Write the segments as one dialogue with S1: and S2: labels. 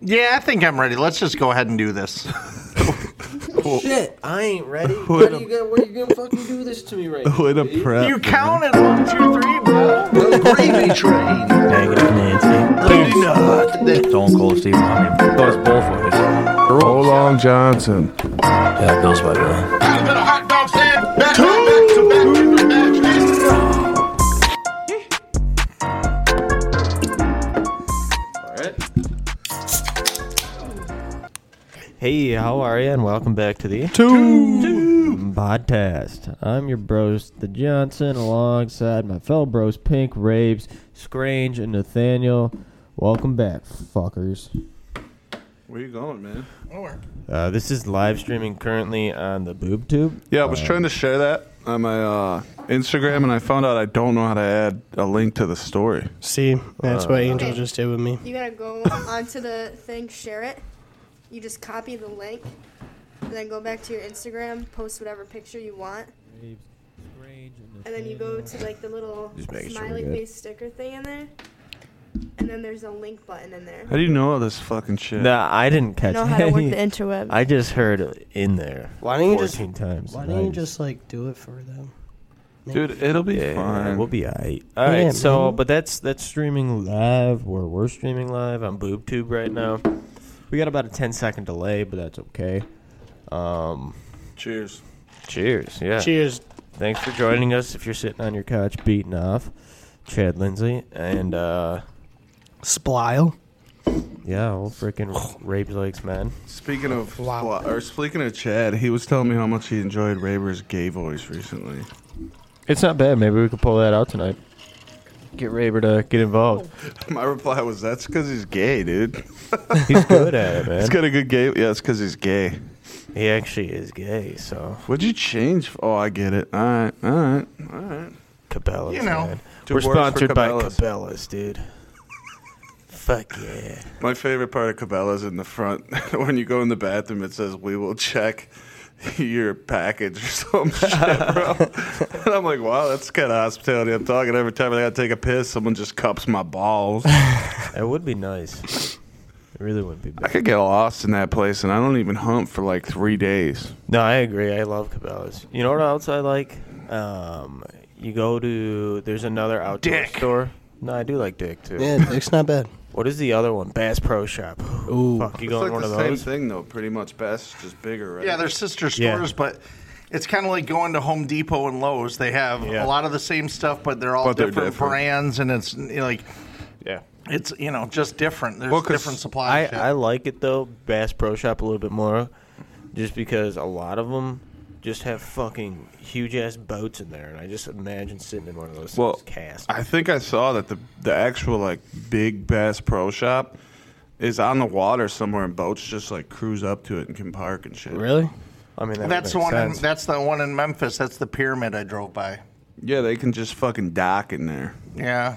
S1: Yeah, I think I'm ready. Let's just go ahead and do this.
S2: Shit, I ain't ready. What are you gonna, what are you gonna fucking do this to me right now?
S3: What a prep.
S1: you counted one, two, three, bro.
S2: The gravy train.
S4: Negative Nancy.
S2: Do not. That
S4: Stone Cold Steve Austin. Those both ways. They're all-
S3: Hold on, Johnson.
S4: Yeah, Bill's by Bill.
S5: Hey, how are you? And welcome back to the
S3: Two.
S5: podcast. I'm your bros, the Johnson, alongside my fellow bros, Pink, Raves, Scrange, and Nathaniel. Welcome back, fuckers.
S3: Where you going, man?
S5: Uh, this is live streaming currently on the BoobTube.
S3: Yeah, I was trying to share that on my uh, Instagram, and I found out I don't know how to add a link to the story.
S6: See, that's what Angel
S7: Okay.
S6: just did with me.
S7: You gotta go onto the thing, share it. You just copy the link, and then go back to your Instagram, post whatever picture you want, and then you go to like the little
S5: making sure we're
S7: smiley
S5: good.
S7: face sticker thing in there, and then there's a link button in there.
S3: How do you know all this fucking shit?
S5: Nah, I didn't catch
S7: know how to work
S5: any.
S7: the interweb.
S5: I just heard in there.
S6: Why don't you just
S5: 14 times.
S6: Why
S5: and
S6: don't
S5: I
S6: you just like do it for them?
S3: Dude, it'll be
S5: Yeah,
S3: fine.
S5: we'll be alright. All right,
S6: Yeah,
S5: so
S6: man.
S5: but that's that's streaming live, or we're streaming live on BoobTube right now. We got about a 10 second delay, but that's okay. Um,
S3: Cheers.
S5: cheers. Yeah.
S6: Cheers.
S5: Thanks for joining us. If you're sitting on your couch beating off, Chad Lindsay and uh,
S6: Splile.
S5: yeah, old freaking rapes likes man.
S3: Speaking of
S6: Wow.
S3: Fla- or speaking of Chad, he was telling me how much he enjoyed Raber's gay voice recently.
S5: It's not bad. Maybe we could pull that out tonight. Get Raber to get involved.
S3: My reply was, "That's because he's gay, dude.
S5: He's good at it, man.
S3: He's got a good gay. Yeah, it's because he's gay."
S5: He actually is gay, so
S3: What'd you change? Oh, I get it. All right, all right, all right.
S5: Cabela's.
S1: You know.
S5: man.
S3: Two
S5: we're
S3: words for
S5: sponsored by
S3: Cabela's.
S5: Cabela's, dude. Fuck yeah.
S3: My favorite part of Cabela's in the front. when you go in the bathroom, it says, "We will check your package" or some shit, bro. and I'm like, "Wow, that's kind of hospitality." I'm talking every time I gotta take a piss. Someone just cups my balls.
S5: That would be nice. It really wouldn't be
S3: I
S5: bad.
S3: could get lost in that place, and I don't even hunt for like three days.
S5: No, I agree. I love Cabela's. You know what else I like? Um, you go to there's another outdoor store. No, I do like Dick too.
S6: Yeah, it's not bad.
S5: What is the other one? Bass Pro Shop.
S6: Ooh.
S5: Fuck, you go in one of those?
S3: thing, though. Pretty much, best just bigger, right?
S1: Yeah, they're sister
S5: Yeah.
S1: stores, but it's kind of like going to Home Depot and Lowe's. They have
S5: Yeah.
S1: a lot of the same stuff, but they're all
S3: But they're
S1: different,
S3: different.
S1: brands, and it's you know, like
S5: Yeah.
S1: it's you know just different. There's
S3: Well, 'cause
S1: different supply.
S5: I,
S1: shit.
S5: I like it though, Bass Pro Shop a little bit more, just because a lot of them just have fucking huge ass boats in there, and I just imagine sitting in one of those
S3: Well,
S5: things cast.
S3: I think I saw that the the actual like big Bass Pro Shop is on the water somewhere, and boats just like cruise up to it and can park and shit.
S6: Really?
S5: I mean, that
S1: that's
S5: that's
S1: the one. In,
S5: sense.
S1: that's the one in Memphis. That's the pyramid I drove by.
S3: Yeah, they can just fucking dock in there.
S1: Yeah,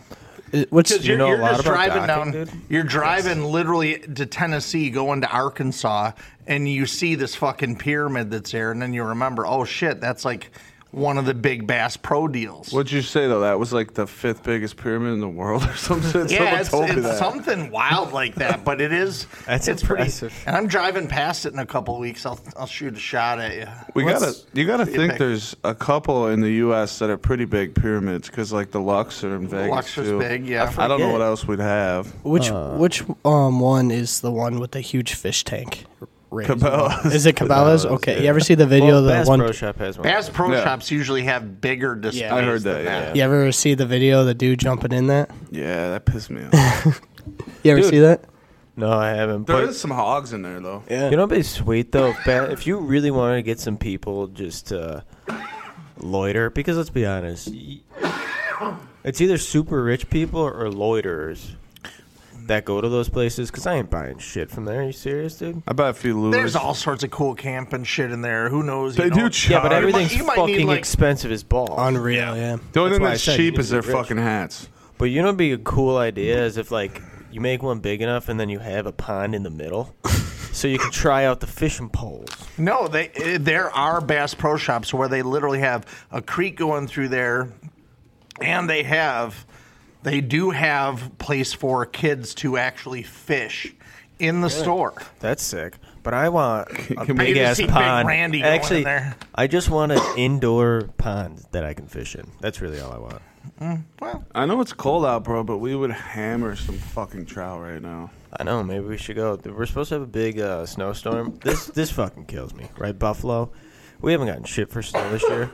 S6: Uh, What's
S1: you're,
S5: know a
S1: you're
S5: lot
S1: just
S5: about
S1: driving
S5: docking,
S1: down.
S5: dude?
S1: You're driving literally to Tennessee, going to Arkansas, and you see this fucking pyramid that's there, and then you remember, oh shit, that's like one of the big Bass Pro deals.
S3: What'd you say though? That was like the fifth biggest pyramid in the world or something. Someone
S1: Yeah, it's,
S3: told me
S1: it's
S3: that.
S1: something wild like that, but it is.
S5: That's
S1: it's
S5: impressive.
S1: Pretty, and I'm driving past it in a couple of weeks. I'll I'll shoot a shot at you.
S3: we gotta,
S1: Let's-
S3: you gotta
S1: see a
S3: think
S1: pic.
S3: there's a couple in the U.S. that are pretty big pyramids because like the Lux are in Vegas
S1: Luxor's
S3: too.
S1: big, yeah.
S3: I, don't know
S5: forget.
S3: what else we'd have.
S6: Which which um one is the one with the huge fish tank? Raised one?
S3: Cabela's.
S6: Is it Cabela's? Okay. You ever see the video
S5: Well,
S6: of the
S5: Bass
S6: one?
S5: Pro Shop has one.
S1: Bass Pro
S3: Yeah.
S1: Shops usually have bigger displays.
S3: I heard
S1: than
S3: that. Yeah,
S6: You ever see the video of the dude jumping in that?
S3: yeah, that pissed me off.
S6: You ever
S5: Dude.
S6: see that?
S5: no, I haven't.
S3: there
S5: but-
S3: is some hogs in there though.
S6: Yeah.
S5: You know, what'd be sweet though. If, ba- if you really wanted to get some people just to loiter, because let's be honest, y- it's either super rich people or loiterers that go to those places. Because I ain't buying shit from there. Are you serious, dude?
S3: I bet a few lures.
S1: There's all sorts of cool camp and shit in there. Who knows? you
S3: They
S1: know?
S3: do charge.
S5: Yeah, but everything's
S1: you might need,
S5: fucking
S1: like-
S5: expensive as balls.
S6: Unreal. Yeah.
S3: The
S5: That's
S3: only thing
S5: why I
S3: that's
S5: said you
S3: cheap
S5: need
S3: is
S5: to
S3: their
S5: be rich.
S3: fucking hats.
S5: But you know, what'd be a cool idea is if like you make one big enough and then you have a pond in the middle, so you can try out the fishing poles.
S1: No, they eh, there are Bass Pro Shops where they literally have a creek going through there, and they have They do have place for kids to actually fish in the store.
S5: That's sick. But I want a
S3: Can we-
S5: big
S1: I
S5: ass
S1: just see Big
S5: pond.
S1: Randy going in
S5: Actually,
S1: there.
S5: I just want an indoor pond that I can fish in. That's really all I want.
S1: Well,
S3: I know it's cold out, bro, but we would hammer some fucking trout right now.
S5: I know. Maybe we should go. We're supposed to have a big uh, snowstorm. This this fucking kills me, right? Buffalo. We haven't gotten shit for snow this year,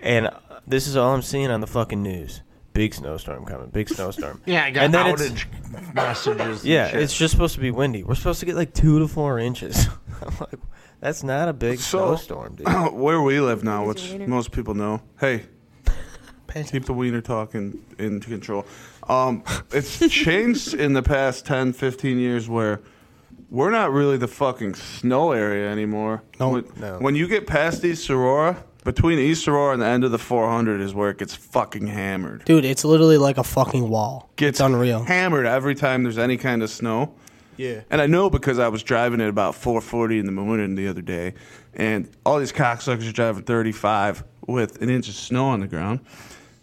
S5: and uh, this is all I'm seeing on the fucking news. Big snowstorm coming. Big snowstorm.
S1: yeah, I got
S5: And then it's-
S1: outage messages.
S5: Yeah,
S1: and shit.
S5: it's just supposed to be windy. We're supposed to get like two to four inches. I'm like, that's not a big
S3: So-
S5: snowstorm, dude.
S3: Where we live now,
S7: Is
S3: which
S7: your wiener-
S3: most people know. Hey, keep the wiener talking into control. Um, it's changed in the past 10, 15 years where we're not really the fucking snow area anymore.
S6: No,
S3: when,
S5: no.
S3: when you get past East Aurora, between East Aurora and the end of the 400 is where it gets fucking hammered.
S6: Dude, it's literally like a fucking wall.
S3: Gets
S6: it's unreal.
S3: Hammered every time there's any kind of snow.
S5: Yeah.
S3: And I know because I was driving at about 4:40 in the morning the other day, and all these cocksuckers are driving 35 with an inch of snow on the ground,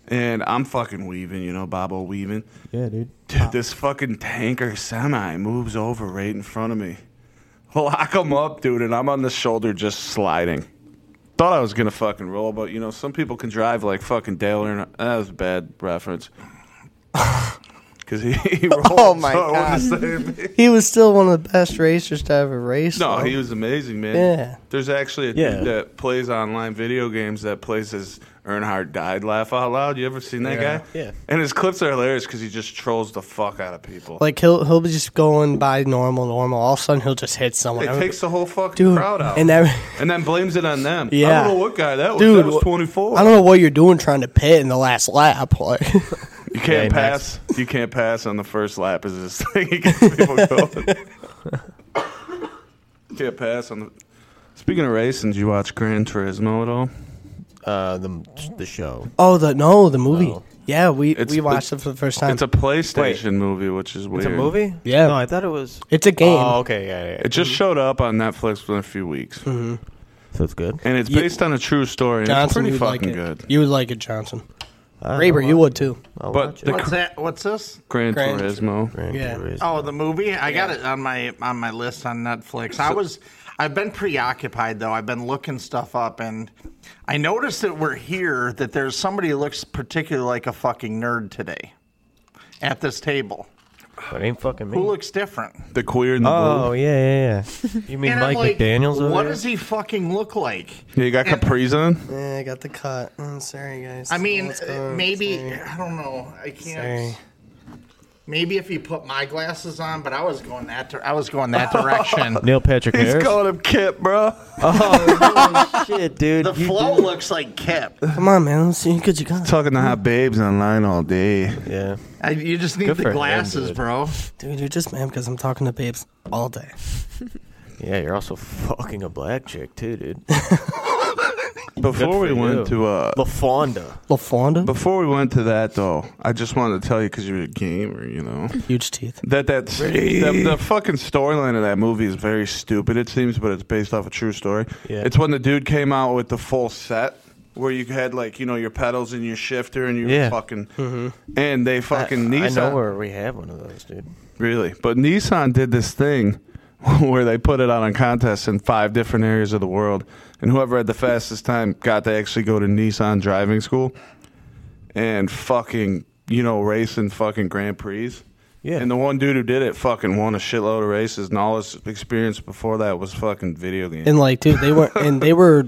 S3: and I'm fucking weaving, you know, Bobo weaving.
S5: Yeah, dude.
S3: Dude, this fucking tanker semi moves over right in front of me. Lock him up, dude, and I'm on the shoulder just sliding. Thought I was gonna fucking roll, but you know, some people can drive like fucking Dale. Earn- that was a bad reference. Cause he, he rolled,
S6: Oh my
S3: so it was the same.
S6: He was still one of the best racers to ever race.
S3: No,
S6: though.
S3: he was amazing, man.
S6: Yeah.
S3: There's actually a
S5: Yeah.
S3: dude that plays online video games that plays his Earnhardt died laugh out loud. You ever seen that
S5: Yeah.
S3: guy?
S5: Yeah.
S3: And his clips are hilarious because he just trolls the fuck out of people.
S6: Like he'll he'll be just going by normal, normal. All of a sudden he'll just hit someone.
S3: it takes the whole fucking
S6: dude,
S3: crowd out.
S6: and
S3: And,
S6: every,
S3: then blames it on them. I
S6: Yeah.
S3: don't know what guy that was.
S6: Dude,
S3: that was
S6: wh-
S3: 24.
S6: I don't know what you're doing trying to pit in the last lap. Like,
S3: You can't
S5: Yeah,
S3: pass. You can't pass on the first lap. Is this thing It gets people going? can't pass on the. Speaking of racing, did you watch Gran Turismo at all?
S5: Uh, the the show.
S6: oh, the no, the movie.
S5: No.
S6: Yeah, we
S3: Oh. It's-
S6: we watched it for the first time.
S3: It's a PlayStation movie, which is weird.
S5: It's a movie.
S6: Yeah.
S5: No, I thought it was.
S6: game.
S5: Oh, okay, yeah, yeah.
S3: It
S6: Mm-hmm.
S3: just showed up on Netflix within a few weeks,
S5: so it's good.
S3: and it's
S6: Yeah.
S3: based on a true story. And it's
S6: Mm-hmm. Johnson,
S3: pretty
S6: you'd like
S3: fucking
S6: it.
S3: good.
S6: You would like it, Johnson. Raber, you would too.
S5: I'll
S3: But
S5: watch
S3: the
S5: it.
S1: what's that? What's this?
S3: Gran,
S6: Gran-
S3: Turismo.
S5: Gran
S6: yeah.
S5: Turismo.
S1: Oh, the movie. I got it on my on my list on Netflix. I was I've been preoccupied though. I've been looking stuff up and I noticed that we're here that there's somebody who looks particularly like a fucking nerd today at this table.
S5: But it ain't fucking me.
S1: Who looks different?
S3: The queer in the
S5: Oh yeah, yeah, yeah. You mean
S1: And I'm
S5: Mike McDaniel's? Over
S1: What
S5: there?
S1: does he fucking look like?
S3: blue. Yeah, you got capris on.
S6: Yeah, I got the cut. I'm sorry, guys.
S1: I mean, uh,
S6: Let's go.
S1: maybe
S6: Sorry.
S1: I don't know. I can't.
S6: Sorry.
S1: Maybe if he put my glasses on, but I was going that. dir- I was going that direction.
S5: Neil Patrick
S3: He's
S5: Harris?
S3: calling him Kip, bro.
S5: oh shit, dude!
S1: The
S5: you
S1: flow
S5: did-
S1: looks like Kip.
S6: Come on, man. Let's see how good you got.
S3: Talking to hot babes online all day.
S5: Yeah,
S1: I, you just need
S5: Good for
S1: the
S5: him,
S1: glasses,
S5: dude.
S1: bro.
S6: Dude, you're just mad because I'm talking to babes all day.
S5: yeah. You're also fucking a black chick too, dude.
S3: Before we
S5: for
S3: went
S5: you.
S3: to uh,
S5: LaFonda.
S6: LaFonda?
S3: before we went to that though, I just wanted to tell you because you're a gamer, you know.
S6: Huge teeth.
S3: That that's the, the fucking storyline of that movie is very stupid. It seems, but it's based off a true story.
S5: Yeah.
S3: It's when the dude came out with the full set where you had like you know your pedals and your shifter and your
S5: Yeah. Mm-hmm.
S3: fucking and they fucking
S5: I
S3: Nissan
S5: know where we have one of those, dude.
S3: really, but Nissan did this thing where they put it out on contests in five different areas of the world, and whoever had the fastest time got to actually go to Nissan driving school and fucking you know racing fucking Grand Prix.
S5: Yeah.
S3: And the one dude who did it fucking won a shitload of races, and all his experience before that was fucking video games.
S6: And like, dude, they were and they were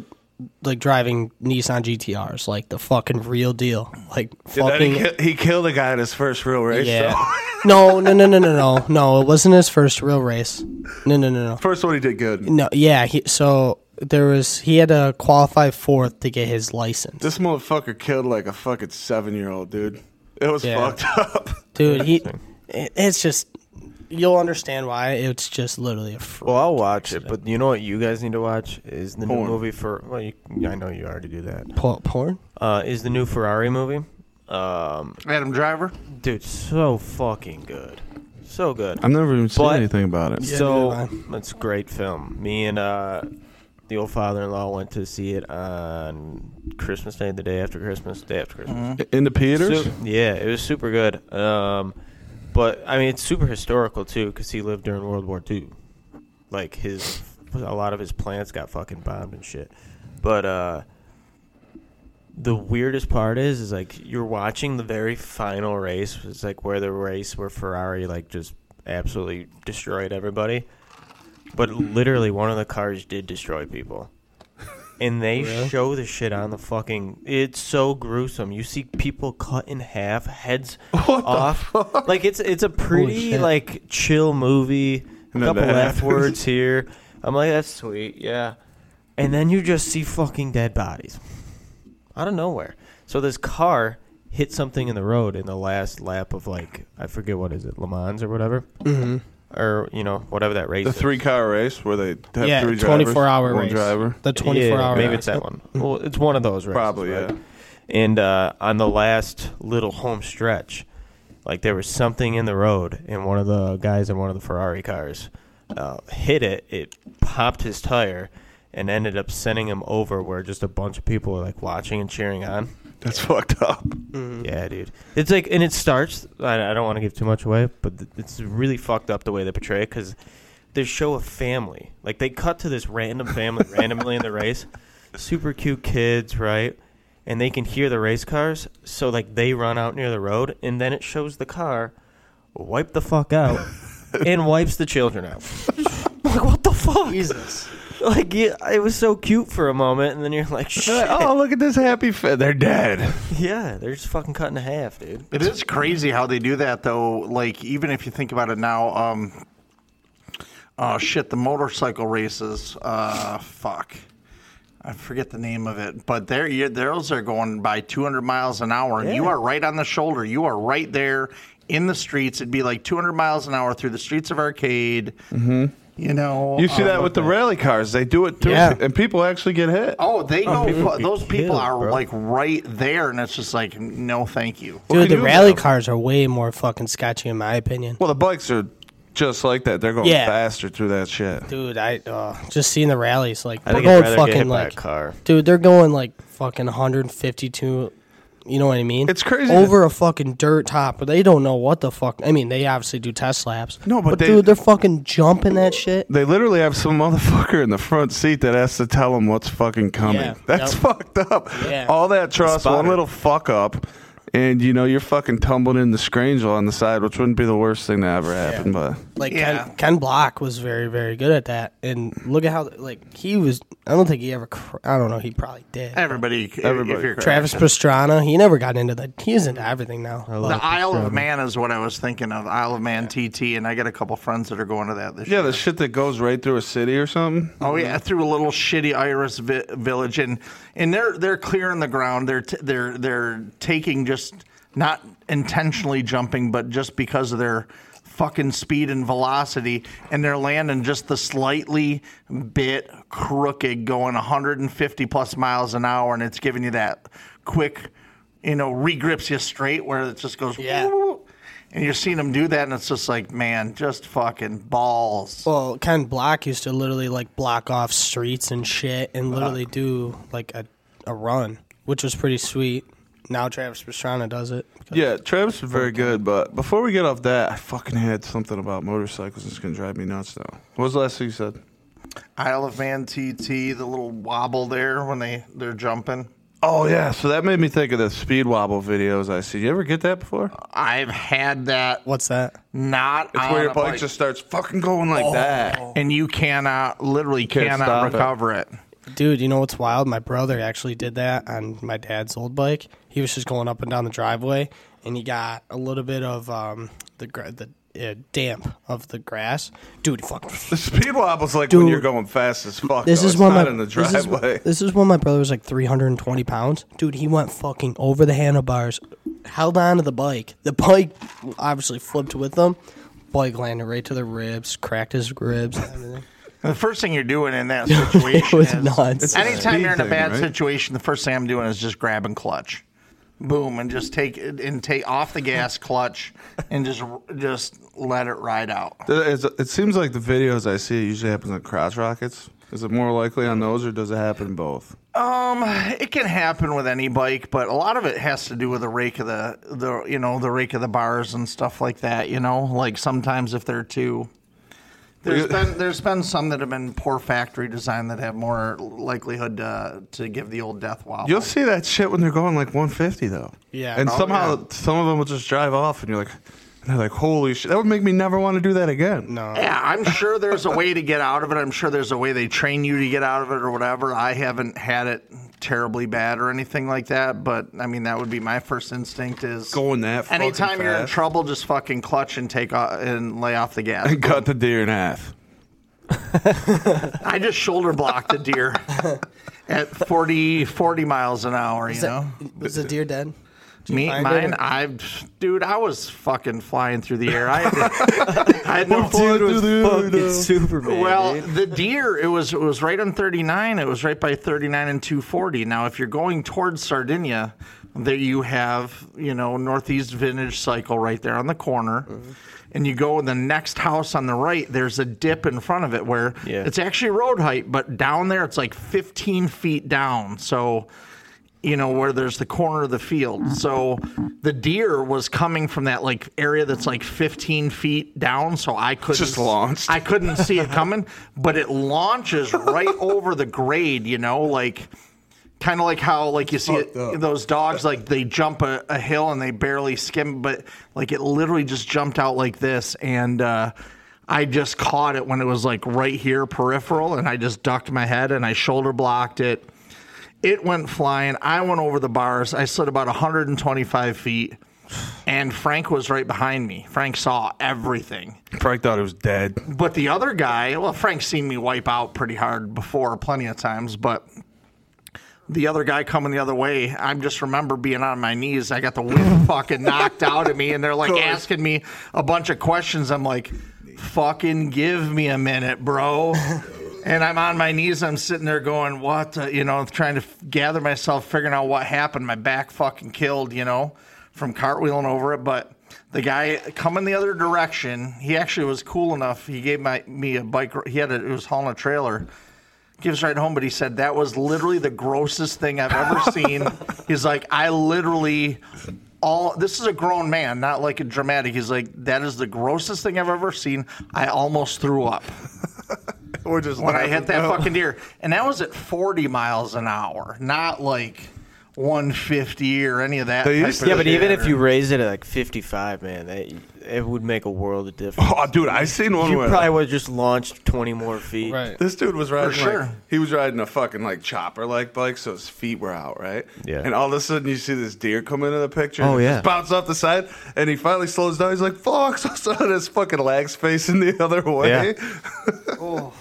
S6: like driving Nissan GTRs, like the fucking real deal, like
S3: Dude, that he,
S6: fucking.
S3: ki- he killed a guy at his first real race.
S6: Yeah.
S3: though.
S6: No, no, no, no, no, no, no. It wasn't his first real race. No, no, no, no.
S3: First one he did good.
S6: No, yeah. He, so there was he had to qualify fourth to get his license.
S3: This motherfucker killed like a fucking seven year old dude. It was
S6: Yeah.
S3: fucked up.
S6: Dude, he it- it's just you'll understand why it's just literally a fr-
S5: Well, I'll watch it, but you know what? You guys need to watch is the
S3: Porn.
S5: new movie for. Well, you, I know you already do that.
S6: por- porn.
S5: Uh, is the new Ferrari movie? Um,
S1: Adam Driver.
S5: dude, so fucking good, so good.
S3: I've never even seen
S5: But-
S3: anything about it.
S5: so
S6: neither
S5: that's a great film. Me and uh, the old father-in-law went to see it on Christmas Day, the day after Christmas, day after Christmas.
S3: In the theaters?
S5: Su- yeah, it was super good. Um, but I mean, it's super historical too because he lived during World War II. Like his, a lot of his plants got fucking bombed and shit. But uh, the weirdest part is, is like you're watching the very final race. It's like where the race where Ferrari like just absolutely destroyed everybody. But literally, one of the cars did destroy people and they show the shit on the fucking. It's so gruesome. You see people cut in half, heads off. Like it's it's a pretty
S6: shit.
S5: like chill movie. A
S3: then
S5: couple
S3: that
S5: F
S3: happens.
S5: words here. I'm like that's sweet, yeah. And then you just see fucking dead bodies out of nowhere. So this car hit something in the road in the last lap of like I forget what is it Le Mans or whatever, mm-hmm. or you know whatever that race.
S3: The
S5: is.
S3: three car race where they have
S6: yeah,
S3: three drivers.
S6: twenty four hour
S3: one
S6: race.
S3: driver.
S6: The twenty four
S5: Yeah,
S6: hour.
S5: Maybe
S6: race.
S5: it's that one. Well, it's one of those races.
S3: Probably,
S5: right?
S3: yeah.
S5: And uh, on the last little home stretch, like there was something in the road, and one of the guys in one of the Ferrari cars uh, hit it. It popped his tire, and ended up sending him over where just a bunch of people were like watching and cheering on.
S3: That's fucked up.
S5: Yeah, dude. It's like, and it starts. I, I don't want to give too much away, but th- it's really fucked up the way they portray it because they show a family. Like they cut to this random family randomly in the race, super cute kids, right? And they can hear the race cars, so like they run out near the road, and then it shows the car wipe the fuck out and wipes the children out. like what the fuck?
S2: Jesus.
S5: Like yeah, it was so cute for a moment, and then you're like, shit.
S3: oh, look at this happy fa- They're dead.
S5: yeah, they're just fucking cut in half, dude.
S1: It is crazy how they do that, though. Like, even if you think about it now, um, oh shit, the motorcycle races. Uh, fuck, I forget the name of it, but there, you- those are going by 200 miles an hour, and you
S5: Yeah.
S1: are right on the shoulder. You are right there in the streets. It'd be like 200 miles an hour through the streets of Arcade. Mm-hmm. You know,
S3: You
S6: Oh,
S3: see
S1: um,
S3: that with the rally cars. They do it too.
S6: Yeah.
S3: And people actually get hit.
S1: Oh, they go.
S5: people get
S1: those people
S5: killed,
S1: are
S5: bro.
S1: like right there, and it's just like, no, thank you.
S3: What can
S6: Dude, the
S3: you
S6: rally
S3: do?
S6: cars are way more fucking sketchy, in my opinion.
S3: Well, the bikes are just like that. They're going
S6: Yeah.
S3: faster through that shit.
S6: Dude, I uh, just seeing the rallies like
S5: I
S6: they're
S5: think I'd
S6: going
S5: rather get
S6: fucking
S5: hit by a
S6: like
S5: car.
S6: dude, they're going like fucking 152. You know what I mean?
S3: It's crazy
S6: over a fucking dirt top, but they don't know what the fuck. I mean, they obviously do test laps.
S3: No, but they-
S6: dude, they're fucking jumping that shit.
S3: They literally have some motherfucker in the front seat that has to tell them what's fucking coming.
S6: Yeah.
S3: That's
S6: Yep.
S3: fucked up.
S6: Yeah.
S3: All that trust,
S5: Spotter.
S3: one little fuck up, and you know you're fucking tumbling in the scrangel on the side, which wouldn't be the worst thing to ever happen. But
S6: Like
S1: Yeah.
S6: Ken, Ken Block was very very good at that, and look at how like he was. I don't think he ever. Cr- I don't know. He probably did.
S1: Everybody,
S3: Everybody
S1: if you're
S3: crashed.
S6: Travis Pastrana, he never got into that. He's into everything now.
S1: The Isle of Man is what I was thinking of. Isle of Man TT, and I got a couple friends that are going to that this
S3: yeah,
S1: year.
S3: the shit that goes right through a city or something.
S1: Oh yeah, through a little shitty Irish vi- village, and and they're they're clearing the ground. They're t- they're they're taking just not intentionally jumping, but just because of their fucking speed and velocity, and they're landing just the slightly bit crooked, going 150 plus miles an hour, and it's giving you that quick, you know, regrips you straight where it just goes.
S6: Yeah.
S1: And you're seeing them do that, and it's just like, man, just fucking balls.
S6: Well, Ken Block used to literally like block off streets and shit and literally do like a, a run, which was pretty sweet. Now Travis Pastrana does it.
S3: Yeah, Travis was very good, but before we get off that, I fucking had something about motorcycles that's gonna drive me nuts now. What was the last thing you said?
S1: Isle of Man TT, the little wobble there when they they're jumping.
S3: Oh yeah, so that made me think of the speed wobble videos I see. You ever get that before?
S1: I've had that
S6: What's that?
S1: not
S3: It's
S1: Uh, on
S3: where
S1: a
S3: your bike
S1: bike,
S3: just starts fucking going like that.
S1: and you cannot literally
S3: Can't
S1: cannot
S3: stop it.
S1: recover it.
S6: Dude, you know what's wild? My brother actually did that on my dad's old bike. He was just going up and down the driveway, and he got a little bit of um, the gra- the uh, damp of the grass. Dude, he fucking.
S3: The speed wobble's like when
S6: Dude.
S3: you're going fast as fuck.
S6: This
S3: though.
S6: is
S3: It's
S6: when
S3: not
S6: my
S3: in the
S6: this is-
S3: driveway.
S6: This is, when my brother was like 320 pounds. Dude, he went fucking over the handlebars, held on to the bike. The bike obviously flipped with him. Bike landed right to the ribs, cracked his ribs. and everything.
S1: The first thing you're doing in that situation
S6: was
S1: is
S6: nuts. It's a
S1: anytime
S3: speed
S1: you're in a
S3: thing,
S1: bad
S3: right?
S1: situation, the first thing I'm doing is just grab and clutch, boom, and just take it and take off the gas clutch and just just let it ride out.
S3: It's- it seems like the videos I see usually happens on crotch rockets. Is it more likely on those, or does it happen both?
S1: Um, it can happen with any bike, but a lot of it has to do with the rake of the the you know the rake of the bars and stuff like that. You know, like sometimes if they're too. There's been there's been some that have been poor factory design that have more likelihood to, to give the old death wobble.
S3: You'll see that shit when they're going like 150 though.
S6: Yeah.
S3: And
S6: Oh,
S3: somehow some of them will just drive off, and you're like, and they're like, holy shit, that would make me never want to do that again.
S6: No.
S1: Yeah, I'm sure there's a way to get out of it. I'm sure there's a way they train you to get out of it or whatever. I haven't had it terribly bad or anything like that, but I mean that would be my first instinct is
S3: Going that fucking
S1: Anytime you're in
S3: fast.
S1: trouble, just fucking clutch and take off and lay off the gas.
S3: And cut the deer in half.
S1: I just shoulder blocked a deer at 40, 40 miles an hour. You
S6: Is
S1: know,
S6: that- was the deer dead?
S1: me
S6: find
S1: mine.
S6: it?
S1: I dude, I was fucking flying through the air. I had, I had no
S5: Dude was
S3: Dude,
S5: fucking
S3: dude.
S5: Superman.
S1: Well,
S5: dude.
S1: the deer it was it was right on 39. It was right by 39 and 240. Now, if you're going towards Sardinia, there you have you know Northeast Vintage Cycle right there on the corner,
S5: Mm-hmm.
S1: and you go in the next house on the right. There's a dip in front of it where
S5: Yeah.
S1: it's actually road height, but down there it's like 15 feet down. So you know, where there's the corner of the
S5: Mm-hmm.
S1: field. So the deer was coming from that like area that's like 15 feet down. So I couldn't
S3: Just launched.
S1: I couldn't see it coming, but it launches right over the grade. You know, like kind of like how like you see it, those dogs like they jump a, a hill and they barely skim, but like it literally just jumped out like this and. uh I just caught it when it was like right here peripheral, and I just ducked my head and I shoulder blocked it. It went flying. I went over the bars. I slid about 125 feet, and Frank was right behind me. Frank saw everything.
S3: Frank thought it was dead.
S1: But the other guy, well, Frank's seen me wipe out pretty hard before plenty of times, but the other guy coming the other way, I just remember being on my knees. I got the wind fucking knocked out of me, and they're like asking me a bunch of questions. I'm like, fucking give me a minute, bro. And I'm on my knees. I'm sitting there going, what, the, you know, trying to f- gather myself, figuring out what happened. My back fucking killed, you know, from cartwheeling over it. But the guy coming the other direction, he actually was cool enough. He gave my me a bike. r- He had a, it was hauling a trailer gives right home, but he said that was literally the grossest thing I've ever seen. He's like, I literally all this is a grown man, not like a dramatic. He's like, that is the grossest thing I've ever seen. I almost threw up
S3: We're just
S1: when I
S3: laughing
S1: hit that
S5: Oh,
S3: now.
S1: fucking deer, and that was at forty miles an hour, not like one fifty or any of that.
S3: They
S1: type
S3: used
S1: of
S5: yeah, but
S1: shit.
S5: even if you raise it at like 55, man, that, it would make a world of difference.
S3: Oh, dude, I seen one
S5: you
S3: where
S5: probably would have just launched 20 more feet.
S6: Right.
S3: This dude was riding
S1: sure.
S3: like, he was riding a fucking like chopper like bike, so his feet were out, right?
S5: Yeah.
S3: And all of a sudden you see this deer come into the picture.
S5: Oh,
S3: and it
S5: yeah.
S3: Just bounce off the side, and he finally slows down. He's like, "Fuck!" So all of a sudden his fucking legs facing the other way.
S5: Yeah,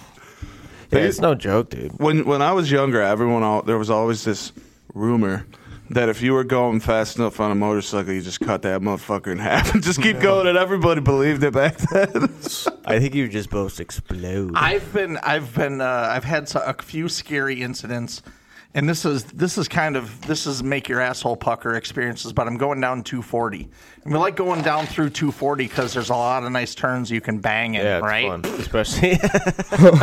S5: it's no joke, dude.
S3: When when I was younger, everyone all, there was always this rumor. That if you were going fast enough on a motorcycle, you just cut that motherfucker in half and just keep going, and everybody believed it back then.
S5: I think you just both explode.
S1: I've been, I've been, uh, I've had so- a few scary incidents, and this is this is kind of this is make your asshole pucker experiences. But I'm going down 240, and we like going down through 240 because there's a lot of nice turns you can bang in,
S5: yeah, it's
S1: right?
S5: fun. Especially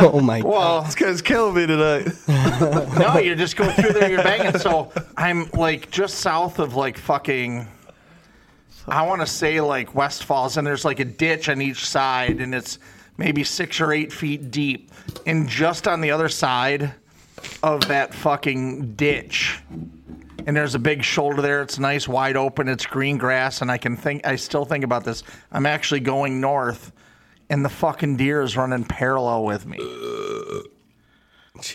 S6: oh my god.
S1: Well,
S3: this guy's killing me tonight.
S1: no, you just go through there, you're banging. So I'm like just south of like fucking. I want to say like West Falls, and there's like a ditch on each side, and it's maybe six or eight feet deep. And just on the other side of that fucking ditch, and there's a big shoulder there. It's nice, wide open. It's green grass, and I can think. I still think about this. I'm actually going north, and the fucking deer is running parallel with me.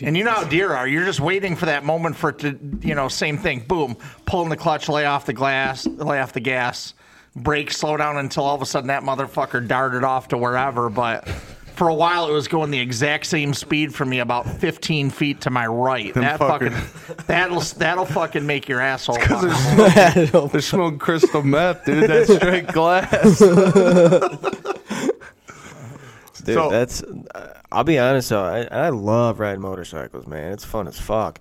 S1: And you know how deer are. You're just waiting for that moment for it to, you know, same thing. Boom, pulling the clutch, lay off the glass, lay off the gas, brake, slow down until all of a sudden that motherfucker darted off to wherever. But for a while, it was going the exact same speed for me, about 15 feet to my right. that
S3: fucker.
S1: fucking, that'll that'll fucking make your asshole. pop.
S3: They're smoking crystal meth, dude. That's straight glass.
S5: Dude,
S3: So-
S5: that's. uh, I'll be honest though, I, I love riding motorcycles, man. It's fun as fuck,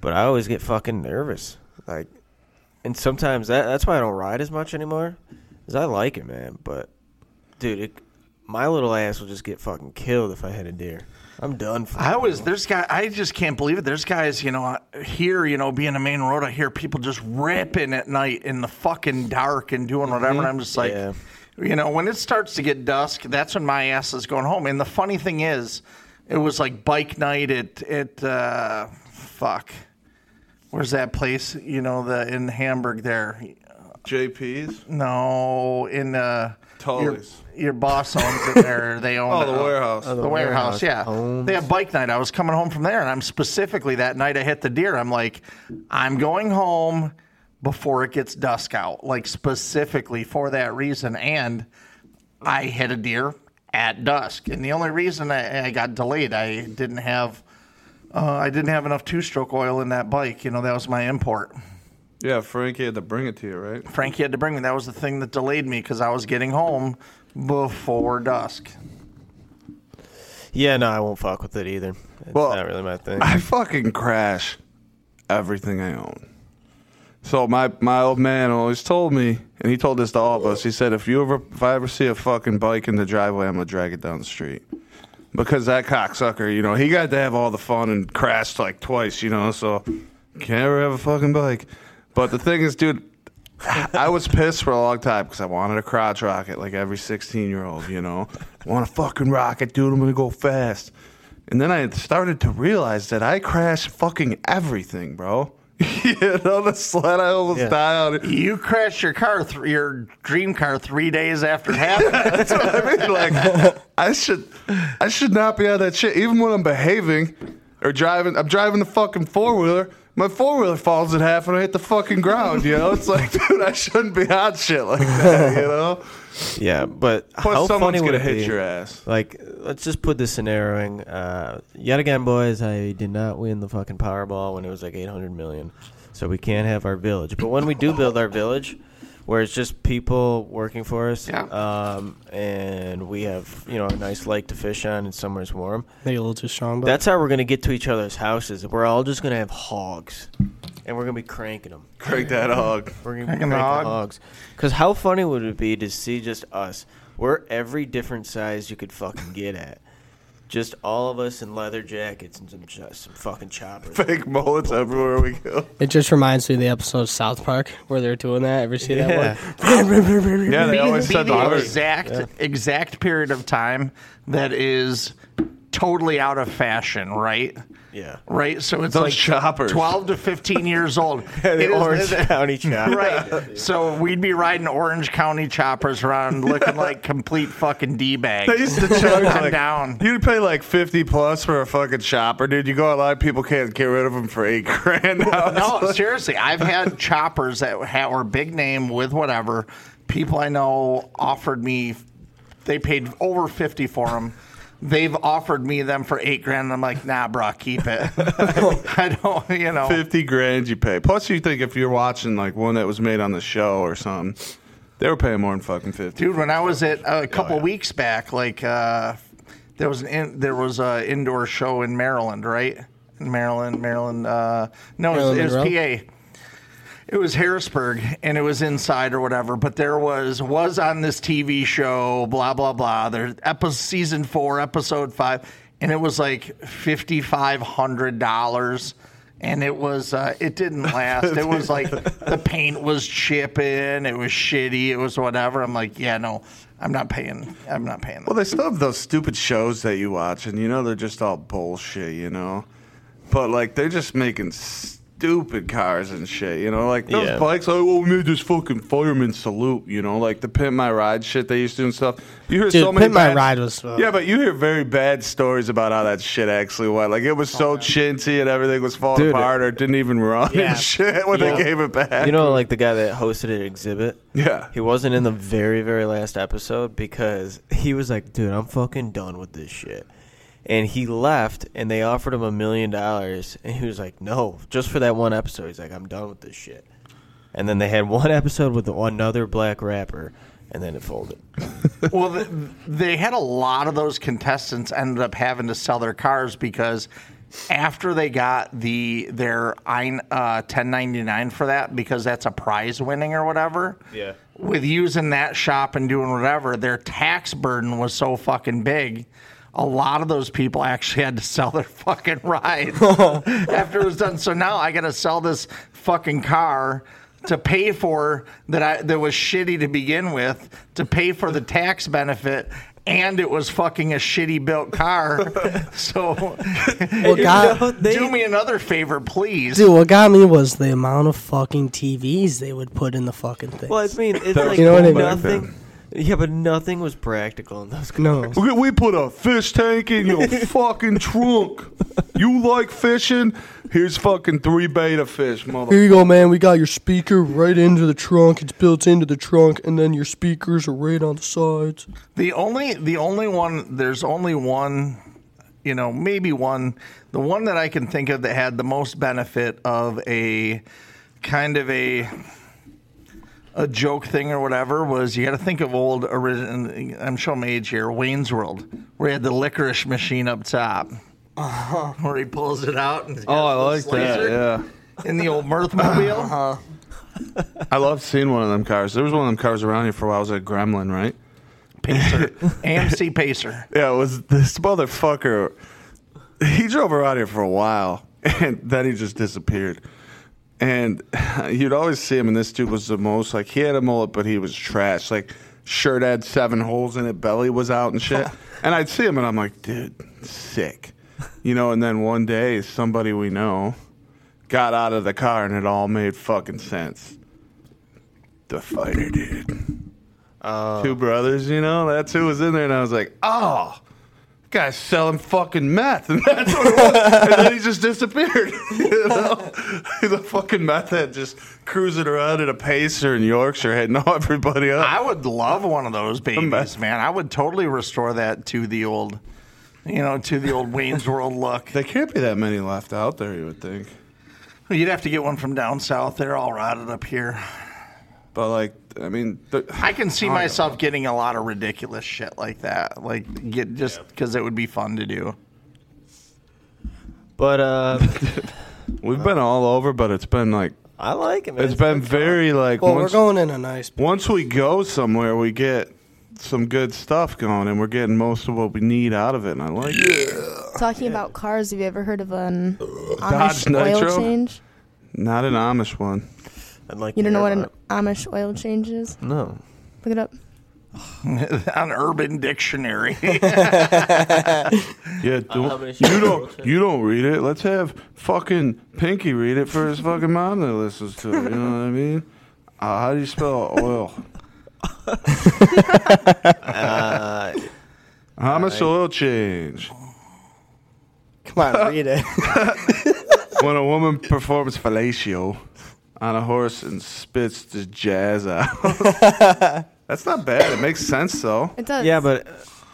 S5: but I always get fucking nervous. Like, and sometimes that that's why I don't ride as much anymore, is I like it, man. But, dude, it, My little ass will just get fucking killed if I hit a deer. I'm done for.
S1: I always there's guy I just can't believe it. There's guys you know out here you know being a main road. I hear people just ripping at night in the fucking dark and doing whatever. And I'm just like,
S5: Yeah.
S1: you know, when it starts to get dusk, that's when my ass is going home. And the funny thing is, it was like bike night at at uh, fuck, where's that place? You know, the in Hamburg there.
S3: JP's.
S1: No, in uh, your,
S3: Tully's.
S1: your boss owns it there. They own
S3: Oh,
S1: it.
S3: the warehouse.
S1: The warehouse, yeah. They had bike night. I was coming home from there, and I'm specifically that night I hit the deer. I'm like, I'm going home before it gets dusk out, like specifically for that reason. And I hit a deer at dusk, and the only reason I, I got delayed, I didn't have, uh, I didn't have enough two-stroke oil in that bike. You know, that was my import.
S3: Yeah, Frankie had to bring it to you, right?
S1: Frankie had to bring me. That was the thing that delayed me because I was getting home before dusk.
S5: Yeah, no, I won't fuck with it either. It's
S3: Well,
S5: not really my thing.
S3: I fucking crash everything I own. So my my old man always told me, and he told this to all of us. He said, if you ever if I ever see a fucking bike in the driveway, I'm gonna drag it down the street. Because that cocksucker, you know, he got to have all the fun and crashed like twice, you know. So can't ever have a fucking bike. But the thing is, dude, I was pissed for a long time because I wanted a crotch rocket like every 16 year old, you know. I want a fucking rocket, dude. I'm going to go fast. And then I started to realize that I crashed fucking everything, bro. you know, the sled I almost
S5: Yeah.
S3: died on. it.
S1: You crashed your car, th- your dream car, three days after it happened.
S3: That's what I mean. Like, I should, I should not be on that shit. Even when I'm behaving or driving, I'm driving the fucking four wheeler. My four wheeler falls in half and I hit the fucking ground. You know, it's like, dude, I shouldn't be on shit like that. You know,
S5: yeah, but how
S3: plus someone's
S5: funny would
S3: gonna
S5: it
S3: hit
S5: be?
S3: your ass.
S5: Like, let's just put this scenario in. Uh, yet again, boys, I did not win the fucking Powerball when it was like 800 million. So we can't have our village. But when we do build our village, where it's just people working for us,
S1: Yeah.
S5: um, and we have, you know, a nice lake to fish on and somewhere's warm,
S6: Maybe a little too strong, but
S5: that's how we're going to get to each other's houses. We're all just going to have hogs, and we're going to be cranking them.
S3: Crank that hog.
S5: We're gonna
S1: Cranking the hog.
S5: hogs. Because how funny would it be to see just us? We're every different size you could fucking get at. Just all of us in leather jackets and some ch- some fucking choppers.
S3: Fake mullets everywhere we go.
S6: it just reminds me of the episode of South Park where they're doing that. Ever see that one?
S3: Yeah, they always
S1: Be
S3: said the
S1: the
S3: word.
S1: exact exact period of time that is totally out of fashion, right?
S5: Yeah.
S1: Right. So it's
S3: Those
S1: like
S3: choppers.
S1: twelve to fifteen years old. It is-
S5: The Orange County chopper.
S1: Right. So we'd be riding Orange County choppers around, looking like complete fucking d
S3: They
S1: bags.
S3: used to charge
S1: I'm
S3: like,
S1: down.
S3: You'd pay like fifty plus for a fucking chopper, dude. You go online, people can't get rid of them for eight grand. Now it's
S1: No, seriously, I've had choppers that ha- were big name with whatever. People I know offered me, they paid over fifty for them. They've offered me them for eight grand. And I'm like, nah, bro, keep it. I don't, you know.
S3: 50 grand you pay. Plus, you think if you're watching like one that was made on the show or something, they were paying more than fucking 50.
S1: dude when i was at uh,
S6: Oh,
S1: a couple weeks back like uh there was an in, there was a indoor show in maryland right in maryland maryland uh no
S6: Maryland
S1: it was,
S6: Monroe?
S1: it was pa it was harrisburg and it was inside or whatever but there was was on this tv show blah blah blah there's episode season four episode five and it was like fifty five hundred dollars and it was uh, it didn't last. It was like the paint was chipping. It was shitty. It was whatever. I'm like, yeah, no, I'm not paying. I'm not paying.
S3: Well, they still have those stupid shows that you watch, and you know they're just all bullshit, you know? But like, they're just making stupid cars and shit, you know? Like, those
S5: Yeah.
S3: bikes, oh, well, we made this fucking fireman salute, you know? Like the Pimp My Ride shit they used to do and stuff. You hear
S6: Dude,
S3: so many
S6: Pimp My
S3: bad-
S6: Ride was, uh,
S3: yeah, but you hear very bad stories about how that shit actually went. Like it was
S6: Oh,
S3: so chintzy and everything was falling
S5: Dude,
S3: apart or didn't even run
S6: Yeah.
S3: and shit when
S5: Yeah.
S3: they gave it back.
S5: You know, like the guy that hosted an exhibit.
S3: Yeah.
S5: He wasn't in the very, very last episode because he was like, dude, I'm fucking done with this shit. And he left and they offered him a million dollars. And he was like, no, just for that one episode. He's like, I'm done with this shit. And then they had one episode with another black rapper and then it folded.
S1: well, th they had a lot of those contestants ended up having to sell their cars because after they got the their I- uh, 1099 for that because that's a prize winning or whatever.
S5: Yeah.
S1: with using that shop and doing whatever, their tax burden was so fucking big. A lot of those people actually had to sell their fucking ride after it was done. So now I got to sell this fucking car to pay for that I that was shitty to begin with, to pay for the tax benefit, and it was fucking a shitty built car. so
S6: What got,
S1: do me another favor, please.
S6: dude, what got me was the amount of fucking TVs they would put in the fucking thing.
S5: Well, I mean, it's like
S6: You know what I mean?
S5: nothing. Yeah, but nothing was practical in those.
S6: No.
S3: Look at- we put a fish tank in your fucking trunk. You like fishing? Here's fucking three beta fish, mother.
S6: Here you go, man. We got your speaker right into the trunk. It's built into the trunk, and then your speakers are right on the sides.
S1: The only the only one there's only one you know, maybe one the one that I can think of that had the most benefit of a kind of a a joke thing or whatever was you got to think of old origin I'm showing my age here Wayne's World where he had the licorice machine up top where he pulls it out and
S3: Oh, I like that. Yeah.
S1: in the old Mirthmobile
S3: I love seeing one of them cars. There was one of them cars around here for a while. It was a Gremlin, right?
S1: Pacer AMC Pacer
S3: Yeah, it was this motherfucker. He drove around here for a while, and then he just disappeared. And you'd always see him, and this dude was the most like he had a mullet, but he was trash. Like shirt had seven holes in it, belly was out and shit. and I'd see him, and I'm like, dude, sick, you know. And then one day, somebody we know got out of the car, and it all made fucking sense. The fighter dude, two brothers, you know. That's who was in there, and I was like, oh. Guy's selling fucking meth, and that's what it was. and then he just disappeared. you know? the fucking meth head just cruising around in a pacer in Yorkshire, hitting everybody up.
S1: I would love one of those babies, man. I would totally restore that to the old, you know, to the old Wayne's World look.
S3: There can't be that many left out there, you would think.
S1: You'd have to get one from down south. They're all rotted up here. Oh,
S3: But like, I mean, the,
S1: I can see myself getting a lot of ridiculous shit like that, like get just because it would be fun to do.
S5: But uh,
S3: we've been all over, but it's been like,
S5: I like it. Man.
S3: it's been very like.
S6: Well, we're
S3: once,
S6: going in a nice.
S3: once we go somewhere, we get some good stuff going, and we're getting most of what we need out of it, and I like it.
S8: Talking about cars, have you ever heard of an
S3: Dodge
S8: Amish oil
S3: Nitro?
S8: change?
S3: Not an Amish one.
S5: I'd like
S8: You
S5: to
S8: don't know
S5: hear
S8: what an
S5: about
S8: Amish oil change is?
S5: it. No.
S8: Look it up.
S1: On Urban Dictionary,
S3: Yeah,
S5: how
S3: don't,
S5: many
S3: you
S5: shots
S3: don't you don't read it. Let's have fucking Pinky read it for his fucking mom that listens to it. You know what I mean? Uh, how do you spell oil? How much oil change
S6: Uh, Come on, read it.
S3: when a woman performs fellatio on a horse and spits the jazz out? That's not bad. It makes sense though.
S8: It does.
S5: Yeah, but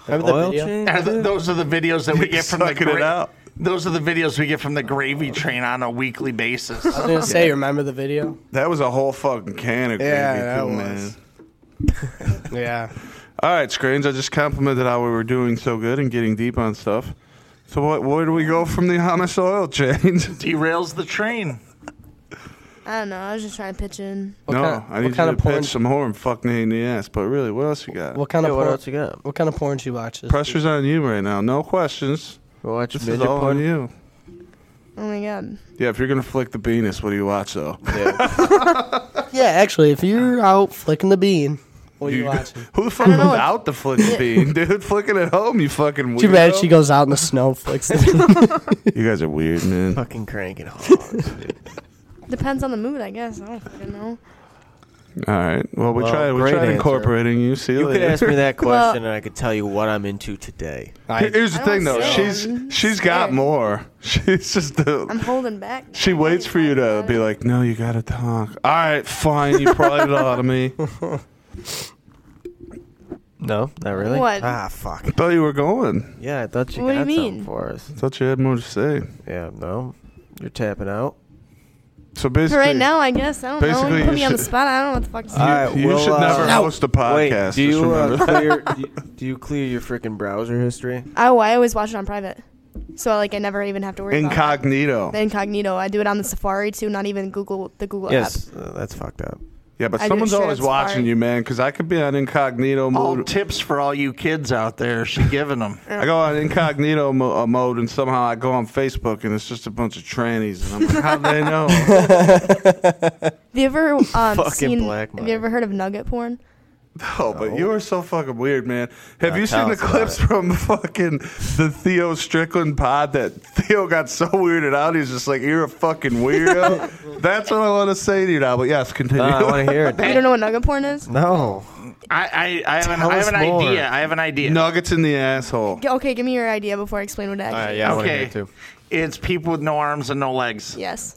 S6: Remember the
S5: oil
S6: video?
S5: change.
S1: Are th- those are the videos that we get from the
S3: Sucking it
S1: gra-
S3: out.
S1: Those are the videos we get from the gravy train on a weekly basis.
S6: I was gonna say, remember the video?
S3: That was a whole fucking can of
S6: Yeah,
S3: gravy,
S6: that
S3: too,
S6: was.
S3: man.
S6: Yeah.
S3: All right, Screens. I just complimented how we were doing so good and getting deep on stuff. So what? Where do we go from the Amish oil change?
S1: Derails the train.
S8: I don't know. I was just trying to pitch in.
S6: What
S3: no,
S6: kind,
S3: I need
S6: what kind
S3: you
S6: of
S3: to
S6: porn?
S3: pitch some whore and fuck me in the ass. But really, what else you got?
S6: What kind
S5: Yeah,
S6: of
S5: what
S6: porn?
S5: else you got?
S6: What kind of porn you watch? This
S3: Pressure's on you right now. No questions.
S5: Watch
S3: This is all on you.
S8: Oh my god.
S3: Yeah, if you're gonna flick the penis, what do you watch though?
S6: week? Yeah, actually, if you're out flicking the bean, what are you
S3: You-
S6: watching?
S3: Who the fuck is out the flick the bean, dude? Flicking at home, you fucking weirdo.
S6: Too bad she goes out in the snow, flicks the bean.
S3: You guys are weird, man.
S5: Fucking cranking hard.
S8: Depends on the mood, I guess. I don't fucking know.
S3: All right. Well, we
S5: Well,
S3: tried. We
S5: great
S3: tried
S5: answer.
S3: incorporating you. See you,
S5: you could
S3: later.
S5: ask me that question,
S8: Well-
S5: and I could tell you what I'm into today.
S3: Here's the
S8: I
S3: thing, though.
S8: don't say
S3: She's
S8: I'm
S3: she's got
S8: scared.
S3: more. She's just the
S8: I'm holding back. now.
S3: She
S8: I'm
S3: waits
S8: not
S3: for you
S8: even
S3: to
S8: talking
S3: be
S8: about
S3: like, no, you gotta talk. All right, fine, you pried it out of me.
S5: No, not really.
S8: What?
S5: Ah, fuck.
S3: Thought you were going.
S5: Yeah, I thought you
S8: What do
S5: got
S8: you
S5: something
S8: mean?
S5: for us.
S3: Thought you had more to say.
S5: Yeah, no, you're tapping out.
S3: So
S8: it.
S3: basically,
S8: For right now, I guess. I don't know.
S3: Basically,
S8: You
S3: you
S8: put me on the
S3: should-
S8: spot. I don't know what the fuck to
S5: All
S8: say.
S5: right,
S3: you
S5: well,
S3: should
S5: uh,
S3: never host a
S5: Wait,
S3: podcast.
S5: do you uh,
S3: just remember.
S5: clear? Do you, do you clear your freaking browser history?
S8: Oh, I always watch it on private. So, like, I never even have to worry about it.
S3: incognito?
S8: The incognito. I do it on the Safari, too, not even Google, the Google app.
S5: Yes, uh, that's fucked up.
S3: Yeah, but
S8: I'd be
S3: someone's
S8: sure
S3: always
S8: it's Oh,
S3: watching
S8: fire.
S3: you, man, because I could be on incognito
S1: All
S3: mode.
S1: tips for all you kids out there. She giving them.
S3: I go on incognito mo- uh, mode, and somehow I go on Facebook, and it's just a bunch of trannies, and I'm like, how do they know?
S8: Have you ever um,
S5: Fucking
S8: seen?
S5: black
S8: have
S5: Mike.
S8: you ever heard of nugget porn?
S3: oh, but you are so fucking weird, man. Have
S5: Yeah,
S3: you
S5: tell
S3: seen the
S5: us about
S3: clips
S5: it.
S3: from fucking the Theo Strickland pod that Theo got so weirded out? He's just like, you're a fucking weirdo. That's what I want to say to you now. But yes, continue.
S5: Uh, I want to hear it.
S8: You don't know what nugget porn is?
S5: No.
S1: I, I, I have an,
S5: Tell
S1: I have an
S5: us more.
S1: idea. I have an idea.
S3: Nuggets in the asshole.
S8: G- Okay, give me your idea before I explain what it actually.
S5: All right, Uh, yeah, I
S8: is.
S5: want to hear
S1: okay.
S5: it too.
S1: It's people with no arms and no legs.
S8: Yes,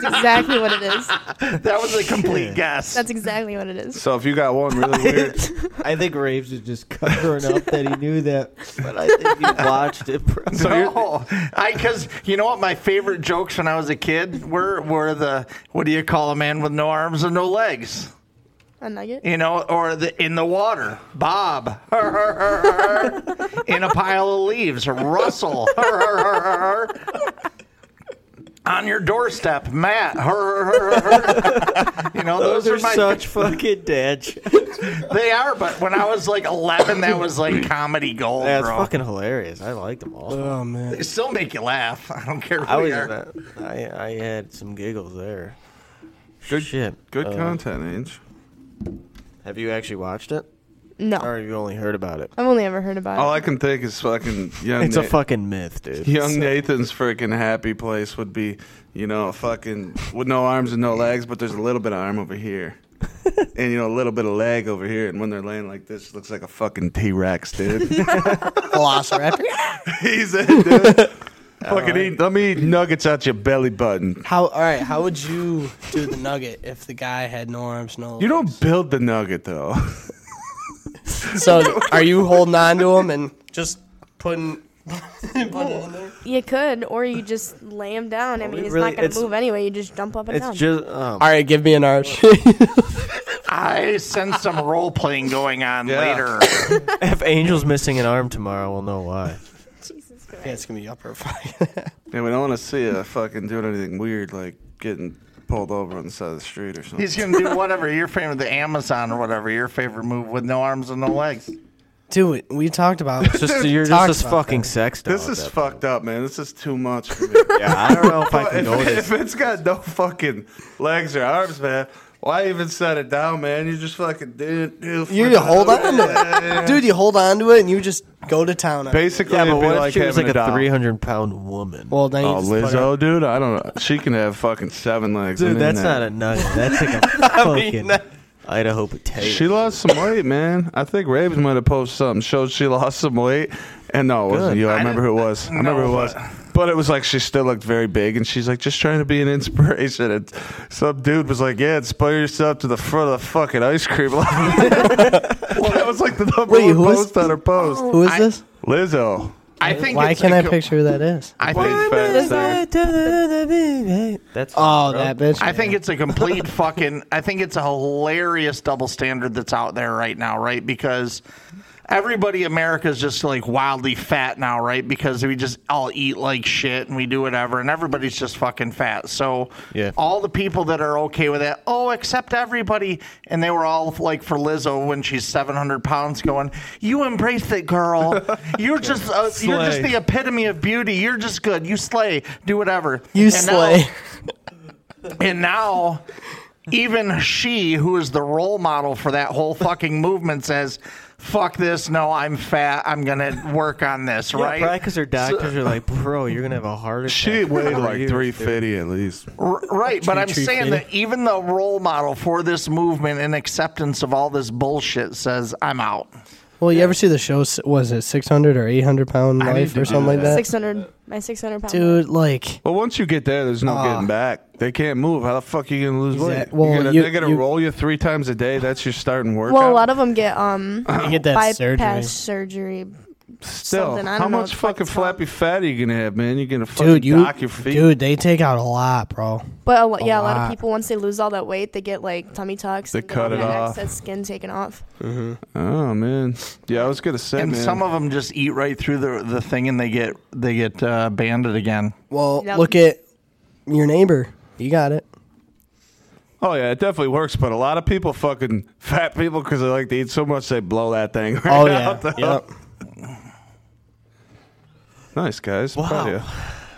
S8: that's exactly what it is.
S1: That was a complete guess.
S8: That's exactly what it is.
S3: So if you got one really weird,
S5: I think Raves is just covering up that he knew that, but I think he watched it. Bro.
S1: no, I because you know what my favorite jokes when I was a kid were were the what do you call a man with no arms and no legs?
S8: A nugget.
S1: You know, or the in the water, Bob in a pile of leaves, Russell on your doorstep, Matt. you know, those,
S5: those are
S1: are my
S5: such fucking dad. jokes.
S1: They are, but when I was like 11, that was like comedy gold,
S5: That's
S1: bro.
S5: fucking hilarious. I liked them all.
S6: Oh man.
S1: They still make you laugh. I don't care who
S5: I was,
S1: you are.
S5: I, I had some giggles there. Good shit.
S3: good
S5: Uh,
S3: content, Ange.
S5: Have you actually watched it,
S8: No,
S5: or have you only heard about it?
S8: I've only ever heard about
S3: All
S5: Oh,
S8: it.
S3: I can think is fucking young.
S5: It's a
S3: Na-
S5: fucking myth, dude.
S3: Young Nathan's freaking happy place would be, you know, a fucking with no arms and no legs, but there's a little bit of arm over here. and you know, a little bit of leg over here, and when they're laying like this, it looks like a fucking T Rex, dude.
S6: Velociraptor.
S3: He's in, dude. fucking eat let me eat nuggets out your belly button.
S6: How? All right. How would you do the nugget if the guy had no arms, no?
S3: You don't build the nugget though.
S6: So are you holding on to him and just putting? putting it in there?
S8: You could, or you just lay him down. I mean,
S5: we
S8: he's
S5: Oh, really-
S8: not gonna
S5: it's-
S8: move anyway. You just jump up and
S5: It's
S8: down.
S5: just um,
S6: All right, give me an arch.
S1: I sense some role playing going on
S3: Yeah.
S1: later.
S5: if Angel's missing an arm tomorrow, we'll know why.
S8: Jesus Christ.
S6: it's gonna be upper fight.
S3: and we don't want to see a fucking doing anything weird like getting pulled over on the side of the street or something.
S1: He's gonna do whatever your favorite, the Amazon or whatever your favorite move with no arms and no legs.
S6: Dude, we talked about
S5: It's Just you're
S6: Talk
S5: just this
S6: about
S5: fucking sex doll.
S3: This
S5: at
S3: is
S5: that
S3: fucked up, man. This is too much for me.
S5: point. Yeah, I don't know if I
S3: But
S5: can go
S3: if,
S5: this.
S3: if it's got no fucking legs or arms, man, why even set it down, man? You just fucking did.
S6: You hold on to it, dude. You hold on to it, and you just go to town. on it.
S3: Basically,
S5: Yeah,
S3: it'd
S5: but
S3: be
S5: what
S3: like
S5: if she was
S3: having
S5: like a
S3: doll.
S5: 300 pound woman?
S6: Well, then you
S3: Oh,
S6: just put it-
S3: Lizzo, dude. I don't know. She can have fucking seven legs.
S5: Dude,
S3: I'm
S5: that's
S3: in that.
S5: not a nugget. That's like a fucking Idaho potato.
S3: She lost some weight, man. I think Ravens might have posted something showed she lost some weight, and no, it wasn't
S5: Good.
S3: you. I,
S1: I
S3: remember who
S1: didn't-
S3: it was. I remember who it
S1: no,
S3: was. But it was like she still looked very big, and she's like just trying to be an inspiration. And some dude was like, "Yeah, inspire yourself to the front of the fucking ice cream line." that was like the number
S6: Wait, who Oh.
S3: one
S6: is-
S3: post on her post.
S6: Who is
S1: I-
S6: this?
S3: Lizzo.
S1: I think.
S6: Why
S1: it's
S6: can't
S1: a
S6: I
S1: co-
S6: picture who that is?
S1: I think.
S5: That's
S6: Oh, that bitch.
S1: I think it's a complete fucking. I think it's a hilarious double standard that's out there right now, right? Because everybody in America is just like wildly fat now, right? Because we just all eat like shit and we do whatever, and everybody's just fucking fat. So
S5: Yeah.
S1: all the people that are okay with that, oh, except everybody, and they were all like for Lizzo when she's seven hundred pounds, going, "You embrace it, girl. You're just uh, you're just
S5: Slay.
S1: the epitome of beauty. You're just good. You slay. Do whatever.
S6: you
S1: And now-
S6: slay.
S1: and now, even she, who is the role model for that whole fucking movement, says, "Fuck this! No, I'm fat. I'm gonna work on this."
S5: Yeah,
S1: right?
S5: Probably because her doctors are like, bro, you're gonna have a heart attack.
S3: She
S5: in a
S3: weighed
S5: couple
S3: like
S5: years,
S3: three
S5: dude."
S3: fifty at least.
S1: R- right, but I'm
S6: Tree
S1: saying
S6: feeding.
S1: that even the role model for this movement and acceptance of all this bullshit says, "I'm out."
S6: Well, you ever see the show? s- Was it six hundred or eight hundred pound
S3: I need
S6: life
S3: to do
S6: or something like
S3: that.
S6: that?
S8: Six hundred, my six hundred pound.
S6: Dude, like
S3: Well, once you get there, there's no
S6: Ah.
S3: getting back. They can't move. How the fuck are you gonna lose
S6: Exact-
S3: weight? You're
S6: well,
S3: gonna-
S6: you-
S3: they're gonna
S6: you-
S3: roll you three times a day. That's your starting workout.
S8: Well, a lot of them get um
S6: you get that
S8: bypass
S6: surgery,
S8: surgery.
S3: Still,
S8: something. I
S3: how
S8: don't know
S3: much
S8: what the fuck
S3: fucking
S8: it's called.
S3: flappy fat are you gonna have, man? You're gonna fucking
S6: dude. You,
S3: dock your feet.
S6: dude, they take out a lot, bro.
S8: But a lo- yeah, a lot
S6: lot.
S8: of people once they lose all that weight, they get like tummy tucks.
S3: They
S8: and
S3: cut it
S8: all that
S3: off.
S8: excess skin taken off.
S3: Oh man, yeah, I was gonna say,
S1: And
S3: man.
S1: some of them just eat right through the the thing, and they get they get uh, banded again.
S6: Well,
S8: Yep.
S6: look at your neighbor. You got it.
S3: Oh yeah, it definitely works. But a lot of people fucking fat people because they like to eat so much they blow that thing. Right
S6: Oh yeah,
S3: out, though.
S6: yep.
S3: Nice guys. Wow.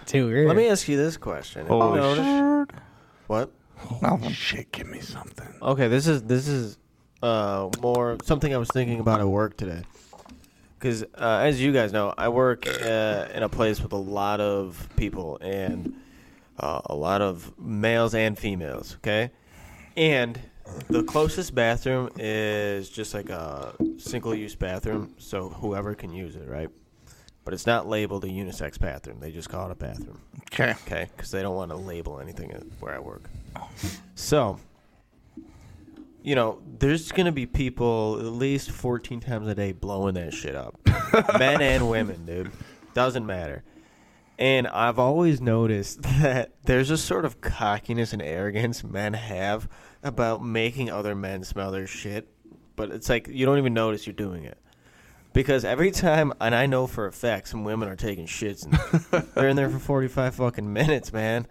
S6: Too weird.
S5: Let me ask you this question.
S3: Holy
S5: Notice-
S3: Oh, shit.
S5: What?
S3: Holy shit! Give me something.
S5: Okay, this is this is uh, more something I was thinking about at work today. Because uh, as you guys know, I work uh, in a place with a lot of people and uh, a lot of males and females. Okay, and the closest bathroom is just like a single-use bathroom, so whoever can use it, right? But it's not labeled a unisex bathroom; they just call it a bathroom.
S1: Okay.
S5: Okay, because they don't want to label anything at- where I work. So, you know, there's going to be people at least 14 times a day blowing that shit up. Men and women, dude. Doesn't matter. And I've always noticed that there's a sort of cockiness and arrogance men have about making other men smell their shit, but it's like you don't even notice you're doing it. Because every time, and I know for a fact, some women are taking shits and they're in there for 45 fucking minutes, man.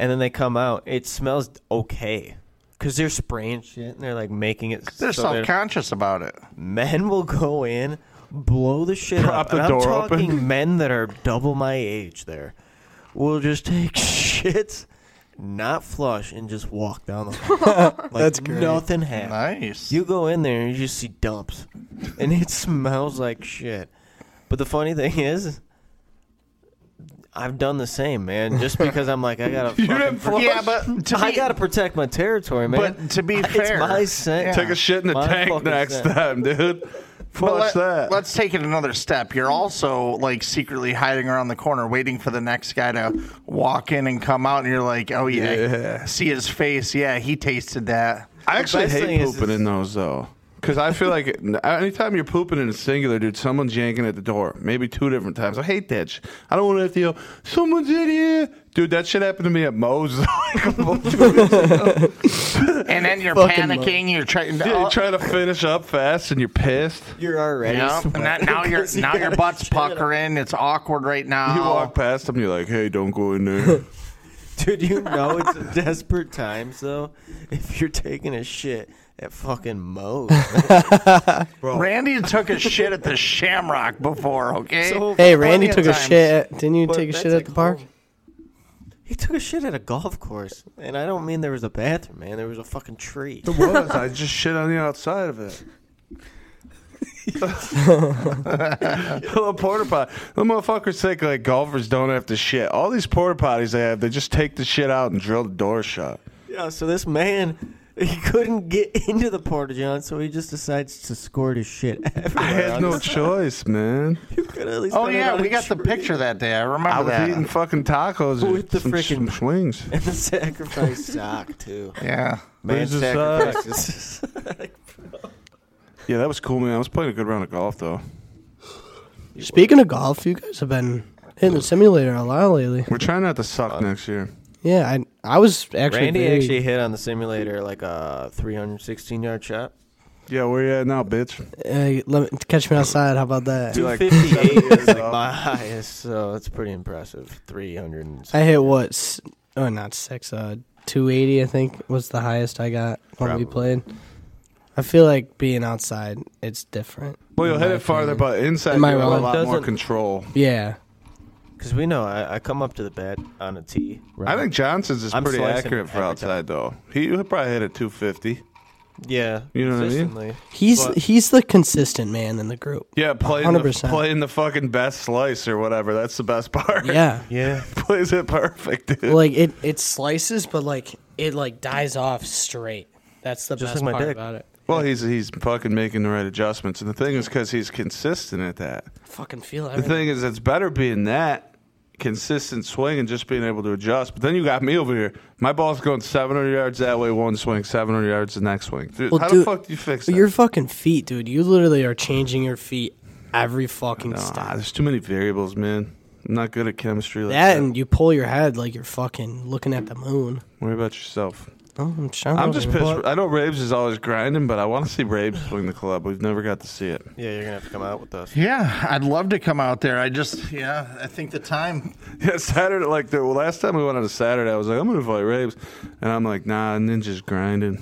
S5: And then they come out, it smells okay. Because they're spraying shit and they're like making it.
S1: They're
S5: so
S1: self conscious about it.
S5: men will go in, blow the shit
S3: Prop
S5: up.
S3: the
S5: and I'm
S3: door open.
S5: talking men that are double my age there will just take shits, not flush, and just walk down the hall. like
S6: That's great.
S5: nothing happened.
S1: Nice.
S5: You go in there and you just see dumps, and it smells like shit. But the funny thing is, I've done the same, man. Just because I'm like, I gotta, fucking,
S1: yeah, but to
S5: I
S1: be-
S5: gotta protect my territory, man.
S1: But to be
S5: it's
S1: fair,
S5: my scent.
S1: yeah.
S3: Take a shit in the
S5: My
S3: tank
S5: fucking
S3: next
S5: scent.
S3: time, dude.
S1: but
S3: Flush that.
S1: Let's take it another step. You're also like secretly hiding around the corner, waiting for the next guy to walk in and come out, and you're like, oh yeah,
S3: Yeah.
S1: see his face. Yeah, he tasted that.
S3: I actually
S5: best thing
S3: hate
S5: is-
S3: pooping in those though, because I feel like n- anytime you're pooping in a singular, dude, someone's yanking at the door. Maybe two different times. I hate that. Sh- I don't want to have to yell, "Someone's in here, dude." That shit happened to me at Moe's. like a bunch of minutes ago.
S1: And then you're
S6: Fucking
S1: panicking. You're trying.
S3: Dude,
S1: oh,
S3: you're trying to finish up fast, and you're pissed.
S5: You're already.
S1: yeah, and that- now your now your butt's puckering. It's awkward right now.
S5: Oh.
S3: You walk past them, you're like, "Hey, don't go in there."
S5: Dude, you know it's desperate times though. If you're taking a shit at fucking Moe's,
S1: Randy took a shit at the Shamrock before. Okay.
S5: So-
S6: Hey,
S1: Plenty
S6: Randy
S1: of
S6: took a
S1: times.
S6: shit. At, didn't you
S5: But
S6: take a
S5: that's
S6: shit
S5: like
S6: at the park?
S5: whole- he took a shit at a golf course, and I don't mean there was a bathroom, man. There was a fucking tree.
S3: it was. I just shit on the outside of it. Hello, porta potty. The motherfuckers think like golfers don't have to shit. All these porta potties they have, they just take the shit out and drill the door shut.
S5: Yeah, so this man he couldn't get into the porta john, so he just decides to squirt his shit everywhere.
S3: I had no choice, man.
S1: oh yeah, we got the picture that day. I remember
S3: I was
S1: that.
S3: eating fucking tacos and
S5: With the
S3: some,
S5: frickin'
S3: some swings.
S5: and the sacrifice sock too.
S1: Yeah.
S5: Man
S3: Where's the
S5: sacrifices.
S3: Yeah, that was cool, man. I was playing a good round of golf though.
S6: Speaking of golf, you guys have been hitting the simulator a lot lately.
S3: We're trying not to suck next year.
S6: Yeah, I I was actually
S5: Randy
S6: very-
S5: actually hit on the simulator like a 316 yard shot.
S3: Yeah, where you at now, bitch?
S6: Uh, let me, catch me outside. How about that?
S3: Dude, like
S5: 258
S3: seven
S5: is
S3: years
S5: like
S3: old.
S5: my highest, so that's pretty impressive. 300. and-
S6: I hit what? s- Oh, not six. Uh, two eighty. I think was the highest I got when
S5: Probably.
S6: we played. I feel like being outside, it's different.
S3: Well, you'll
S6: in
S3: hit
S6: my
S3: it farther,
S6: opinion.
S3: but inside
S6: Am
S3: you
S6: I
S3: have a
S6: wrong?
S3: lot more
S5: Doesn't-
S3: control.
S6: yeah,
S5: Because we know I, I come up to the bat on a tee.
S3: I think Johnson's is
S5: I'm
S3: pretty
S5: slicing
S3: accurate for
S5: every
S3: outside, though. He he'll probably hit at 250.
S5: Yeah.
S3: You know what I mean?
S5: consistently.
S6: he's
S3: But-
S6: he's the consistent man in the group.
S3: Yeah, playing the,
S6: 100%.
S3: playing the fucking best slice or whatever. That's the best part.
S6: Yeah,
S5: Yeah.
S3: plays it perfect, dude.
S6: like it it slices, but like it like dies off straight. That's the
S5: Just
S6: best
S5: like my
S6: part
S5: dick.
S6: about it.
S3: well, he's he's fucking making the right adjustments, and the thing is because he's consistent at that.
S6: I fucking feel
S3: The
S6: everything.
S3: thing is, it's better being that consistent swing and just being able to adjust. But then you got me over here. My ball's going 700 yards that way, one swing, 700 yards the next swing. Dude,
S6: Well,
S3: how the
S6: dude,
S3: fuck do you fix
S6: But
S3: that?
S6: your fucking feet, dude. You literally are changing your feet every fucking
S3: Nah,
S6: step.
S3: there's too many variables, man. I'm not good at chemistry like
S6: That and you pull your head like you're fucking looking at the moon.
S3: Worry about yourself.
S6: Oh, I'm,
S3: I'm just pissed.
S6: But,
S3: I know Raves is always grinding, but I want to see Raves swing the club. We've never got to see it.
S5: Yeah, you're gonna have to come out with us.
S1: Yeah, I'd love to come out there. I just, yeah, I think the time.
S3: Yeah, Saturday, like the last time we went on a Saturday, I was like, I'm gonna fight Raves, and I'm like, nah, Ninja's grinding.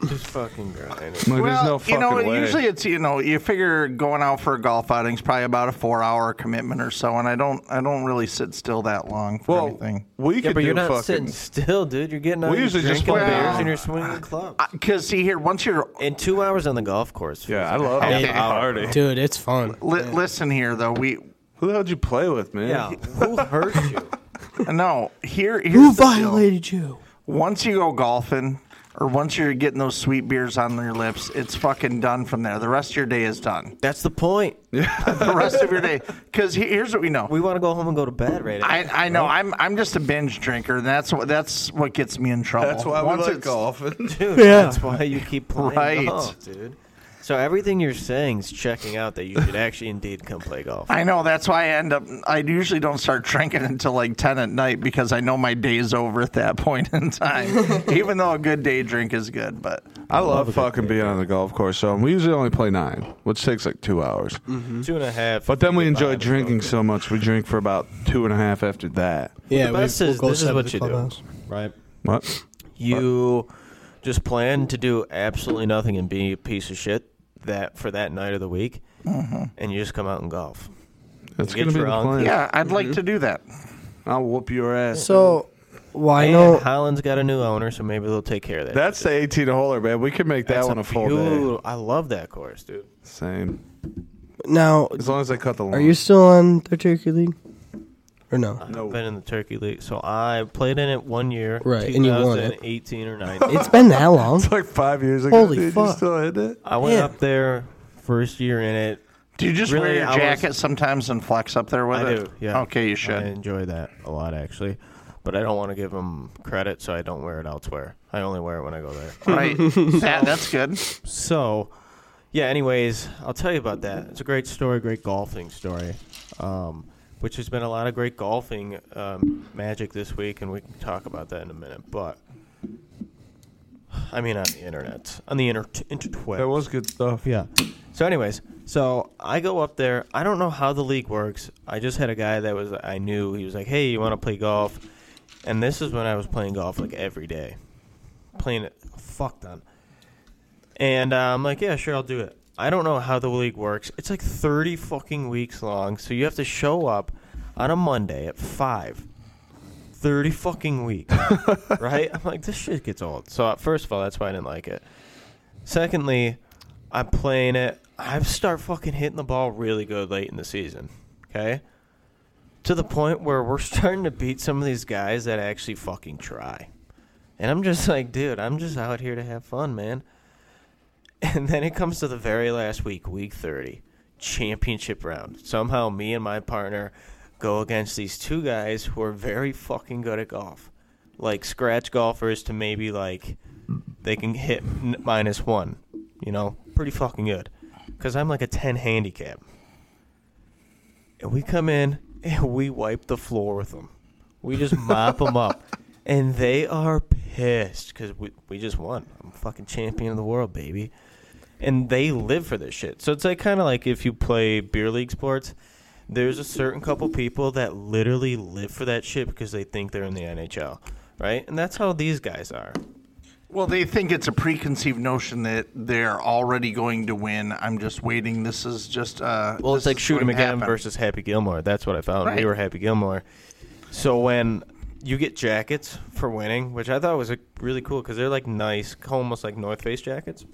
S5: Just fucking grind.
S3: I'm like, there's no
S1: well,
S3: fucking
S1: you know,
S3: way.
S1: usually it's you know you figure going out for a golf outing is probably about a four hour commitment or so, and I don't I don't really sit still that long for
S3: well,
S1: anything.
S3: we could
S5: Yeah, but
S3: do
S5: you're not
S3: fucking.
S5: sitting still, dude. You're getting out.
S3: We
S5: you're
S3: usually just
S5: drinking
S3: play
S5: beers
S3: golf.
S5: and you're swinging clubs.
S1: Because see here, once you're
S5: In two hours on the golf course.
S3: yeah, I love
S5: Half
S3: it.
S5: hour.
S3: Party.
S6: dude, it's fun.
S1: li- listen here though, we
S3: Who the hell did you play with, man?
S5: Yeah, who hurt you?
S1: no here here's
S6: Who
S1: the deal.
S6: violated you?
S1: once you go golfing or once you're getting those sweet beers on your lips, it's fucking done from there. The rest of your day is done.
S5: That's the point.
S1: The rest of your day, because here's what we know.
S5: We want to go home and go to bed right now.
S1: I, I know I'm I'm just a binge drinker. And that's what that's what gets me in trouble.
S3: That's why we
S1: Once
S3: like
S1: it's-
S3: golfing.
S5: Dude, that's why you keep playing
S1: Right.
S5: golf, dude. So everything you're saying is checking out that you should actually indeed come play golf.
S1: I know that's why I end up. I usually don't start drinking until like ten at night because I know my day's over at that point in time. Even though a good day drink is good, but
S3: I love fucking being on the golf course. So we usually only play nine, which takes like two hours.
S5: Two and a half.
S3: But then we
S5: Goodbye,
S3: enjoy
S5: let's go.
S3: drinking so much, we drink for about two and a half after that.
S6: Yeah,
S5: The
S6: we-
S5: best
S6: we'll
S5: is
S6: go
S5: this is
S6: set up
S5: what
S6: the
S5: you do,
S6: clubhouse.
S5: right?
S3: What?
S5: You just plan to do absolutely nothing and be a piece of shit that for that night of the week,
S6: Mm-hmm.
S5: and you just come out and golf.
S3: That's
S5: You
S3: gonna
S5: get
S3: be the
S5: drunk.
S3: plan.
S1: yeah, I'd
S5: mm-hmm.
S1: like to do that.
S3: I'll whoop your ass.
S6: So, well, I
S5: And
S6: know.
S5: Holland's got a new owner, so maybe they'll take care of that.
S3: That's the 18 holer, man. We could make that
S5: That's
S3: one a full day.
S5: beaut- I love that course, dude.
S3: Same.
S6: Now,
S3: As long as I cut the lawn.
S6: are you still on the Turkey League? Or no?
S5: I've
S3: No.
S5: been in the Turkey League, so I played in it one year,
S6: Right, and you won it.
S5: 2018 or 19.
S6: It's been that long.
S3: It's like five years ago.
S6: Holy
S3: dude. You
S6: fuck.
S3: still hit it?
S5: I went
S6: Yeah.
S5: up there first year in it.
S1: Do you just
S5: Really,
S1: wear
S5: I
S1: your
S5: was-
S1: jacket sometimes and flex up there with
S5: I
S1: it?
S5: do, yeah.
S1: Okay, you should.
S5: I enjoy that a lot actually, but I don't want to give them credit, so I don't wear it elsewhere. I only wear it when I go there.
S1: Right. that, that's good.
S5: So, yeah. Anyways, I'll tell you about that. It's a great story, great golfing story, um, which has been a lot of great golfing um, magic this week, and we can talk about that in a minute. But I mean, on the internet, on the inter interweb.
S3: That was good stuff.
S5: Yeah. So, anyways, so I go up there. I don't know how the league works. I just had a guy that was I knew. He was like, "Hey, you want to play golf?" And this is when I was playing golf like every day, playing it fuck ton. And uh, I'm like, "Yeah, sure, I'll do it." I don't know how the league works. It's like 30 fucking weeks long, so you have to show up on a Monday at five. 30 fucking weeks, right? I'm like, this shit gets old. So, uh, first of all, that's why I didn't like it. Secondly, I'm playing it. I start fucking hitting the ball really good late in the season. Okay? To the point where we're starting to beat some of these guys that actually fucking try. And I'm just like, dude, I'm just out here to have fun, man. And then it comes to the very last week, week 30, championship round. Somehow me and my partner go against these two guys who are very fucking good at golf. Like scratch golfers to maybe like they can hit n- minus one. You know, pretty fucking good. Because I'm like a 10 handicap. And we come in and we wipe the floor with them. We just mop them up. And they are pissed because we, we just won. I'm fucking champion of the world, baby. And they live for this shit. So it's like kind of like if you play beer league sports, there's a certain couple people that literally live for that shit because they think they're in the NHL, right? And that's how these guys are.
S1: Well, they think it's a preconceived notion that they're already going to win. I'm just waiting. This is just. Uh,
S5: Well, it's
S1: this
S5: like
S1: is
S5: Shoot 'em
S1: going to
S5: Again
S1: happen.
S5: versus Happy Gilmore. That's what I found. We
S1: Right.
S5: were Happy Gilmore. So when you get jackets for winning, which I thought was like, really cool because they're like nice, almost like North Face jackets,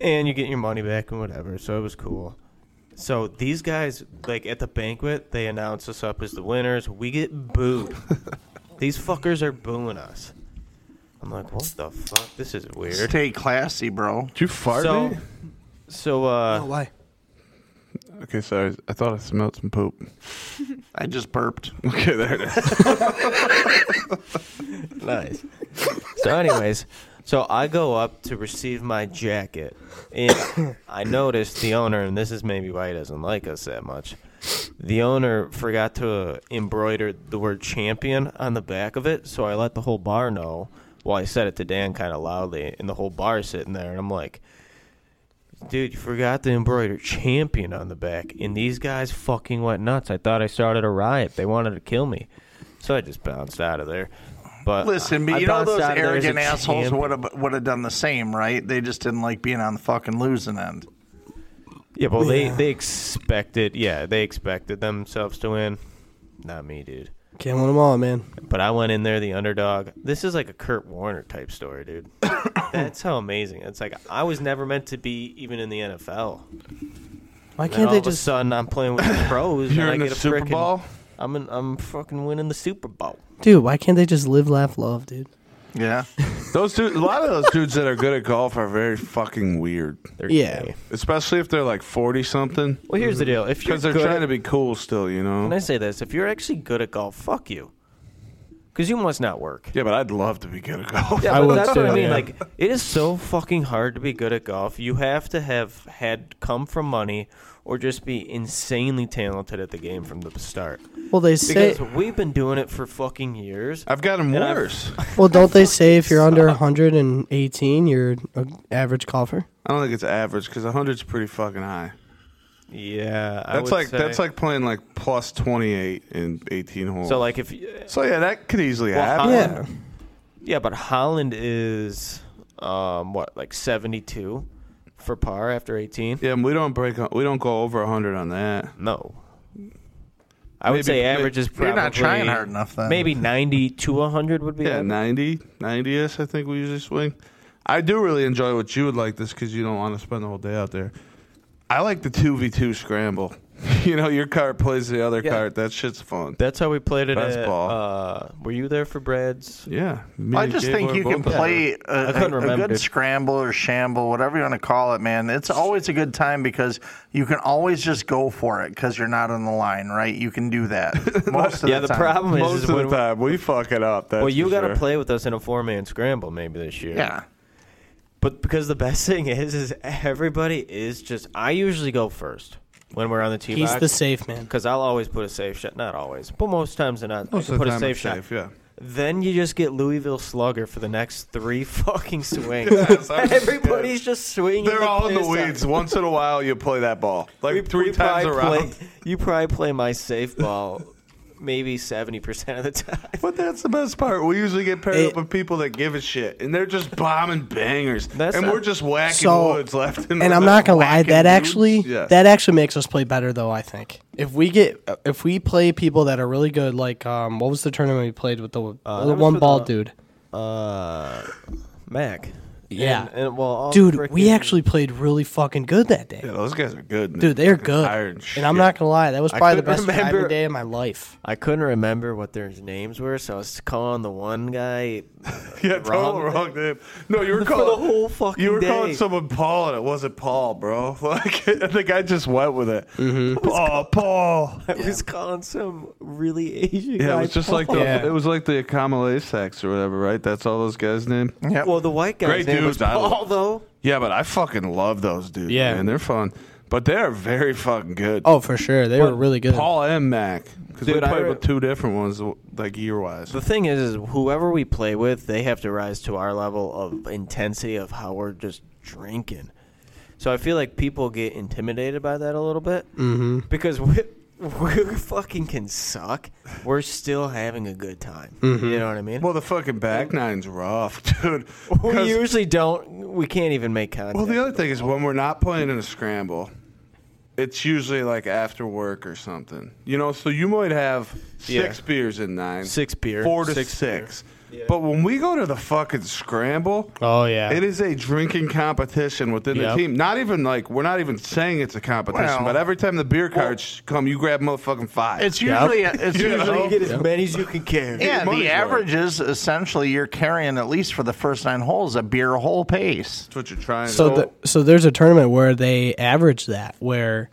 S5: and you get your money back and whatever. So it was cool. So these guys, like at the banquet, they announce us up as the winners. We get booed. these fuckers are booing us. I'm like, what the fuck? This is weird.
S1: Stay classy, bro.
S3: Did you fart
S5: So,
S3: me?
S5: so
S1: Oh,
S5: uh,
S6: why?
S3: Okay, sorry. I thought I smelled some poop.
S1: I just burped.
S3: Okay, there it is.
S5: nice. So, anyways, so I go up to receive my jacket, and I noticed the owner, and this is maybe why he doesn't like us that much. The owner forgot to embroider the word champion on the back of it, so I let the whole bar know Well, I said it to Dan kind of loudly, and the whole bar is sitting there, and I'm like, dude, you forgot the embroidered champion on the back, and these guys fucking went nuts. I thought I started a riot. They wanted to kill me, so I just bounced out of there. But
S1: Listen,
S5: I
S1: but you know
S5: bounced
S1: those
S5: out of there as a
S1: arrogant assholes
S5: champion.
S1: would have would have done the same, right? They just didn't like being on the fucking losing end.
S5: Yeah, well, they they expected. Yeah, they expected themselves to win. Not me, dude.
S6: Can't win them all, man.
S5: But I went in there the underdog. This is like a Kurt Warner type story, dude. That's how amazing. It's like I was never meant to be even in the NFL.
S6: Why
S5: And
S6: can't
S5: all
S6: they
S5: of a
S6: just?
S5: sudden I'm playing with the pros.
S3: You're
S5: and I
S3: in
S5: get
S3: the
S5: a
S3: Super
S5: frickin-
S3: Bowl?
S5: I'm in, I'm fucking winning the Super Bowl.
S6: Dude, why can't they just live, laugh, love, dude?
S1: Yeah.
S3: Those dudes, a lot of those dudes that are good at golf are very fucking weird,
S5: They're
S6: Yeah.
S5: gay.
S3: especially if they're like forty something,
S5: Well, here's the deal. If you're
S3: because Mm-hmm. they're
S5: good
S3: trying
S5: at-
S3: to be cool still, you
S5: Can I
S3: know.
S5: say this? If you're actually good at golf, fuck you. Because you must not work.
S3: Yeah, but I'd love to be good at golf.
S5: Yeah,
S6: I
S5: but
S6: would
S5: that's what I
S6: too,
S5: mean.
S6: yeah.
S5: Like, it is so fucking hard to be good at golf. You have to have had come from money or just be insanely talented at the game from the start.
S6: Well, they say.
S5: Because we've been doing it for fucking years.
S3: I've gotten
S5: And I've-
S3: worse. I
S6: Well, don't they say if you're under 118, you're an average golfer?
S3: don't think it's average because hundred's pretty fucking high.
S5: Yeah, I
S3: That's
S5: would
S3: like
S5: say-
S3: that's like playing like plus twenty eight in eighteen holes.
S5: so. Like if
S3: So yeah, that could easily
S5: Well,
S3: happen.
S5: Holland- yeah, but Holland is um what like seventy two for par after eighteen.
S3: Yeah, and we don't break. We don't go over hundred on that.
S5: No. I
S3: Maybe-
S5: would say
S3: may-
S5: average is probably
S1: You're not trying hard enough then.
S5: Maybe 90 to 100 would be
S3: Yeah,
S5: average.
S3: 90, 90-ish, I think we usually swing. I do really enjoy what you would like this because you don't want to spend the whole day out there. I like the 2v2 scramble. you know, your card plays the other
S5: Yeah.
S3: card. That shit's fun.
S5: That's how we played it. at,
S3: Fastball.
S5: uh, were you there for Brad's?
S3: yeah. me
S1: I
S3: and
S1: just
S3: Gabe
S1: think
S3: were
S1: you can
S3: both there.
S1: play a,
S5: I couldn't
S1: a- a
S5: remember,
S1: good
S5: dude.
S1: scramble or shamble, whatever you want to call it, man. It's always a good time because you can always just go for it because you're not on the line, right? You can do that most of
S5: Yeah,
S1: the,
S5: the
S1: time.
S5: problem is,
S3: Most
S5: is
S3: of the
S5: when-
S3: time, we fuck it up. That's
S5: well, you
S3: for
S5: got to
S3: sure.
S5: play with us in a four man scramble maybe this year.
S1: Yeah.
S5: But because the best thing is, is everybody is just. I usually go first when we're on the tee
S6: He's
S5: box.
S6: the safe man.
S5: because I'll always put a safe shot. Not always, but most times they're not. I
S3: Most
S5: can
S3: of the
S5: put a
S3: time
S5: safe
S3: it's
S5: shot.
S3: safe, yeah.
S5: Then you just get Louisville Slugger for the next three fucking swings.
S3: Yes, I was-
S5: Everybody's just swinging.
S3: They're all in the
S5: piss out.
S3: weeds. Once in a while, you play that ball. Like
S5: We-
S3: three
S5: we
S3: times
S5: probably
S3: around.
S5: play- you probably play my safe ball maybe 70% of the time.
S3: But that's the best part. We usually get paired
S6: It-
S3: up with people that give a shit, and they're just bombing bangers,
S5: That's
S3: and
S5: not-
S3: we're just whacking
S6: So-
S3: woods left and right.
S6: And I'm not gonna lie,
S3: Whacking
S6: that
S3: dudes.
S6: actually
S3: Yeah.
S6: that actually makes us play better though. I think if we get if we play people that are really good, like um, what was the tournament we played with the,
S5: that
S6: the
S5: was
S6: one
S5: with
S6: ball
S5: the-
S6: dude?
S5: Uh, Mac.
S6: Yeah.
S5: And, and, well, all
S6: Dude, we
S5: frickin-
S6: actually played really fucking good that day.
S3: Yeah, those guys are good, man.
S6: Dude, they are
S3: Fucking
S6: good.
S3: tired
S6: and
S3: shit.
S6: I'm not gonna lie, that was
S5: I
S6: probably the
S5: couldn't
S6: best remember.
S5: remember-
S6: day of my life.
S5: I couldn't remember what their names were, so I was calling the one guy
S3: yeah, total
S5: wrong.
S3: wrong name. No, you were
S5: for
S3: calling
S5: the whole fucking
S3: You were calling
S5: day.
S3: someone Paul, and it wasn't Paul, bro. Like and the guy just went with it.
S6: Mm-hmm.
S3: Oh, Paul.
S5: I was calling some really Asian guy.
S3: Yeah, it was just like the
S5: Paul.
S6: Yeah.
S3: it was like the Akamale Sacks or whatever, right? That's all those guys' name.
S1: Yeah.
S5: Well, the white guy's
S3: Great
S5: name was
S3: dudes, I love-
S5: Paul, though.
S3: Yeah, but I fucking love those dudes.
S6: Yeah.
S3: man, they're fun, but they are very fucking good.
S6: Oh, for sure, they were really good.
S3: Paul and Mac. Because we
S5: Dude, I
S3: played
S5: re-
S3: with two different ones, like year wise.
S5: The thing is, is whoever we play with, they have to rise to our level of intensity of how we're just drinking. So I feel like people get intimidated by that a little bit mm-hmm. because we, we fucking can suck. We're still having a good time. You know what I mean?
S3: Well, the fucking back nine's rough, dude. 'Cause-
S5: we usually don't. We can't even make contact.
S3: well, the other thing is when we're not playing in a scramble, it's usually like after work or something. You know, so you might have six
S5: Yeah.
S3: beers in nine,
S5: Six beer,
S3: four to
S5: six
S3: six. But when we go to the fucking scramble,
S6: Oh yeah,
S3: It is a drinking competition within the
S6: Yep.
S3: team. Not even like we're not even saying it's a competition,
S1: Well-
S3: but every time the beer cards come, you grab motherfucking five.
S1: It's usually it's
S3: You
S1: usually
S3: know?
S5: you get as many as you can carry.
S1: yeah.
S3: money's
S1: The
S3: worth.
S1: average is essentially you're carrying at least for the first nine holes a beer hole pace.
S3: That's what you're trying.
S6: So, the, so there's a tournament where they average that, where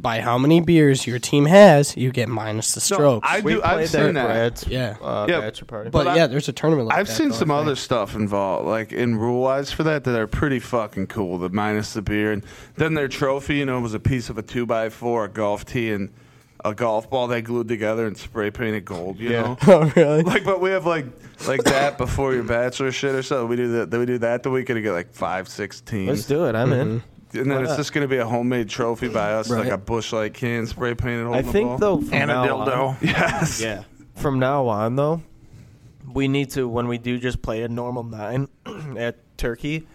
S6: by how many beers your team has, you get minus the strokes.
S3: I
S5: We
S3: do.
S5: played
S3: I've seen
S5: that.
S3: that.
S5: Brad's,
S6: Yeah.
S5: Uh,
S3: Yeah,
S5: bachelor party.
S6: but,
S3: but I-
S6: yeah, there's a tournament. Like
S3: I've
S6: that,
S3: seen
S6: though, I
S3: some
S6: think.
S3: other stuff involved, like in rule wise for that, that are pretty fucking cool. The minus the beer, and then their trophy, you know, was a piece of a two by four, a golf tee, and a golf ball they glued together and spray painted gold. You
S5: Yeah.
S3: know.
S6: Oh, really?
S3: Like, but we have like like that before your bachelor shit or something. We do that. We do that the weekend. to get like five, six teams.
S5: Let's do it. I'm in.
S3: And then it's just gonna be a homemade trophy by us, like
S6: Right.
S3: a bush light can spray painted.
S5: I
S3: holding the
S5: think
S3: ball.
S5: though, from
S1: and a
S5: now on-
S1: dildo.
S3: Yes.
S5: Yeah. From now on, though, we need to when we do just play a normal nine at Turkey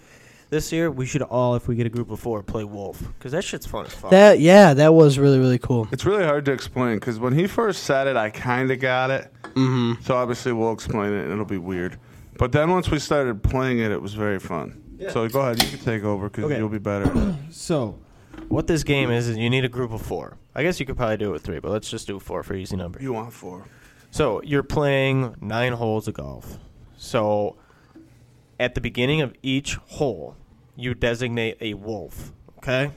S5: this year. We should all, if we get a group of four, play Wolf because that shit's fun as fuck.
S6: That yeah, that was really really cool.
S3: It's really hard to explain because when he first said it, I kind of got it. Mm-hmm. So obviously, we'll explain it, and it'll be weird. But then once we started playing it, it was very fun. So go ahead, you can take over because
S5: Okay.
S3: you'll be better.
S9: So,
S5: what this game is is you need a group of four. I guess you could probably do it with three, but let's just do four for easy number.
S3: you want four?
S5: So you're playing nine holes of golf. So at the beginning of each hole, you designate a wolf, okay?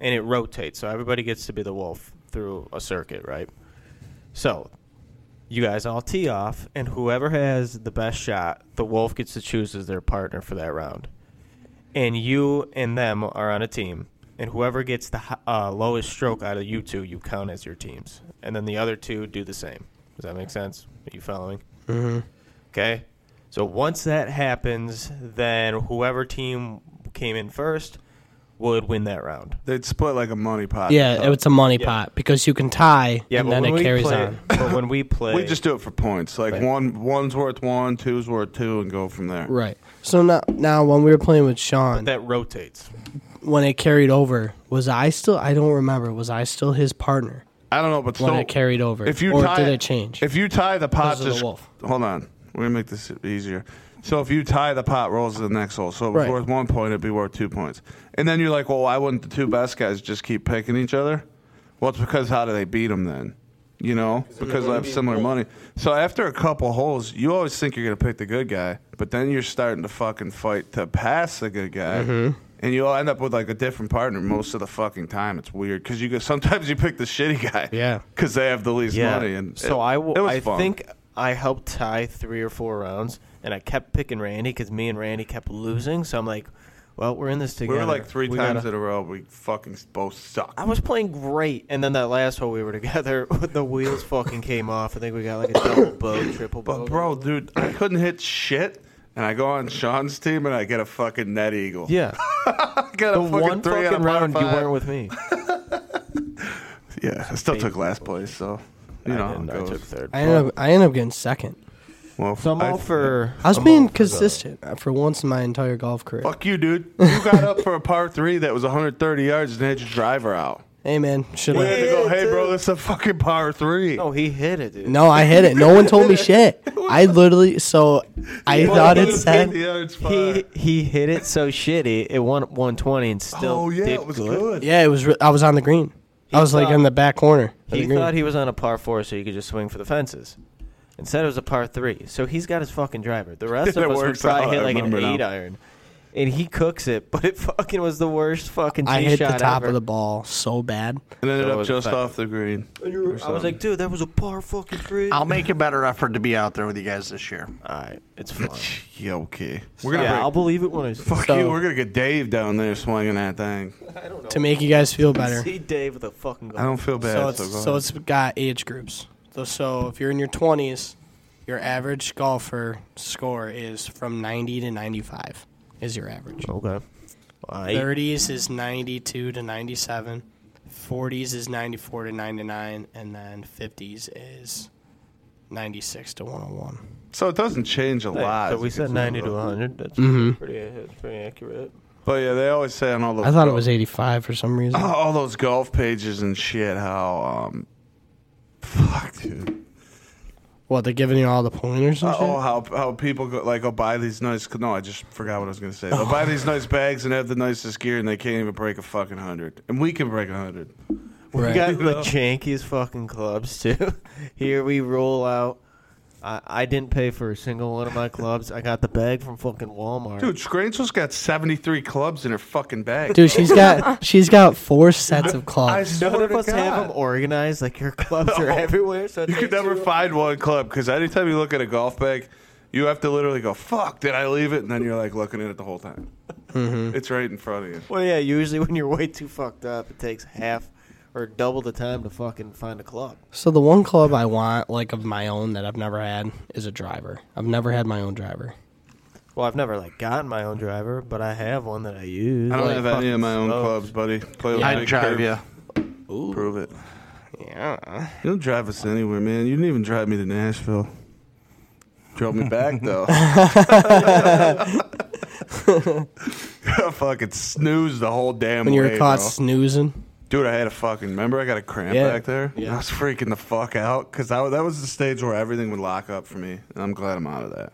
S5: And it rotates. So everybody gets to be the wolf through a circuit, right? So you guys all tee off, and whoever has the best shot, the wolf gets to choose as their partner for that round. And you and them are on a team, and whoever gets the hi- uh, lowest stroke out of you two, you count as your teams. And then the other two do the same. Does that make sense? Are you following? Mm-hmm. Okay. So once that happens, then whoever team came in first would win that round.
S3: They'd split like a money pot.
S6: Yeah, it's a money
S5: Yeah.
S6: pot because you can tie
S5: Yeah,
S6: and
S5: but
S6: then
S5: when
S6: it
S5: we
S6: carries
S5: play,
S6: on.
S5: But when we play,
S3: we just do it for points. Like
S5: Right.
S3: one, one's worth one, two's worth two, and go from there.
S6: Right. So now now when we were playing with Sean,
S5: that rotates.
S6: when it carried over, was I still I don't remember, was I still his partner
S3: I don't know, but
S6: when
S3: still,
S6: it carried over?
S3: if you
S6: or
S3: tie,
S6: did it change?
S3: If you tie the pot,
S6: Because of the
S3: just
S6: wolf.
S3: hold on. We're gonna make this easier. So if you tie the pot, rolls to the next hole. So if it's
S6: Right.
S3: worth one point, it'd be worth two points. And then you're like, well, why wouldn't the two best guys just keep picking each other? Well, it's because how do they beat them then? You know, because they have similar money. So after a couple holes, you always think you're gonna pick the good guy, but then you're starting to fucking fight to pass the good guy.
S5: Mm-hmm.
S3: And you'll end up with like a different partner most of the fucking time. It's weird because you go, sometimes you pick the shitty guy,
S6: Yeah.
S3: because they have the least
S5: yeah.
S3: money. And
S5: so
S3: it-
S5: I will.
S3: it was
S5: I
S3: fun.
S5: think I helped tie three or four rounds, and I kept picking Randy because me and Randy kept losing. So I'm like, well, we're in this
S3: we
S5: together.
S3: were like 3
S5: We
S3: times
S5: gotta-
S3: in a row. We fucking both suck.
S5: I was playing great, and then that last hole we were together, the wheels fucking came off. I think we got like a double bow, triple bow.
S3: but bro, dude, I couldn't hit shit. And I go on Sean's team and I get a fucking net eagle.
S5: yeah,
S3: I got
S5: the
S3: a fucking
S5: one
S3: three
S5: fucking
S3: on a par
S5: round you
S3: five.
S5: weren't with me.
S3: Yeah, I still took last place, so you know
S5: I,
S3: how
S5: didn't,
S3: it
S5: I
S3: goes.
S5: took third.
S6: I ended up I ended up getting second.
S3: well,
S5: so I'm
S3: I-
S5: all for.
S6: I was
S5: I'm all
S6: being
S5: for the-
S6: consistent uh, for once in my entire golf career.
S3: Fuck you, dude. You got up for a par three that was 130 yards and had your driver out.
S6: Hey man, should
S3: We had to
S6: I?
S3: go, hey, bro, this is a fucking par three.
S5: No, he hit it, dude.
S6: No, I hit it. No one told me shit. I literally so I thought it
S3: 150
S6: said
S3: yards par.
S5: He he hit it so shitty. It won 120 and still.
S3: oh, yeah,
S5: did
S3: it was good.
S6: Yeah, it was re- I was on the green. I was like
S5: thought-
S6: in the back corner. of
S5: He
S6: the green.
S5: thought he was on a par four, so he could just swing for the fences. Instead, it was a par three, so he's got his fucking driver. The rest
S3: That
S5: of us would
S3: works
S5: probably
S3: out,
S5: hit
S3: I
S5: like an
S3: remember now.
S5: eight iron, and he cooks it. But it fucking was the worst fucking.
S6: I
S5: tee
S6: hit the
S5: shot
S6: top
S5: ever.
S6: of the ball so bad.
S3: And ended
S5: That
S3: up
S5: was
S3: just
S5: fat.
S3: off the green.
S5: I
S3: um,
S5: was like, dude, that was a par fucking three.
S1: I'll make a better effort to be out there with you guys this year.
S5: All right, it's fine.
S3: Yeah, okay. We're gonna
S5: yeah,
S3: break-
S5: I'll believe it when I see
S3: Fuck
S6: So-
S3: you. We're gonna get Dave down there swinging that thing.
S6: To make you guys feel better.
S5: see Dave with a fucking. Goal.
S3: I don't feel bad. So,
S6: So it's
S3: go
S6: so
S3: ahead.
S6: it's got age groups. So, so if you're in your 20s, your average golfer score is from 90 to 95 is your average.
S5: Okay. I,
S6: 30s is 92 to 97. 40s is 94 to 99 and then 50s is 96 to 101.
S3: so it doesn't change a lot.
S5: so we
S3: It's
S5: said
S3: just-
S5: 90 to 100. That's
S6: Mm.
S3: Mm-hmm.
S5: pretty, that's pretty accurate.
S3: But yeah, they always say on all those.
S6: I thought
S3: golf-
S6: it was 85 for some reason.
S3: all those golf pages and shit. How um, fuck, dude.
S6: What, they're giving you all the pointers and
S3: Oh, how how people go like, oh, buy these nice. No, I just forgot what I was gonna say.
S6: Oh.
S3: They'll buy these nice bags and have the nicest gear, and they can't even break a fucking hundred. And we can break a hundred.
S6: shit? Right.
S5: We got the jankiest fucking clubs too. Here we roll out. I, I didn't pay for a single one of my clubs. I got the bag from fucking Walmart.
S3: Dude, Scrangel's got seventy three clubs in her fucking bag.
S6: Dude, she's got she's got four sets of
S3: I
S6: clubs.
S3: swear
S5: none of
S3: to
S5: us have
S3: God.
S5: them organized. Like your clubs are everywhere. So
S3: You could never find one club because anytime you look at a golf bag, you have to literally go, "Fuck, did I leave it?" And then you're like looking at it the whole
S6: Mm-hmm.
S3: time. It's right in front of you.
S5: Well, yeah. Usually when you're way too fucked up, it takes half or double the time to fucking find a club.
S6: So the one club I want, like of my own that I've never had, is a driver. I've never had my own driver.
S5: Well, I've never like gotten my own driver, but I have one that I use.
S3: I don't
S5: Like,
S3: have any of my own
S5: fucking
S3: clubs, buddy. Play with
S1: I'd
S3: big
S1: drive
S3: curve.
S1: you.
S3: Prove it.
S6: Yeah.
S3: You don't drive us anywhere, man. You didn't even drive me to Nashville. Drove me back though. I fucking snoozed the whole damn
S6: When you were
S3: way,
S6: caught
S3: bro.
S6: snoozing.
S3: Dude, I had a fucking. Remember, I got a cramp
S6: Yeah.
S3: back there.
S6: Yeah.
S3: I was freaking the fuck out because that was the stage where everything would lock up for me, and I'm glad I'm out of that.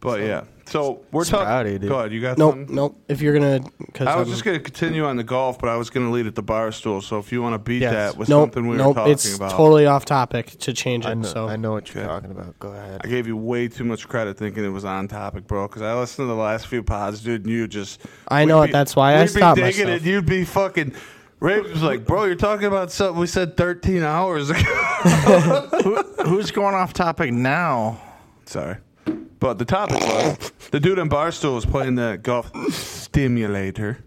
S3: But yeah, so we're
S5: Sprouty,
S3: talking.
S5: dude.
S3: Go ahead, you got
S6: Nope,
S3: something?
S6: nope. If you're gonna, cause
S3: I was
S6: I'm-
S3: just going to continue on the golf, but I was going to lead at the bar stool. So if you want to beat
S5: Yes.
S3: that with
S6: nope,
S3: something we
S6: nope.
S3: were talking
S6: it's
S3: about,
S6: totally off topic to change it.
S5: I know,
S6: so
S5: I know what you're
S3: Okay.
S5: talking about. Go ahead.
S3: I gave you way too much credit thinking it was on topic, bro. Because I listened to the last few pods, dude, and you just.
S6: I
S3: we'd
S6: know it,
S3: be-
S6: that's why I
S3: we'd
S6: stopped
S3: be digging
S6: myself.
S3: and you'd be fucking. Ray was like, bro, you're talking about something we said 13 hours ago.
S1: Who's going off topic now?
S3: Sorry. But the topic was the dude on Barstool was playing the golf stimulator,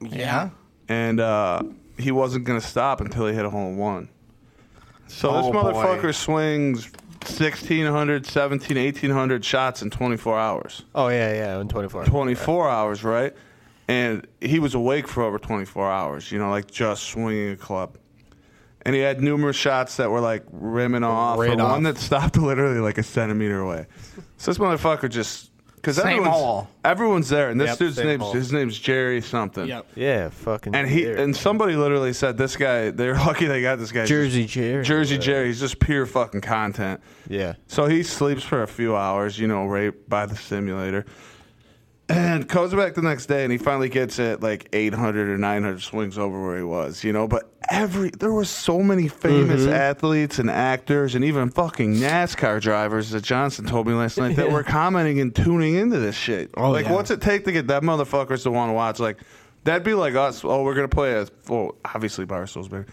S1: Yeah.
S3: and uh, he wasn't going to stop until he hit a hole in one. So
S1: Oh,
S3: this
S1: boy.
S3: motherfucker swings 1,600, 1,700, 1,800 shots in 24 hours.
S5: Oh yeah, yeah. In 24.
S3: 24 hours, right? And he was awake for over 24 hours, you know, like just swinging a club. And he had numerous shots that were like rimming off,
S6: Right
S3: or one
S6: off.
S3: that stopped literally like a centimeter away. So this motherfucker just because
S1: Same
S3: everyone's,
S1: hole.
S3: everyone's there, and this
S5: Yep,
S3: dude's
S5: same
S3: name's
S5: hole.
S3: his name's Jerry something.
S6: Yep.
S5: Yeah, fucking.
S3: And he
S5: Jerry.
S3: and somebody literally said this guy they're lucky they got this guy
S5: Jersey Jerry.
S3: Jersey Jerry. He's just pure fucking content.
S5: Yeah.
S3: So he sleeps for a few hours, you know, right by the simulator. And comes back the next day and he finally gets it like 800 or 900 swings over where he was, you know. But every, there were so many famous
S6: Mm-hmm.
S3: athletes and actors and even fucking NASCAR drivers that Johnson told me last night that were commenting and tuning into this shit.
S6: Oh,
S3: like,
S6: yeah.
S3: what's it take to get that motherfuckers to want to watch? Like, that'd be like us. Oh, we're going to play a, well, obviously Barstool's bigger.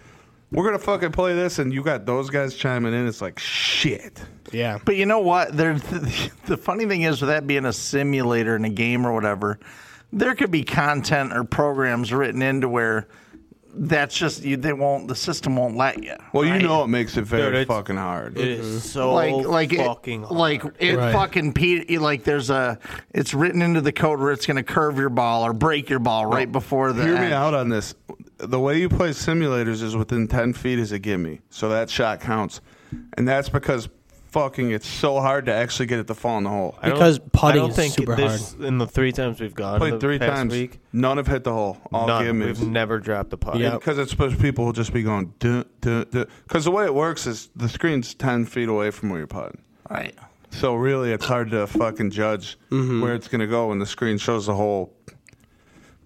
S3: We're going to fucking play this and you got those guys chiming in. It's like, shit.
S6: yeah.
S1: But you know what? There, the, funny thing is, with that being a simulator in a game or whatever, there could be content or programs written into where that's just you, they won't. The system won't let you.
S3: Well, you
S1: right?
S3: know it makes it
S5: Dude,
S3: very
S5: it's-
S3: fucking hard.
S5: It is so
S1: like like
S5: fucking
S1: it,
S5: hard.
S1: like it
S6: Right.
S1: fucking pe- like there's a it's written into the code where it's going to curve your ball or break your ball right before the
S3: Hear
S1: end.
S3: me out on this. The way you play simulators is within ten feet is a gimme, so that shot counts, and that's because fucking it's so hard to actually get it to fall in the hole. I
S5: I don't-
S6: Because putting
S5: I don't
S6: is
S5: think
S6: super
S5: this, In the three times we've gone, in
S3: played
S5: the
S3: three
S5: past
S3: times,
S5: week,
S3: none have hit the hole. All
S5: none.
S3: gimmies.
S5: We've never dropped a putt.
S6: Yep.
S3: Because it's supposed people will just be going because the way it works is the screen's ten feet away from where you're putting.
S1: Right.
S3: So really, it's hard to fucking judge where it's gonna go when the screen shows the whole.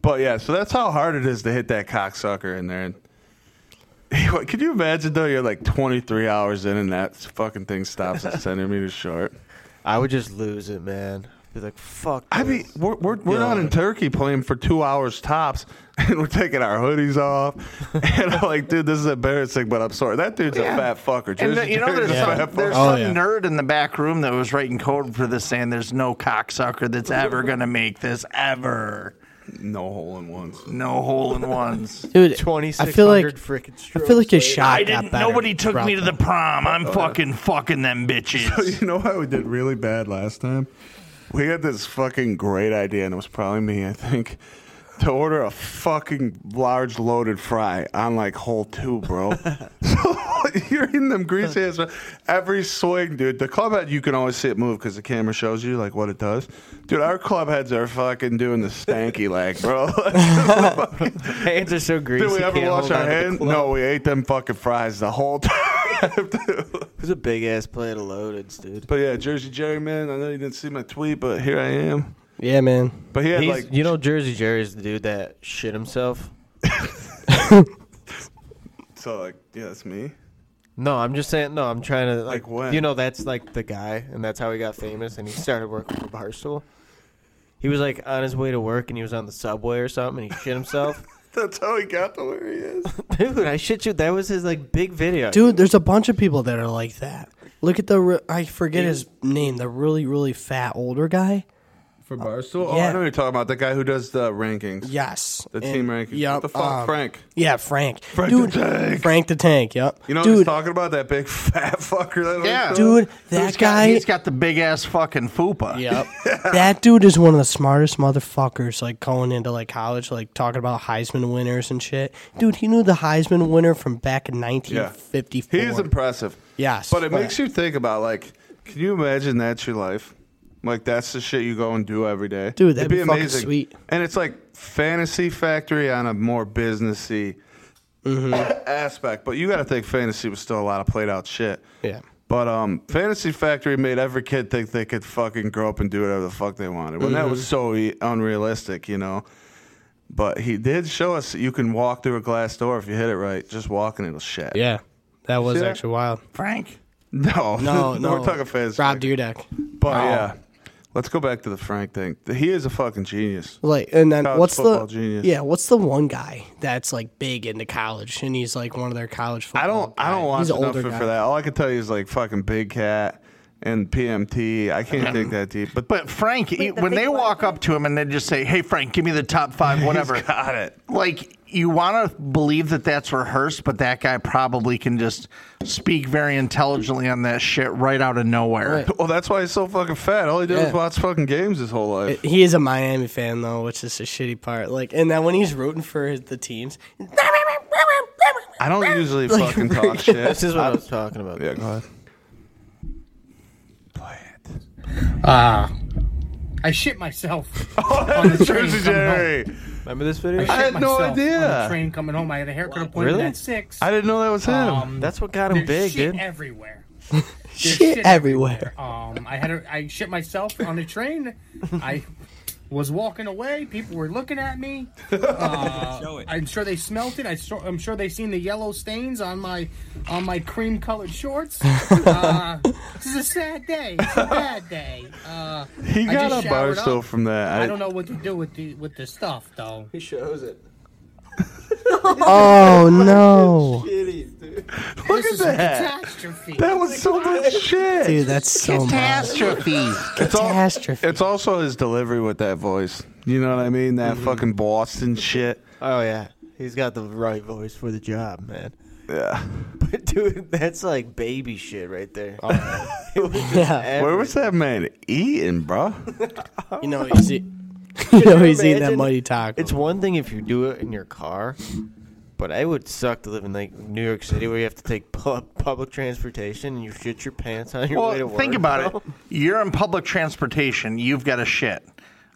S3: But yeah, so that's how hard it is to hit that cocksucker in there. And could you imagine though? You're like 23 hours in, and that fucking thing stops at centimeters short.
S5: I would just lose it, man. Be like, fuck.
S3: I mean,
S5: this.
S3: we're we're, we're not in Turkey playing for two hours tops, and we're taking our hoodies off. And I'm like, dude, this is embarrassing, but I'm sorry. That dude's a fat fucker.
S1: And
S3: Jersey
S1: you know,
S3: Jerry's
S1: there's
S3: a
S1: some,
S3: fat
S1: there's
S3: fucker.
S6: Oh,
S1: some
S6: yeah.
S1: nerd in the back room that was writing code for this, saying there's no cocksucker that's ever going to make this ever.
S3: no hole in ones.
S1: No hole in ones.
S6: Dude, I feel like
S5: 2600 freaking
S6: I
S5: strokes
S6: feel like his
S5: later.
S6: shot
S1: I
S6: got
S1: didn't.
S6: better
S1: Nobody took
S6: throughout
S1: me to the prom.
S3: Oh,
S1: I'm fucking fucking them bitches.
S3: You know how we did really bad last time? We had this fucking great idea, and it was probably me, I think, to order a fucking large loaded fry on like hole two, bro. so you're in them greasy ass. Every swing, dude. The club head, you can always see it move because the camera shows you like what it does. Dude, our club heads are fucking doing the stanky leg, bro.
S5: hands are so greasy.
S3: Did we ever
S5: can't
S3: wash
S5: hold
S3: our
S5: on to the
S3: hands?
S5: club.
S3: No, we ate them fucking fries the whole time, dude.
S5: It was a big ass plate of loaded, dude.
S3: But yeah, Jersey Jerry, man. I know you didn't see my tweet, but here I am.
S6: it. Yeah, man.
S3: But he had
S5: He's,
S3: like
S5: you know, Jersey Jerry's the dude that shit himself.
S3: so like yeah, that's me.
S5: No, I'm just saying. No, I'm trying to like,
S3: Like when?
S5: You know, that's like the guy, and that's how he got famous, and he started working for Barstool. He was like on his way to work, and he was on the subway or something, and he shit himself.
S3: That's how he got to where he is.
S5: dude, I shit you. That was his like big video.
S6: Dude, there's a bunch of people that are like that. Look at the re- I forget his name, the really really fat older guy
S3: for Barstool. Oh, I
S6: yeah.
S3: know who you're talking about the guy who does the rankings.
S6: Yes.
S3: The
S6: And-
S3: team rankings.
S6: Yep.
S3: What the fuck,
S6: um,
S3: Frank?
S6: Yeah, Frank.
S3: Frank the
S6: dude,
S3: Tank.
S6: Frank the Tank. Yep.
S3: You know what he's
S6: dude,
S3: talking about? That big fat fucker. That
S1: Yeah.
S6: dude, that
S1: Who's got-
S6: guy.
S1: he's got the big ass fucking fupa.
S6: Yep. that dude is one of the smartest motherfuckers, like going into like college, like talking about Heisman winners and shit. Dude, he knew the Heisman winner from back in
S3: Yeah.
S6: 1954.
S3: He is impressive.
S6: Yes,
S3: But it
S6: but-
S3: makes you think about like, can you imagine that's your life? Like that's the shit you go and do every day.
S6: Dude, that'd be fucking sweet.
S3: And it's like fantasy factory on a more businessy
S6: Mm-hmm.
S3: aspect. But you gotta think fantasy was still a lot of played out shit.
S6: Yeah.
S3: But um, Fantasy Factory made every kid think they could fucking grow up and do whatever the fuck they wanted. When
S6: Mm-hmm.
S3: that was so e- unrealistic, you know. But he did show us that you can walk through a glass door if you hit it right. Just walking, it'll shat.
S6: Yeah, that was
S3: See that?
S6: actually wild.
S1: Frank.
S3: No,
S6: No, no.
S3: We're talking fans.
S6: Rob Dyrdek.
S3: but yeah,
S9: Oh.
S3: let's go back to the Frank thing. He is a fucking genius.
S6: Like, and then
S3: College
S6: what's the
S3: football genius.
S6: yeah? What's the one guy that's like big into college and he's like one of their college football?
S3: I
S9: Oh,
S3: don't. I don't
S6: guy?
S3: watch
S6: He's an
S3: enough
S6: older
S3: for,
S6: guy.
S3: for that. All I can tell you is like fucking Big Cat and PMT. I can't dig that deep. But
S1: But Frank, he-
S7: the
S1: when
S7: big
S1: they
S7: black
S1: walk up to him and they just say, "Hey, Frank, give me the top five, whatever,"
S3: he's got it.
S1: like you want to believe that that's rehearsed, but that guy probably can just speak very intelligently on that shit right out of nowhere.
S6: Right.
S3: Well, that's why he's so fucking fat. All he did was
S6: Yeah.
S3: watch fucking games his whole life.
S6: He is a Miami fan though, which is the shitty part. Like, and then when he's rooting for his, the teams,
S3: I don't usually
S6: Like,
S3: fucking talk shit.
S5: This is what I was talking about.
S3: yeah, go ahead.
S9: Uh, I shit myself.
S3: Oh,
S9: On the
S3: that's
S9: train
S3: Jersey
S9: coming home.
S3: Jerry.
S5: Remember this video?
S3: I had
S9: Shit
S3: no
S9: myself On
S3: idea.
S9: the train coming home, I had a haircut appointment
S5: Really?
S9: at six. Um,
S3: I didn't know that was him.
S5: That's what got him big,
S9: there's shit
S5: dude.
S9: Everywhere. There's
S6: shit everywhere.
S9: Um, I had a, I shit myself on the train. I was walking away. People were looking at me. Uh, I'm sure they smelt it. I saw, I'm sure they seen the yellow stains on my on my cream colored shorts. Uh, this is a sad day. It's a bad day. Uh,
S3: he
S9: I
S3: got
S9: just
S3: a
S9: showered
S3: barstool
S9: up.
S3: from that.
S9: I don't know what to do with the with the stuff though.
S2: He shows it.
S6: Oh no,
S2: Kitties, dude.
S3: Look
S9: this
S3: at
S9: is a
S3: that.
S9: catastrophe.
S3: That was so much shit.
S6: dude, that's so much.
S1: Catastrophe.
S3: it's al-
S6: catastrophe.
S3: it's also his delivery with that voice. You know what I mean? That
S6: Mm-hmm.
S3: fucking Boston shit.
S5: Oh yeah, he's got the right voice for the job, man.
S3: Yeah.
S5: But dude, that's like baby shit right there. It was just
S6: Yeah.
S3: Where
S5: every-
S3: was that man eating, bro?
S6: You know he's e- you know
S5: you
S6: he's eating that
S5: imagine?
S6: mighty taco.
S5: It's one thing if you do it in your car, but it would suck to live in like New York City where you have to take pu- public transportation and you shit your pants on your way to
S1: Well,
S5: work.
S1: think about it. You're in public transportation. You've got a shit.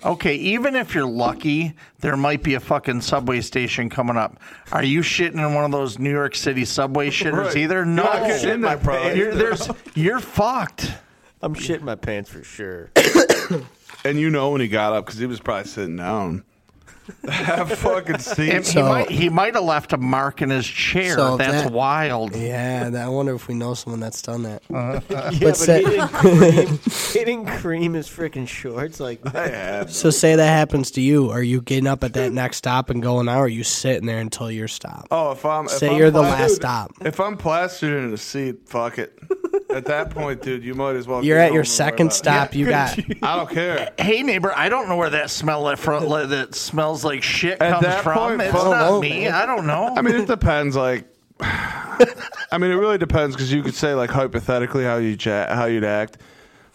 S1: Okay, even if you're lucky, there might be a fucking subway station coming up. Are you shitting in one of those New York City subway shitters
S3: Right.
S1: either?
S3: You're
S1: No.
S3: not getting in there, probably.
S1: You're, there's, you're fucked.
S5: I'm shitting my pants for sure.
S3: And you know when he got up because he was probably sitting down. that fucking scene.
S1: If he, might, he might have left a mark in his chair.
S6: So
S1: That's
S6: that-
S1: wild.
S6: yeah, that- I wonder if we know someone that's done that.
S5: yeah,
S6: Uh, But
S5: but
S6: say-
S5: getting, cream, getting cream his freaking shorts like
S3: I
S5: that.
S3: have.
S6: So say that happens to you. Are you getting up at that next stop and going out, or are you sitting there until your stop?
S3: Oh, if I'm if
S6: Say
S3: I'm
S6: you're the
S3: pla-
S6: last
S3: dude,
S6: stop.
S3: If I'm plastered in a seat, fuck it. At that point, dude, you might as well.
S6: You're
S3: get
S6: at
S3: home
S6: your
S3: and worry
S6: second
S3: about it.
S6: stop. You got
S3: I don't care.
S1: Hey neighbor, I don't know where that smell that, fro- that smells like shit
S3: At
S1: comes
S3: that
S1: from.
S3: point,
S1: it's
S3: I don't
S1: not
S6: know,
S1: me.
S6: man.
S1: I don't know.
S3: I mean, it depends. Like, I mean, it really depends because you could say like hypothetically how you ja- how you'd act,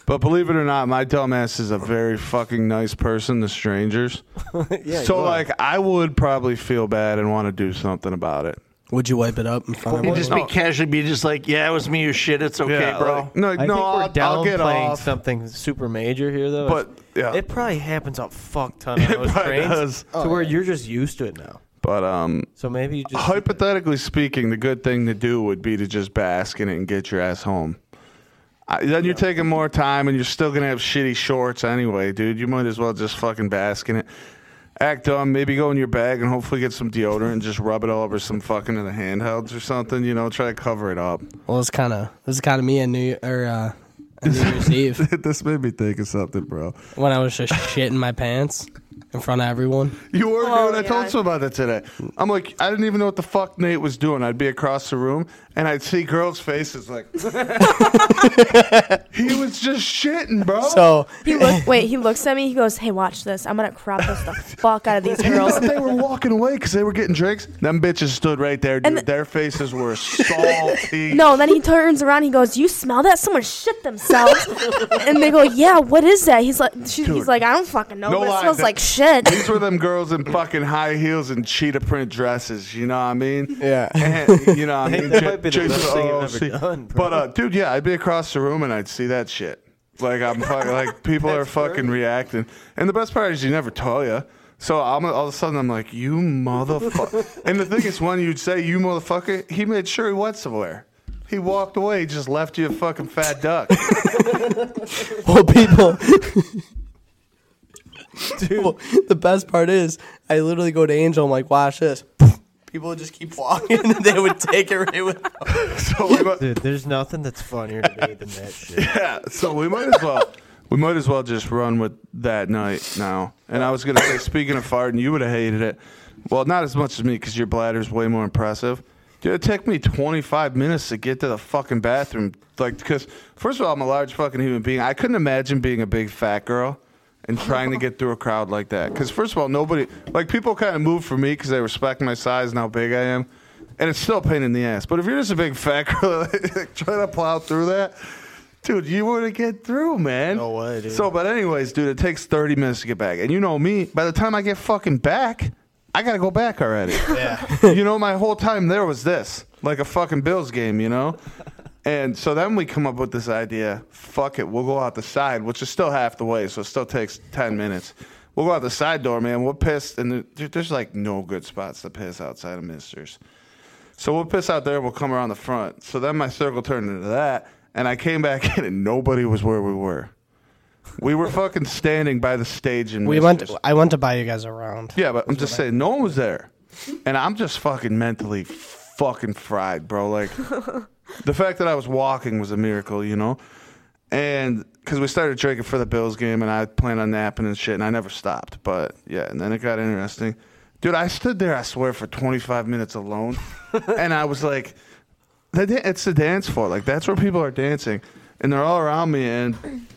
S3: but believe it or not, my dumbass is a very fucking nice person to strangers.
S5: yeah,
S3: so
S5: you are.
S3: like, I would probably feel bad and want to do something about it.
S6: Would you wipe it up in front
S1: You
S6: of
S1: just
S6: him?
S1: be casually be just like, yeah, it was me who shit. It's okay,
S3: Yeah,
S1: bro.
S3: like, no,
S5: I
S3: no,
S5: think we're
S3: I'll,
S5: downplaying
S3: I'll get off.
S5: something super major here, though.
S3: But, yeah.
S5: it probably happens a fuck ton on those
S3: probably
S5: trains
S3: does.
S5: to
S6: Oh,
S5: where you're just used to it now.
S3: But um,
S5: So maybe you just
S3: hypothetically speaking, the good thing to do would be to just bask in it and get your ass home. I, then you're taking more time, and you're still gonna have shitty shorts anyway, dude. You might as well just fucking bask in it. Act dumb, maybe go in your bag and hopefully get some deodorant and just rub it all over some fucking of the handhelds or something. You know, try to cover it up.
S6: Well, it's kind of this is kind of me on New Year, or uh, on New Year's Eve
S3: this made me think of something, bro.
S6: when I was just shitting my pants. in front of everyone.
S3: You were,
S7: Oh,
S3: dude. I told
S7: yeah.
S3: you about that today. I'm like, I didn't even know what the fuck Nate was doing. I'd be across the room and I'd see girls' faces like. he was just shitting, bro.
S6: So
S8: He look, wait, he looks at me. He goes, "Hey, watch this. I'm gonna crop this the fuck out of these
S3: he
S8: girls."
S3: thought they were walking away because they were getting drinks. Them bitches stood right there, dude.
S8: And the-
S3: Their faces were salty.
S8: No, then he turns around. He goes, "You smell that? Someone shit themselves." and they go, "Yeah, what is that?" He's like, she,
S3: Dude.
S8: "He's like, I don't fucking know,
S3: No
S8: but it
S3: lie,
S8: smells
S3: that-
S8: like shit."
S3: These were them girls in fucking high heels and cheetah print dresses. You know what I mean?
S6: Yeah.
S3: And, you know what I mean?
S5: that
S3: Ja-
S5: might be the
S3: Jason-
S5: best thing you've
S3: oh,
S5: ever
S3: see-
S5: done, bro.
S3: But uh, dude, yeah, I'd be across the room and I'd see that shit. Like I'm fucking, like people are fucking reacting. And the best part is you never tell ya. So I'm all of a sudden I'm like, you motherfucker. and the thing is, when you'd say you motherfucker, he made sure he went somewhere. He walked away. He just left you a fucking fat duck.
S6: Well, people. Dude, the best part is, I literally go to Angel. I'm like, watch this. People would just keep walking, and they would take it right with.
S3: so we, mu-
S5: Dude, there's nothing that's funnier to me than that shit.
S3: Yeah, so we might as well we might as well just run with that night now. And I was gonna say, speaking of farting, you would have hated it. Well, not as much as me because your bladder's way more impressive. Dude, it took me 25 minutes to get to the fucking bathroom. Like, because first of all, I'm a large fucking human being. I couldn't imagine being a big fat girl and trying to get through a crowd like that. Because first of all, nobody like people kind of moved for me because they respect my size and how big I am. And it's still a pain in the ass. But if you're just a big fat girl like, trying to plow through that, Dude, you want to get through, man.
S5: No way, dude.
S3: So, but anyways, dude, it takes 30 minutes to get back. And you know me, by the time I get fucking back, I got to go back already.
S5: Yeah.
S3: you know, my whole time there was this, like a fucking Bills game, you know? And so then we come up with this idea, fuck it, we'll go out the side, which is still half the way, so it still takes 10 minutes. We'll go out the side door, man. We'll piss, and there- dude, there's like no good spots to piss outside of Minster's. So we'll piss out there and we'll come around the front. So then my circle turned into that, and I came back in and nobody was where we were. We were fucking standing by the stage and
S6: We went. I went to buy you guys around.
S3: yeah, but I'm just saying, no one was there, and I'm just fucking mentally fucking fried, bro. Like the fact that I was walking was a miracle, you know. And because we started drinking for the Bills game, and I planned on napping and shit, and I never stopped. But yeah, and then it got interesting, dude. I stood there, I swear, for 25 minutes alone, and I was like, the da- "It's the dance floor. Like that's where people are dancing, and they're all around me, and."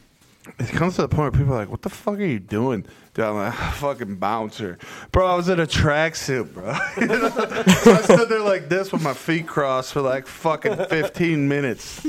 S3: it comes to the point where people are like, "What the fuck are you doing?" Dude, I'm like, "Fucking bouncer, bro." I was in a tracksuit, bro. You know? so I stood there like this with my feet crossed for like fucking 15 minutes,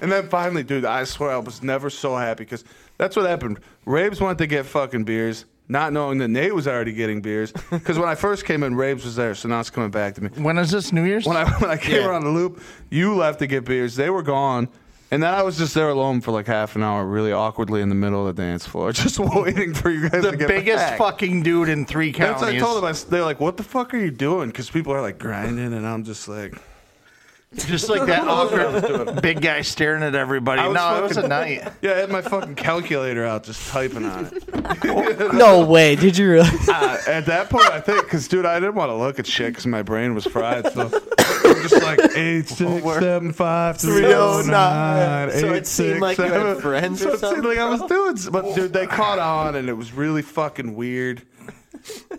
S3: and then finally, dude, I swear I was never so happy because that's what happened. Rabes went to get fucking beers. Not knowing that Nate was already getting beers, because when I first came in, Rabes was there, so now it's coming back to me
S1: When is this New Year's?
S3: when I when I came around the loop, you left to get beers. They were gone. And then I was just there alone for like half an hour, really awkwardly in the middle of the dance floor, just waiting for you guys
S1: the
S3: to get
S1: biggest
S3: back.
S1: fucking dude in three counties.
S3: That's what I told them. I s- they're like, "What the fuck are you doing?" Because people are like grinding, and I'm just like,
S1: Just like that awkward big guy staring at everybody.
S3: I was
S1: No, it was a
S3: fucking-
S1: night.
S3: "Yeah, I had my fucking calculator out, just typing on it."
S6: No way. Did you really?
S3: Uh, at that point, I think, because dude, I didn't want to look at shit because my brain was fried. So I'm just like eight six seven five three oh nine.
S5: So it seemed
S3: eight, six,
S5: like you had
S3: seven.
S5: friends or
S3: So it seemed
S5: something,
S3: like I was doing, s- but dude, they caught on and it was really fucking weird.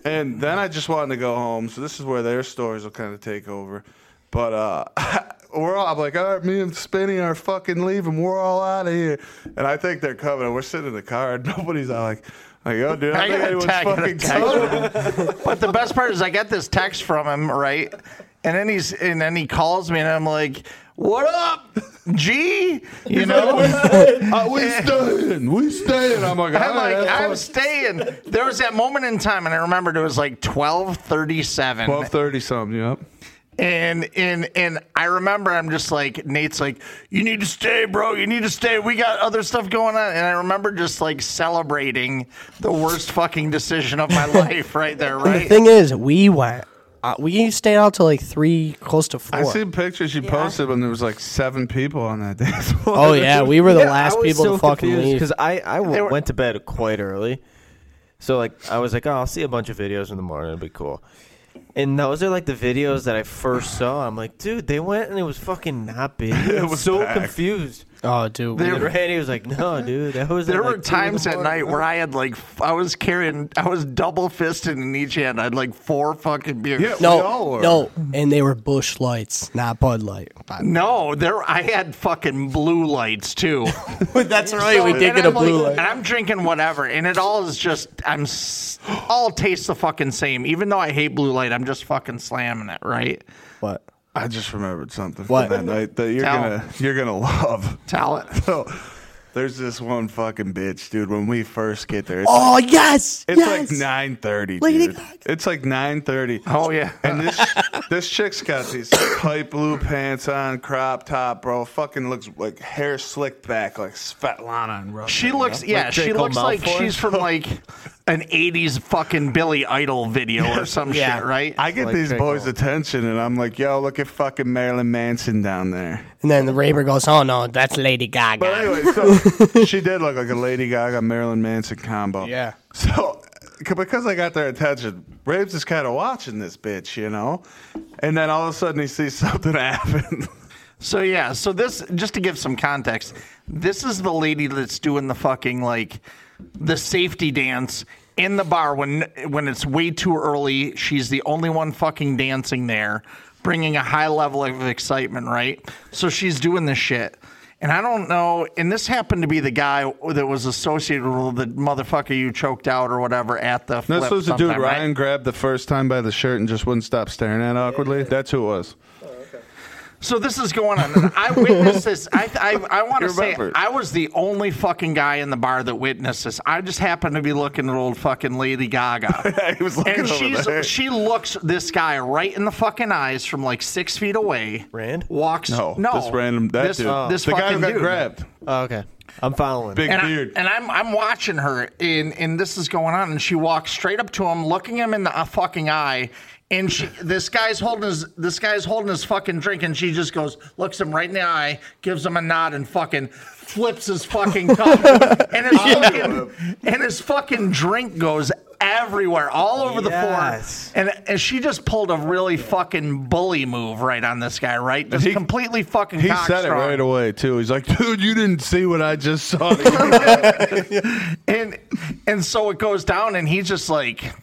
S3: And then I just wanted to go home. So this is where their stories will kind of take over. But uh, we're all I'm like, all right, me and Spinny are fucking leaving. We're all out of here. And I think they're coming. And we're sitting in the car. And nobody's out like, like, oh, dude, I
S1: I
S3: don't think
S1: got a text-
S3: anyone's fucking
S1: text
S3: coming.
S1: But the best part is I got this text from him, right? And then he's and then he calls me and I'm like, "What up, G?" You know,
S3: Uh, we staying. We staying. I'm like,
S1: I'm like, I'm
S3: like
S1: staying. There was that moment in time, and I remembered it was like 12:37,
S3: twelve thirty something. Yep.
S1: and and and I remember I'm just like Nate's like, "You need to stay, bro. You need to stay. We got other stuff going on." And I remember just like celebrating the worst fucking decision of my life, right there,
S6: The
S1: right?
S6: thing is, we went. Uh, we stayed out till like three, close to four.
S3: I seen pictures you posted when there was like seven people on that dance floor.
S6: oh yeah, we were the
S5: I
S6: last
S5: was
S6: people
S5: so
S6: to fucking
S5: confused
S6: leave.
S5: Because I, I w-
S1: were-
S5: went to bed quite early. So, like, I was like, oh, I'll see a bunch of videos in the morning. It'll be cool. And those are like the videos that I first saw. I'm like, dude, they went and it was fucking not big. I was so
S3: packed.
S5: confused.
S6: Oh, dude.
S1: There-
S5: And Randy was like, no, dude, that was. at,
S1: There were
S5: like, two in the
S1: times at
S5: morning."
S1: night where I had like f- I was carrying I was double fisted in each hand. I had like four fucking beers.
S3: Yeah. We all
S6: no,
S3: were.
S6: no. And they were Bush lights, not Bud Light.
S1: No, there I had fucking blue lights too.
S6: That's right. Oh, We
S1: So-
S6: did
S1: and
S6: get a
S1: I'm
S6: blue
S1: like-
S6: light.
S1: And I'm drinking whatever, and it all is just I'm s- all tastes the fucking same. Even though I hate blue light, I'm just fucking slamming it, right?
S6: What?
S3: I just remembered something
S6: What?
S3: from that night that you're
S1: Tell.
S3: gonna you're gonna love.
S1: Tell it.
S3: So there's this one fucking bitch, dude. When we first get there, it's
S6: Oh yes,
S3: It's
S6: yes.
S3: like nine thirty,
S6: Lady
S3: dude.
S6: Gaga.
S3: It's like nine thirty.
S1: Oh yeah.
S3: And this this chick's got these tight blue pants on, crop top, bro. Fucking looks like hair slicked back, like Svetlana and Russia.
S1: She looks, yeah, she
S5: Draco
S1: looks like
S5: Malfoy?
S1: she's from like an '80s fucking Billy Idol video or some
S6: Yeah.
S1: shit, right?
S3: I get
S5: Like
S3: these
S5: Draco.
S3: boys' attention, and I'm like, "Yo, look at fucking Marilyn Manson down there."
S6: And then the Raber goes, "Oh no, that's Lady Gaga."
S3: But anyway, so she did look like a Lady Gaga Marilyn Manson combo.
S6: Yeah.
S3: So c- because I got their attention, Raves is kind of watching this bitch, you know, and then all of a sudden he sees something happen.
S1: So yeah, so this just to give some context, this is the lady that's doing the fucking like the safety dance in the bar when when it's way too early. She's the only one fucking dancing there, bringing a high level of excitement, right? So she's doing this shit. And I don't know, and this happened to be the guy that was associated with the motherfucker you choked out or whatever at the flip
S3: That's supposed to do
S1: sometime, right?
S3: Ryan grabbed the first time by the shirt and just wouldn't stop staring at it awkwardly. That's who it was.
S1: So this is going on. and I witnessed this. I I, I want to
S3: You
S1: say
S3: remember.
S1: I was the only fucking guy in the bar that witnessed this. I just happened to be looking at old fucking Lady Gaga.
S3: He was looking
S1: And
S3: over
S1: she's
S3: there.
S1: she looks this guy right in the fucking eyes from like six feet away.
S5: Rand?
S1: walks
S3: no, this random that
S1: this,
S3: dude,
S1: this
S3: the guy
S1: fucking
S3: who got
S1: dude.
S3: grabbed,
S5: Oh, okay, I'm following.
S3: big
S1: And, I,
S3: beard.
S1: and I'm I'm watching her and and this is going on and she walks straight up to him, looking him in the uh, fucking eye, and she this guy's holding his this guy's holding his fucking drink and she just goes looks him right in the eye, gives him a nod and fucking flips his fucking cup and his fucking, and his fucking drink goes everywhere all over
S5: Yes.
S1: the floor and, and she just pulled a really fucking bully move right on this guy right just
S3: He-
S1: completely fucking
S3: he said it
S1: cockstrong.
S3: right away too. He's like, "Dude, you didn't see what I just saw."
S1: and and so it goes down and he's just like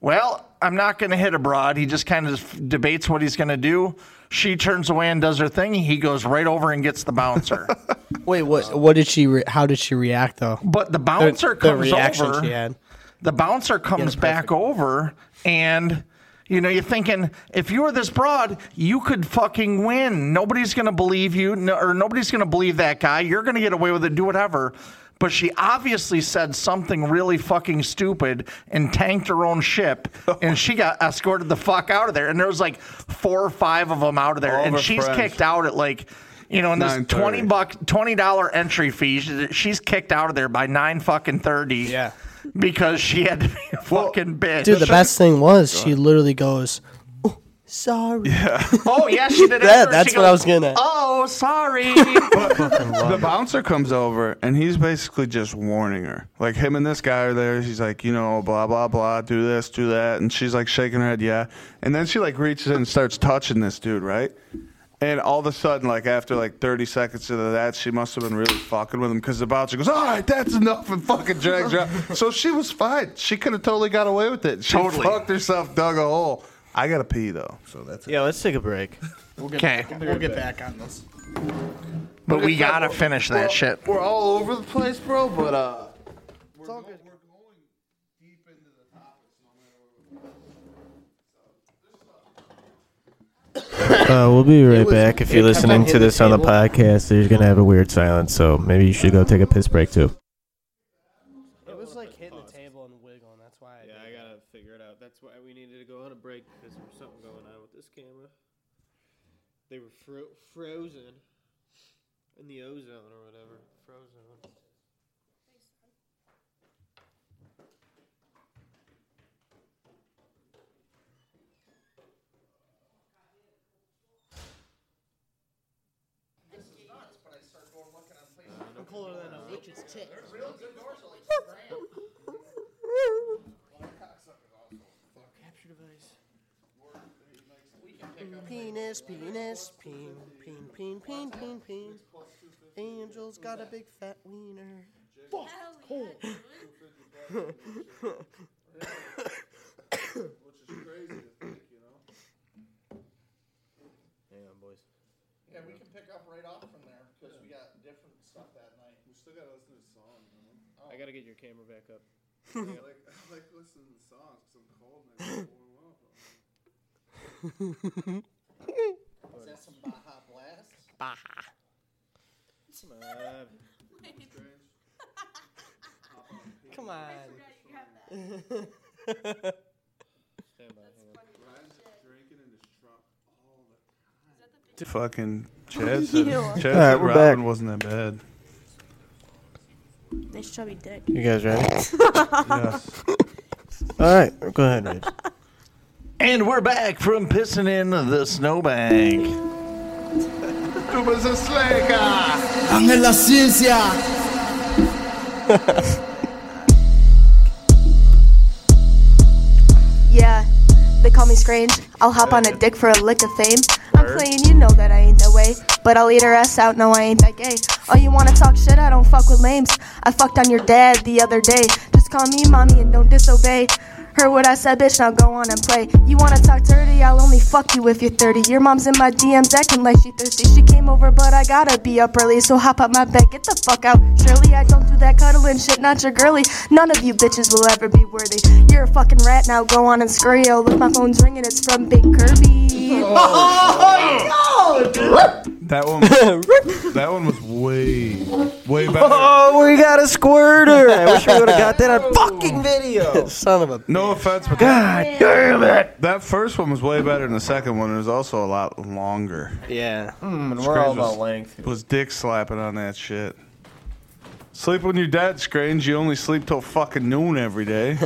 S1: well i'm not going to hit abroad he just kind of debates what he's going to do she turns away and does her thing he goes right over and gets the bouncer
S6: Wait, what? What did she? Re- how did she react though?
S1: but the bouncer comes
S6: reaction
S1: over
S6: she had.
S1: the bouncer comes back over and you know, you're thinking if you were this broad, you could fucking win. Nobody's gonna believe you, no, or nobody's gonna believe that guy. You're gonna get away with it. Do whatever. But she obviously said something really fucking stupid and tanked her own ship, and she got escorted the fuck out of there. And there was like four or five of them out of there,
S3: All of
S1: and
S3: her
S1: she's
S3: friends.
S1: kicked out at like, you know, in this
S3: 9:30.
S1: twenty buck, twenty dollar entry fee. she- She's kicked out of there by nine fucking thirty.
S6: Yeah.
S1: Because she had to be a fucking bitch.
S6: Dude, the best thing was she literally goes, "Oh, "Sorry."
S1: Oh yeah, she did. it
S6: That-
S1: first.
S6: that's
S1: She
S6: what I was getting at.
S1: Oh, sorry.
S3: the bouncer comes over and he's basically just warning her. Like him and this guy are there. He's like, you know, blah blah blah, do this, do that, and she's like shaking her head, yeah. And then she like reaches in and starts touching this dude, right? And all of a sudden, like after like thirty seconds of that, she must have been really fucking with him because the bouncer goes, "All right, that's enough," and fucking drags her out. So she was fine. She could have totally got away with it. She
S1: Totally.
S3: fucked herself, dug a hole. I gotta pee though. So that's it.
S5: Yeah, let's take a break.
S1: okay,
S6: We'll get back on this.
S1: but we gotta finish that shit.
S3: We're all over the place, bro. But uh.
S5: Uh, we'll be right
S6: was-
S5: back. If
S6: it
S5: you're
S6: kept on
S5: listening to
S6: hitting
S5: this on the
S6: table.
S5: podcast, there's gonna have a weird silence, so maybe you should go take a piss break too.
S1: "Oh."
S6: It was like hitting the table and wiggling. That's why. I
S5: I gotta figure it out. That's why we needed to go on a break because there was something going on with this camera. They were fro- frozen in the ozone or whatever. Frozen.
S2: Penis, penis, peen, peen, peen, peen, peen, peen. Angel's got a big fat wiener.
S7: Hell yeah, dude.
S3: Which is crazy to think, you know?
S2: Hang on, boys.
S1: Yeah, we can pick up right off from there because we got different stuff that night.
S3: We still gotta listen to the song, you
S1: I
S5: gotta get your camera back up.
S3: know? I like, I like listening to songs because I'm cold and I want to warm up.
S1: Is that some Baja Blast?
S5: Come on.
S3: Strange. Hop on a pig.
S6: Come
S7: I
S6: on.
S7: forgot you got that.
S5: Stand by.
S7: That's funny.
S3: Ryan's just
S7: Shit.
S3: drinking in his truck all the
S7: Is that the big
S3: Fucking Chad said,
S8: Yeah.
S5: All
S3: Chad
S5: right,
S3: said
S5: we're
S3: Robin wasn't that bad.
S8: Nice chubby dick.
S5: You guys ready?
S3: Yes.
S5: All right, go ahead, Rich.
S1: And we're back from pissing in the snowbank.
S7: Yeah, they call me Scrange. I'll hop on a dick for a lick of fame. I'm playing, you know that I ain't that way. But I'll eat her ass out, no, I ain't that gay. Oh, you wanna talk shit? I don't fuck with lames. I fucked on your dad the other day. Just call me mommy and don't disobey. Heard what I said, bitch, now go on and play. You wanna talk dirty? I'll only fuck you if you're 30. Your mom's in my DMs acting like she thirsty. She came over, but I gotta be up early, so hop out my bed, get the fuck out. Surely I don't do that cuddling shit, not your girly. None of you bitches will ever be worthy. You're a fucking rat now, go on and scurry. Oh, look, my phone's ringing, it's from Big Kirby.
S3: That one, that one was way, way better.
S5: Oh, we got a squirter. I wish we would have got that on fucking video.
S6: Son of a.
S3: No offense, but God damn it! That first one was way better than the second one. It was also a lot longer.
S5: Yeah.
S3: Scrooge was- Was dick slapping on that shit. Sleep when you're dead, Scrange. You only sleep till fucking noon every day.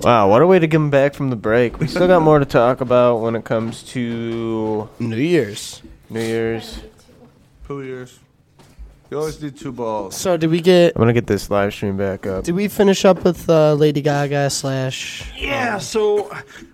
S5: Wow, what a way to come back from the break. We still got more to talk about when it comes to
S6: New Year's.
S5: New Year's.
S3: two years. You always need two balls.
S6: So did we get?
S5: I'm gonna get this live stream back up.
S6: Did we finish up with uh, Lady Gaga slash?
S1: Yeah, so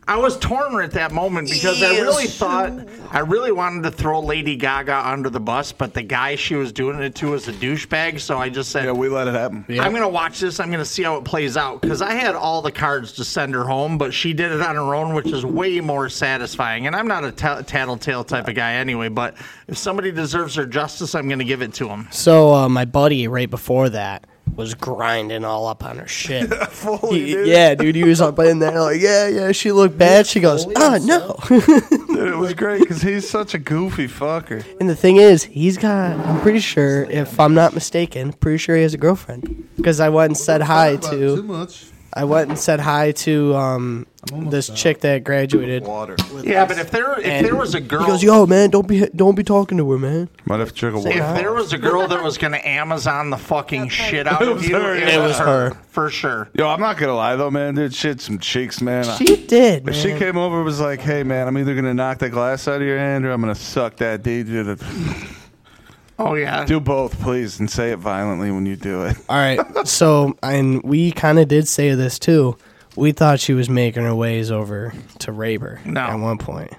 S1: I was torn at that moment because I really thought I really wanted to throw Lady Gaga under the bus, but the guy she was doing it to was a douchebag, so I just said,
S3: Yeah, we let it happen.
S1: I'm going to watch this. I'm going to see how it plays out because I had all the cards to send her home, but she did it on her own, which is way more satisfying. And I'm not a ta- tattletale type of guy anyway, but if somebody deserves their justice, I'm going to give it to them.
S6: So uh, my buddy right before that was grinding all up on her shit.
S3: Fully,
S6: He-
S3: dude.
S6: yeah, dude, he was up in there like, yeah, yeah. She looked bad. She goes, oh no.
S3: Dude, it was great because he's such a goofy fucker.
S6: and the thing is, he's got. I'm pretty sure, if I'm not mistaken, pretty sure he has a girlfriend. Because I went and said hi to.
S3: much
S6: I went and said hi to um this chick that graduated.
S3: water.
S1: Yeah, but if there if there was a girl,
S6: He goes, yo, man, don't be don't be talking to her, man.
S3: Might have to drink a
S1: if
S3: water.
S1: there was a girl that was going to Amazon the fucking shit out of
S3: was
S1: you,
S3: her.
S6: It was her.
S1: for sure.
S3: Yo, I'm not gonna lie though, man. Dude, shit, some cheeks, man. I-
S6: She did.
S3: If she
S6: man.
S3: came over and was like, hey, man, I'm either gonna knock the glass out of your hand or I'm gonna suck that dude. to the-
S1: Oh yeah,
S3: Do both, please, and say it violently when you do it.
S6: All right. So, and we kind of did say this too. We thought she was making her ways over to Raber
S1: No.
S6: at one point.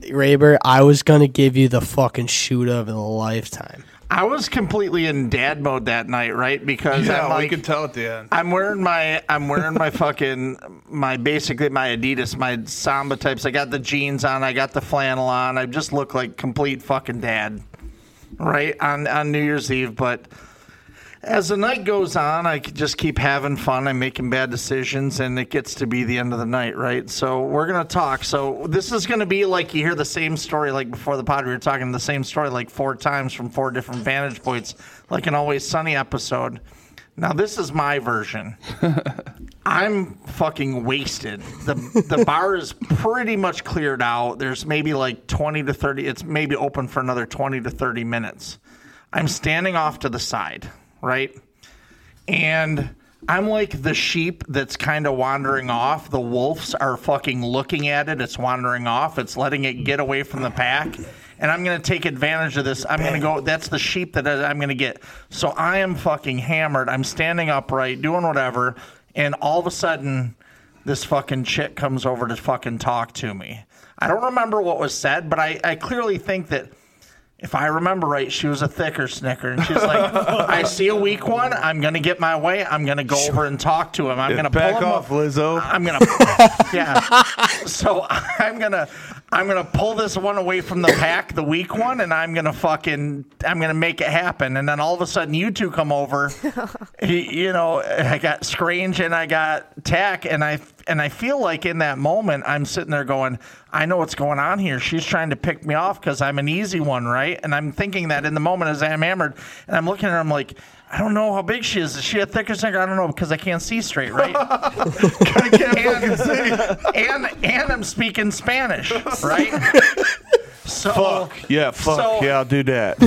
S6: Raber, I was going to give you the fucking shoot of a lifetime.
S1: I was completely in dad mode that night, right? Because I'm like,
S3: tell at the end.
S1: I'm wearing my I'm wearing my fucking my basically my Adidas my Samba types. I got the jeans on. I got the flannel on. I just look like complete fucking dad, right on on New Year's Eve. But as the night goes on, I could just keep having fun. I'm making bad decisions, and it gets to be the end of the night, right? So we're gonna talk. So this is gonna be like you hear the same story like before the pod. We were talking the same story like four times from four different vantage points, like an Always Sunny episode. Now this is my version. I'm fucking wasted. The the bar is pretty much cleared out. There's maybe like 20 to 30. It's maybe open for another 20 to 30 minutes. I'm standing off to the side, right? And I'm like the sheep that's kind of wandering off. The wolves are fucking looking at it. It's wandering off. It's letting it get away from the pack. And I'm going to take advantage of this. I'm going to go. That's the sheep that I- I'm going to get. So I am fucking hammered. I'm standing upright, doing whatever. And all of a sudden, this fucking chick comes over to fucking talk to me. I don't remember what was said, but I, I clearly think that if I remember right, she was a thicker snicker. And she's like, I see a weak one. I'm going to get my way. I'm going to go over and talk to him. I'm going to pull
S3: Back
S1: him
S3: off,
S1: up.
S3: Lizzo.
S1: I'm gonna, yeah. So I'm gonna, I'm gonna pull this one away from the pack, the weak one, and I'm gonna fucking, I'm gonna make it happen. And then all of a sudden, you two come over. He- you know, I got Scrange and I got Tack, and I, and I feel like in that moment, I'm sitting there going, I know what's going on here. She's trying to pick me off because I'm an easy one, right? And I'm thinking that in the moment as I'm hammered, and I'm looking at her, I'm like. I don't know how big she is. Is she a thicker snicker? I don't know because I can't see straight, right?
S3: I can't fucking
S1: and,
S3: see.
S1: and and I'm speaking Spanish, right? So
S3: Yeah, fuck.
S1: So-
S3: yeah, I'll do that.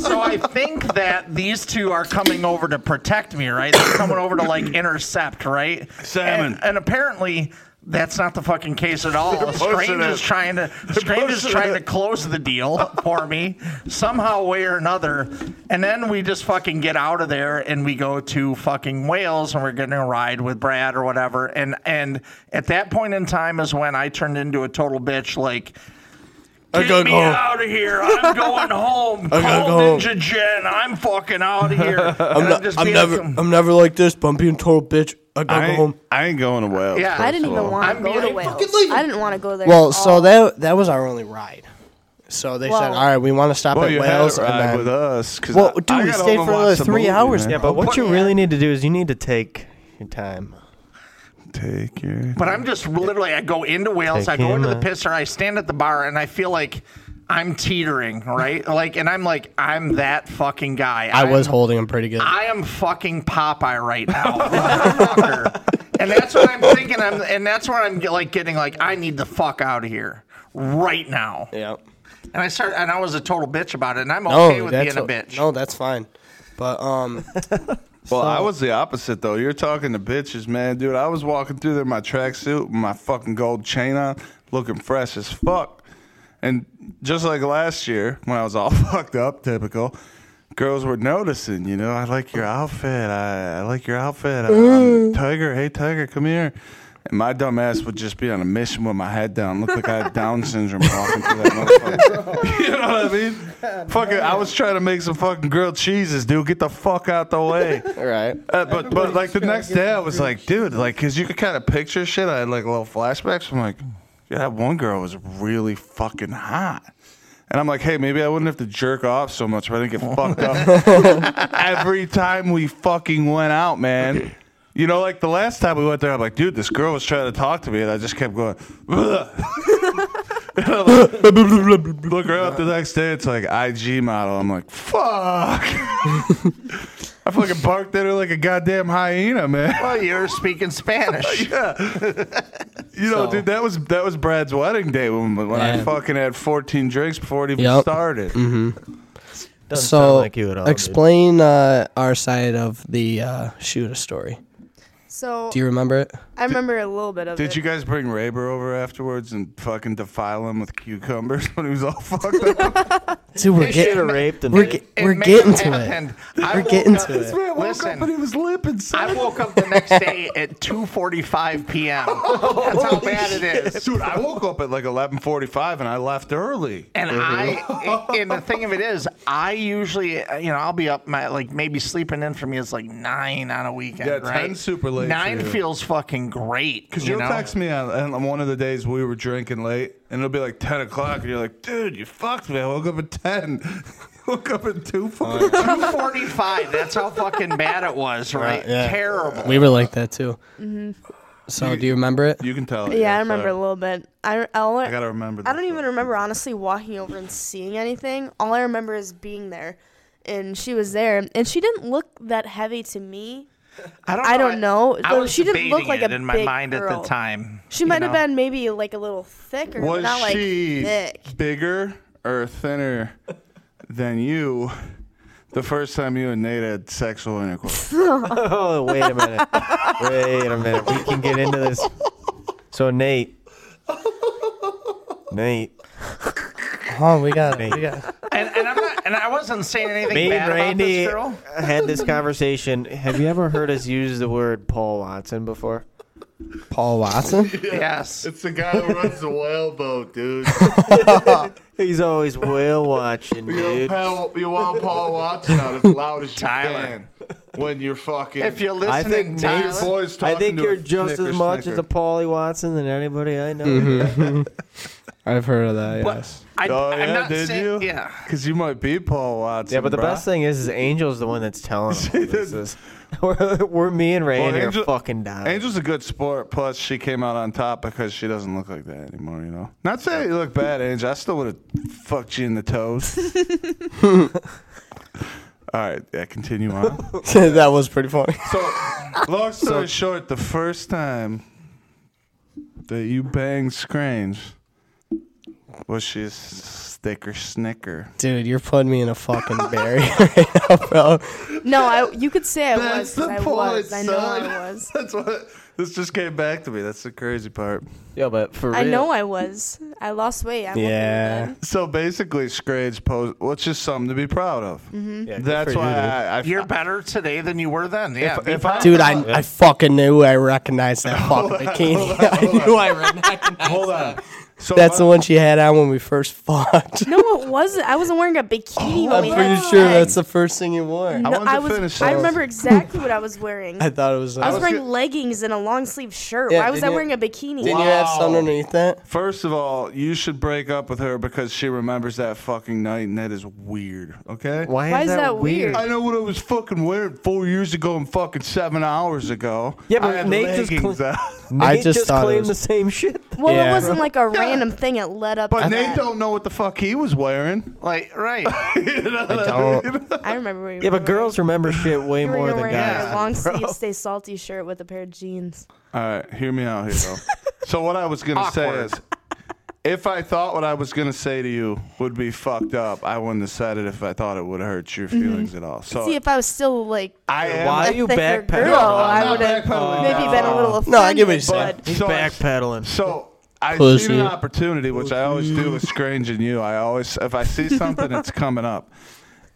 S1: so I think that these two are coming over to protect me, right? They're coming over to like intercept, right?
S3: Salmon.
S1: And, and apparently that's not the fucking case at all.
S3: pushing
S1: Strange
S3: it.
S1: is trying to Strange is
S3: pushing
S1: trying
S3: it.
S1: to close the deal for me somehow, way or another. And then we just fucking get out of there and we go to fucking Wales and we're getting a ride with Brad or whatever. And and at that point in time is when I turned into a total bitch. Like Get
S6: gotta
S1: me
S6: go.
S1: out of here. I'm going home.
S6: I gotta
S1: Call
S6: go home.
S1: Ninja Jen. I'm fucking out of here. I'm,
S6: I'm never, I'm never like this, but I'm being total bitch. I gotta
S3: I
S6: go home.
S3: ain't, I ain't going to Wales.
S1: Yeah.
S8: I didn't even want
S1: I'm
S8: to go to
S1: being-
S8: Wales.
S1: Fucking leave it.
S8: I didn't want to go there. at
S6: Well, so
S8: all.
S6: that that was our only ride. So they said,
S8: Well-
S6: all right, we want to stop
S3: Well,
S6: at
S3: you
S6: Wales,
S3: had a
S6: and
S3: ride
S6: then
S3: with us. 'cause
S6: Well,
S3: I-
S6: dude,
S3: I
S6: we
S3: got
S6: stayed
S3: home
S6: for
S3: and
S6: another
S3: watched the
S6: three
S3: movie,
S6: hours,
S3: man.
S6: man.
S5: Yeah, but what you
S8: Yeah.
S5: really need to do is you need to take your time.
S3: Take your.
S1: But I'm just literally, I go into Wales, I
S5: Take
S1: go
S5: him
S1: into the
S5: out.
S1: pisser, I stand at the bar, and I feel like I'm teetering, right? Like, and I'm like, I'm that fucking guy.
S6: I was
S1: I'm-
S6: holding him pretty good.
S1: I am fucking Popeye right now, Motherfucker. and that's what I'm thinking. I'm, and that's what I'm like getting like, I need the fuck out of here right now.
S6: yeah.
S1: And I start, and I was a total bitch about it, and I'm
S6: No,
S1: okay with
S6: that's
S1: being a
S6: o-
S1: bitch.
S6: No, that's fine. But um,
S3: Well, I was the opposite though. You're talking to bitches, man, dude. I was walking through there in my tracksuit, with my fucking gold chain on, looking fresh as fuck. And just like last year, when I was all fucked up, typical, girls were noticing. You know, I like your outfit. I, I like your outfit. I, am Tiger, hey Tiger, come here. And my dumb ass would just be on a mission with my head down, look like I had Down syndrome walking through that motherfucker. you know what I mean? Fucking, I was trying to make some fucking grilled cheeses, dude. Get the fuck out the way.
S6: all right.
S3: Uh, but but like the next day, I was like, dude, like, cause you could kind of picture shit. I had like little flashbacks. I'm like, yeah, that one girl was really fucking hot. And I'm like, hey, maybe I wouldn't have to jerk off so much if I didn't get fucked up every time we fucking went out, man. You know, like the last time we went there, I'm like, dude, this girl was trying to talk to me, and I just kept going. "Ugh." And I'm like, Look her up the next day. It's like IG model. I'm like, fuck. I fucking barked at her like a goddamn hyena, man.
S1: Well, Oh, you're speaking Spanish.
S3: You know,
S6: So-
S3: dude, that was that was Brad's wedding day when when I
S6: Yeah.
S3: fucking had 14 drinks before it even
S6: Yep. Mm-hmm.
S3: started.
S5: Doesn't
S6: So
S5: sound like you at all. dude.
S6: explain uh, our side of the uh, shoot a story.
S7: So
S6: Do you remember it?
S7: I remember a little bit of it.
S3: Did you guys bring Raber over afterwards and fucking defile him with cucumbers when he was all fucked up?
S6: Dude, we're
S1: shit,
S6: getting
S1: man.
S5: raped and
S6: we're, ge-
S1: It
S6: we're
S1: may
S6: getting
S1: have
S6: to
S1: happened.
S6: it.
S1: I
S6: We're
S1: woke
S6: getting
S1: up-
S6: to it.
S3: I woke up and he
S1: Listen,
S3: was limping. son.
S1: I woke up the next day at 2:45 p.m. That's how bad it is.
S3: Dude, I woke up at like 11:45 and I left early.
S1: And I, and the thing of it is, I usually, you know, I'll be up my like maybe sleeping in for me is like nine on a weekend.
S3: Yeah, 10
S1: right?
S3: super late
S1: Nine
S3: for you.
S1: feels fucking great.
S3: Because
S1: you
S3: you'll
S1: know?
S3: text me on, on one of the days we were drinking late, and it'll be like 10 o'clock, and you're like, dude, you fucked me. I woke up at 10. woke up at 2 fucking
S1: 2:45. That's how fucking bad it was. Right?
S6: yeah.
S1: Terrible.
S6: We were like that too.
S1: Mm-hmm.
S6: So do you remember it?
S3: You can tell.
S7: Yeah, I remember a little bit. I I, only,
S3: I gotta remember
S7: I don't
S3: this,
S7: even
S3: though.
S7: remember honestly walking over and seeing anything. All I remember is being there, and she was there, and she didn't look that heavy to me.
S1: don't.
S7: I don't know.
S1: I
S7: Though
S1: was
S7: she didn't look
S1: debating
S7: like
S1: it
S7: a
S1: in my
S7: big
S1: mind at
S7: girl.
S1: the time.
S7: She
S1: you
S7: might have
S1: know?
S7: been maybe like a little thicker, but
S3: Was
S7: not like
S3: she
S7: thick.
S3: bigger or thinner than you the first time you and Nate had sexual intercourse?
S5: Oh, wait a minute. wait a minute. We can get into this. So, Nate. Nate.
S6: Oh, we got
S5: Nate.
S6: it. We got
S1: And, and I'm not. And I wasn't saying anything
S5: Me
S1: bad
S5: and Randy
S1: about this girl.
S5: had this conversation. Have you ever heard us use the word Paul Watson before?
S6: Paul Watson?
S1: Yes.
S3: It's the guy who runs the whale boat, dude.
S5: He's always whale watching,
S3: You, know,
S5: dude.
S3: Paul, you want Paul Watson out as loud as you
S1: Tyler.
S3: can when you're fucking.
S1: If you're
S5: I
S1: listening,
S5: think
S1: Tyler,
S5: Nate's-
S3: boys
S5: I
S3: talking
S5: think
S3: to
S5: you're
S3: a
S5: just
S3: snicker
S5: as much
S3: snicker.
S5: as a Paulie Watson than anybody I know.
S6: I've heard of that,
S1: But
S6: yes.
S1: I,
S3: Oh,
S1: I'm
S3: yeah,
S1: not
S3: did
S1: saying,
S3: you?
S1: Yeah.
S3: Because you might be Paul Watson.
S5: Yeah, but the
S3: bruh.
S5: best thing is, is Angel's the one that's telling us. this is, we're, we're me and Ray
S3: Well,
S5: in here
S3: Angel-
S5: fucking down.
S3: Angel's a good sport. Plus, she came out on top because she doesn't look like that anymore. You know, not saying you look bad, Angel. I still would have fucked you in the toes. All right, yeah, continue on.
S6: that was pretty funny.
S3: So, long story short, the first time that you banged Scrange was she a sticker snicker?
S6: Dude, you're putting me in a fucking barrier right now, bro.
S8: No, I. You could say I was.
S3: That's
S8: 'cause
S3: the
S8: I
S3: point,
S8: was. I know I
S3: son.
S8: was.
S3: That's what this just came back to me. That's the crazy part.
S5: yeah, but for real,
S8: I know I was. I lost weight. I'm looking
S6: Yeah.
S8: good.
S3: So basically, Scrange posed, which is something to be proud of.
S5: Yeah, good
S3: That's
S5: for you,
S3: why
S5: dude.
S3: I, I
S1: You're better today than you were then. Yeah. be
S3: if
S1: proud.
S3: I-
S6: Dude, I, I fucking knew I recognized that fucking bikini. I knew I recognized
S3: Hold on. So
S6: That's the
S3: my-
S6: one she had on when we first fucked.
S8: No, it wasn't. I wasn't wearing a bikini. when
S6: I'm
S8: we
S6: pretty
S8: had
S6: sure
S8: sex.
S6: that's the first thing you wore.
S8: No,
S3: wanted to
S8: I was.
S3: finish
S8: I
S3: those.
S8: remember exactly what I was wearing.
S6: I
S8: I,
S6: thought it was.
S8: was
S6: Uh,
S3: was
S8: wearing
S3: gonna-
S8: leggings and a long sleeve shirt.
S6: Yeah,
S8: Why was
S6: didn't
S8: I
S6: you-
S8: wearing a bikini?
S6: didn't you have sun underneath that?
S3: First of all, you should break up with her because she remembers that fucking night, and that is weird. Okay.
S5: Why,
S8: Why
S5: is that weird?
S3: I know what I was fucking wearing four years ago and fucking seven hours ago.
S5: Yeah, but
S3: I had
S5: Nate just
S3: leggings
S5: cl-
S3: on.
S5: Nate
S6: I just thought it
S5: claimed
S6: was-
S5: the same shit.
S8: Well,
S6: Yeah.
S8: it wasn't like a random thing. It led up.
S3: But
S8: to
S3: Nate
S8: that.
S3: don't know what the fuck he was wearing.
S1: like, right.
S6: I don't.
S8: I remember. Where you
S5: Yeah,
S8: were
S5: but girls remember shit way
S8: You were
S5: more than
S8: wearing a
S5: guys.
S8: long sleeve, stay salty shirt with a pair of jeans.
S3: All right, hear me out here though. so what I was gonna say
S1: Awkward.
S3: is, if I thought what I was gonna say to you would be fucked up, I wouldn't have said it if I thought it would hurt your
S5: Mm-hmm.
S3: feelings at all. So
S8: See, if I was still like
S3: Oh. I am
S5: Why are
S8: a
S5: you
S8: thicker
S5: backpedaling?
S8: girl, I would have
S3: backpedaling
S8: maybe
S3: now.
S8: been a little offended.
S6: No, I get what you're saying.
S8: but
S5: He's
S3: So-
S5: backpedaling.
S3: So I
S6: Pussy.
S3: seen an opportunity, which I always do with Strange and you. I always, if I see something, it's coming up.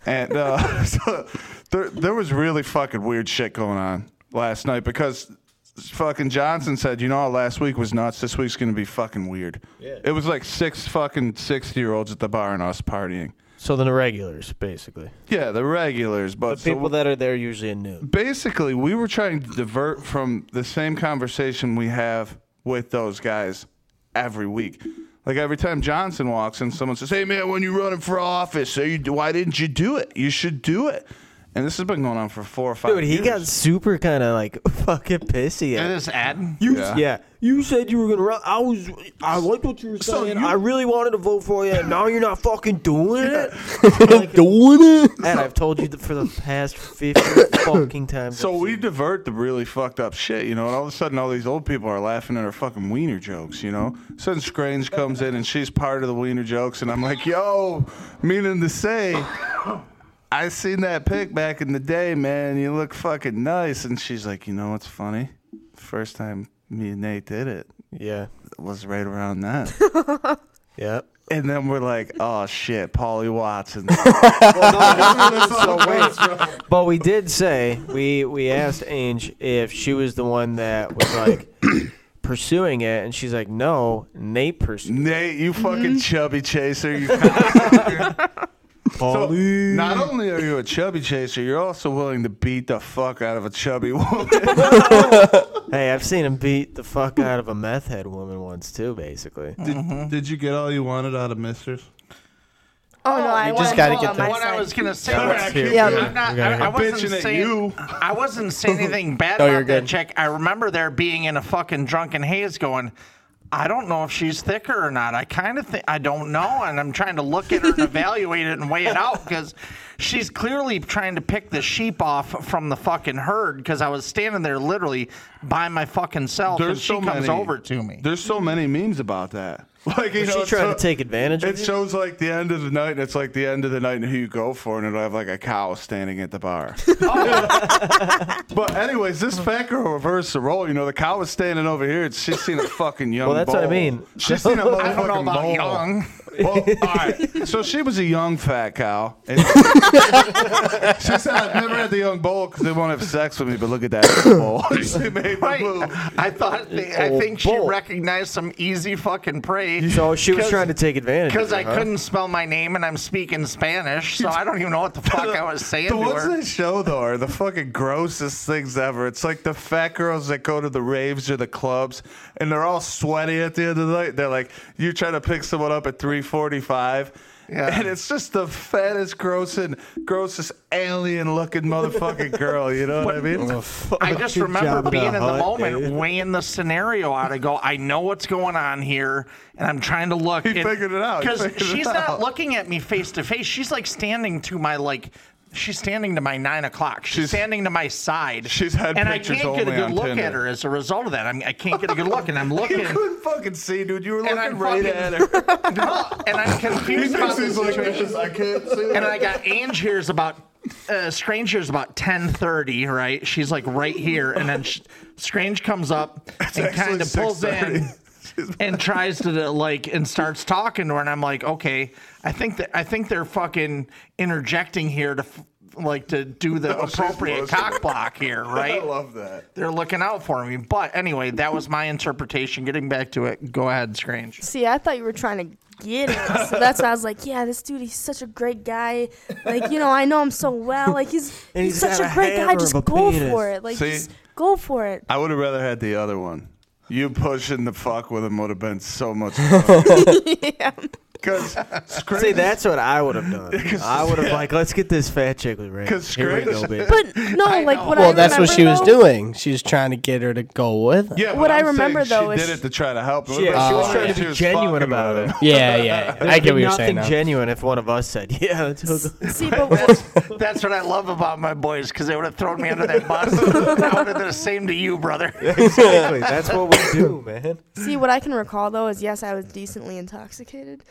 S3: And uh, so there, there was really fucking weird shit going on last night because fucking Johnson said, you know, how last week was nuts. This week's gonna be fucking weird. Yeah. It was like six fucking sixty year olds at the bar and us partying.
S5: So then the regulars, basically,
S3: Yeah, the regulars, but
S5: the people
S3: so,
S5: that are there usually at noon.
S3: basically we were trying to divert from the same conversation we have with those guys every week. Like every time Johnson walks in, someone says, "Hey man, when you running for office, are you, why didn't you do it? You should do it." And this has been going on for four or five.
S5: Dude, he
S3: years.
S5: got super kind of like fucking pissy
S1: It
S5: at.
S1: is Adam.
S5: You,
S3: Yeah.
S5: yeah. you said you were gonna run. I was, I liked what you were
S3: So
S5: saying.
S3: you-
S5: I really wanted to vote for you, and now you're not fucking doing it. And I've told you that for the past fifty fucking times.
S3: So
S5: I've
S3: we
S5: seen
S3: divert the really fucked up shit, you know, and all of a sudden all these old people are laughing at her fucking wiener jokes, you know? Sudden Scrange comes in and she's part of the wiener jokes, and I'm like, yo, meaning to say, I seen that pic back in the day, man. You look fucking nice. And she's like, you know what's funny? First time me and Nate did it
S5: you. Yeah,
S3: was right around that.
S5: yeah.
S3: and then we're like, oh shit, Paulie Watson.
S5: But we did say we we asked Ange if she was the one that was like pursuing it, and she's like, no, Nate pursued.
S3: Nate, you fucking chubby chaser. You So, not only are you a chubby chaser, you're also willing to beat the fuck out of a chubby woman.
S5: Hey, I've seen him beat the fuck out of a meth head woman once too. Basically,
S3: did, did you get all you wanted out of Misters?
S8: oh no, I
S6: just
S8: wanna
S6: gotta
S8: go
S6: get
S8: on
S6: the-
S8: my
S1: What I
S8: side.
S1: was gonna say.
S3: let's hear it.
S1: yeah,
S8: Yeah.
S1: I'm not, I, I
S3: Bitching
S1: wasn't
S3: at
S1: saying
S3: you.
S1: I wasn't saying anything bad
S6: No, you're
S1: about that
S6: good.
S1: chick. I remember there being in a fucking drunken haze, going, I don't know if she's thicker or not. I kind of think I don't know, and I'm trying to look at her and evaluate it and weigh it out because she's clearly trying to pick the sheep off from the fucking herd. Because I was standing there literally by my fucking self, and she comes over to me.
S3: There's so many memes about that. Like, you
S5: Was
S3: know,
S5: she trying
S3: so-
S5: to take advantage
S3: It
S5: of you?
S3: shows like the end of the night, and it's like the end of the night and who you go for, and it'll have like a cow standing at the bar. but anyways, this fat girl reversed the role. You know, the cow was standing over here, and she's seen a fucking young.
S5: Well, that's what I
S3: bull.
S5: mean.
S3: She's seen a
S5: I
S1: I
S5: don't
S3: motherfucking
S1: don't know about
S3: bull.
S1: young.
S3: Well, all right. So she was a young fat cow. And she said, "I've never had the young bull because they won't have sex with me." But look at that bull. she made the move.
S1: I thought. I
S5: Old
S1: think she
S5: bull.
S1: recognized some easy fucking prey.
S5: So she was
S1: 'Cause-
S5: trying to take advantage.
S1: Because
S5: of
S1: I
S5: it, huh?
S1: couldn't spell my name and I'm speaking Spanish, so I don't even know what the fuck I was saying to
S3: The ones
S1: her.
S3: they show though are the fucking grossest things ever. It's like the fat girls that go to the raves or the clubs and they're all sweaty at the end of the night. They're like, you try to pick someone up at three forty five.
S1: Yeah.
S3: And it's just the fattest, gross and grossest alien looking motherfucking girl, you know what I mean?
S1: I just remember
S5: job in a
S1: being in the
S5: hut,
S1: moment,
S5: dude.
S1: weighing the scenario out. I go, I know what's going on here, and I'm trying to look.
S3: He figured it out. He
S1: because
S3: figured it
S1: she's
S3: out.
S1: not looking at me face to face. She's like standing to my like. She's standing to my nine o'clock. She's,
S3: She's-
S1: standing to my side.
S3: she's had
S1: and I
S3: pictures
S1: can't get a
S3: only
S1: good
S3: on
S1: look
S3: Tinder.
S1: at her as a result of that. I, mean, I can't get a good look, and I'm
S3: You
S1: looking.
S3: couldn't fucking see, dude. You were looking
S1: And I'm
S3: right
S1: fucking-
S3: at her.
S1: No, and I'm
S3: He
S1: confused about this
S3: thinks he's like
S1: situation.
S3: this. I can't see.
S1: and I got Ange here's about uh, Strange here's about ten thirty, right? She's like right here, and then sh Strange comes up and
S3: actually
S1: kind of pulls
S3: 6:30.
S1: in and tries to uh, like and starts talking to her, and I'm like, okay, I think that I think they're fucking interjecting here to f- like to do the
S3: No, she's
S1: appropriate
S3: bullshit.
S1: cock block here,
S3: Oh, I
S1: right?
S3: love that.
S1: they're looking out for me, but anyway, that was my interpretation. Getting back to it, go ahead, Strange.
S8: See, I thought you were trying to get it, so that's why I was like, "Yeah, this dude, he's such a great guy. Like, you know, I know him so well. Like, he's
S5: And
S8: he's,
S5: he's
S8: such
S5: got
S8: a
S5: a
S8: great guy.
S5: hammer
S8: Just
S5: of a
S8: go
S5: penis."
S8: for it. Like,
S3: See?
S8: just go for it."
S3: I would have rather had the other one. You pushing the fuck with him would have been so much Because
S5: See, that's what I would have done. I would have like, let's get this fat chick with Ray.
S3: 'Cause
S5: Here we
S3: Scrooge-
S5: go, baby.
S8: But no, like what I
S6: Well, that's what
S8: remember,
S6: she was
S8: though-
S6: doing. She was trying to get her to go with. Him.
S3: yeah,
S8: what I
S3: I'm saying
S8: remember, though,
S3: she
S8: is
S3: did
S8: she-
S3: it to try to help. It
S5: Yeah,
S3: like
S5: she was
S3: fine.
S5: trying to
S3: She
S5: be
S3: was
S5: genuine
S3: fucking
S5: about
S3: with
S5: it.
S6: Yeah, yeah. I
S5: It'd
S6: get
S5: be
S6: what you're
S5: nothing
S6: saying. now.
S5: genuine if one of us said, "Yeah, let's go."
S8: See, but what,
S1: That's what I love about my boys because they would have thrown me under that bus. I would have done the same to you, brother.
S5: exactly. That's what we do, man.
S8: see what I can recall though is yes, I was decently intoxicated,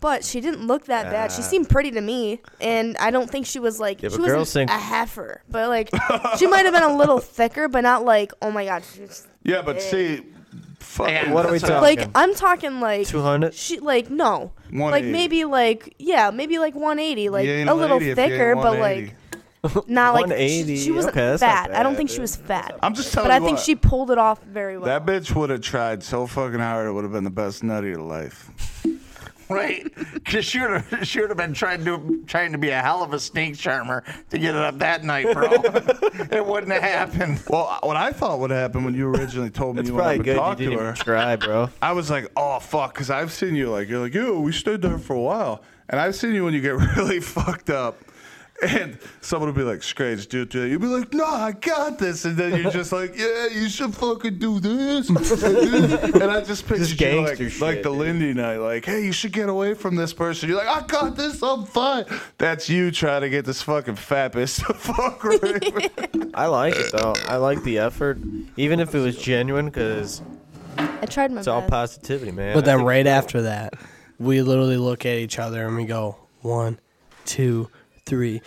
S8: but she didn't look that bad. She seemed pretty to me, and I don't think she was like
S5: Yeah,
S8: she
S5: but girls
S8: was
S5: think-
S8: a heifer, but like she might have been a little thicker, but not like oh my god, she's
S3: Yeah, but see, fuck.
S1: Man,
S5: What are we
S1: that's a-
S5: talking?
S8: like I'm talking like
S5: 200?
S8: She like no, like
S3: 180.
S8: maybe like yeah, maybe like 180, like
S3: You ain't
S8: a little
S3: 180 if you ain't
S8: thicker, but
S3: 180.
S8: like not like she,
S5: 180,
S8: she wasn't
S5: okay, that's not
S8: fat. I don't
S5: bad,
S8: think she
S5: dude.
S8: was fat,
S3: I'm just telling
S8: but I
S3: you
S8: think
S3: what,
S8: she pulled it off very well.
S3: That bitch would have tried so fucking hard. It would have been the best nut of your life.
S1: right? Because she would have she would have been trying to trying to be a hell of a snake charmer to get it up that night, bro. it wouldn't have happened.
S3: Well, what I thought would happen when you originally told me
S5: It's
S3: you wanted
S5: probably
S3: to
S5: good you
S3: talk
S5: didn't
S3: to her,
S5: even try, bro.
S3: I was like, oh fuck, because I've seen you like you're like, yo, we stood there for a while, and I've seen you when you get really fucked up, and someone will be like, Scrage, do it, do it. You'll be like, no, I got this, and then you're just like, yeah, you should fucking do this, and, this. And I just picture
S5: Just
S3: you like,
S5: gangster shit,
S3: like the
S5: dude.
S3: Lindy night, like, hey, you should get away from this person. You're like, I got this, I'm fine. That's you trying to get this fucking fat bitch to fuck right.
S5: I like it though. I like the effort, even if it was genuine, because
S8: I tried my
S5: it's all
S8: best.
S5: positivity, man.
S6: But
S5: I
S6: then
S5: think-
S6: right after that, we literally look at each other and we go one, two, three,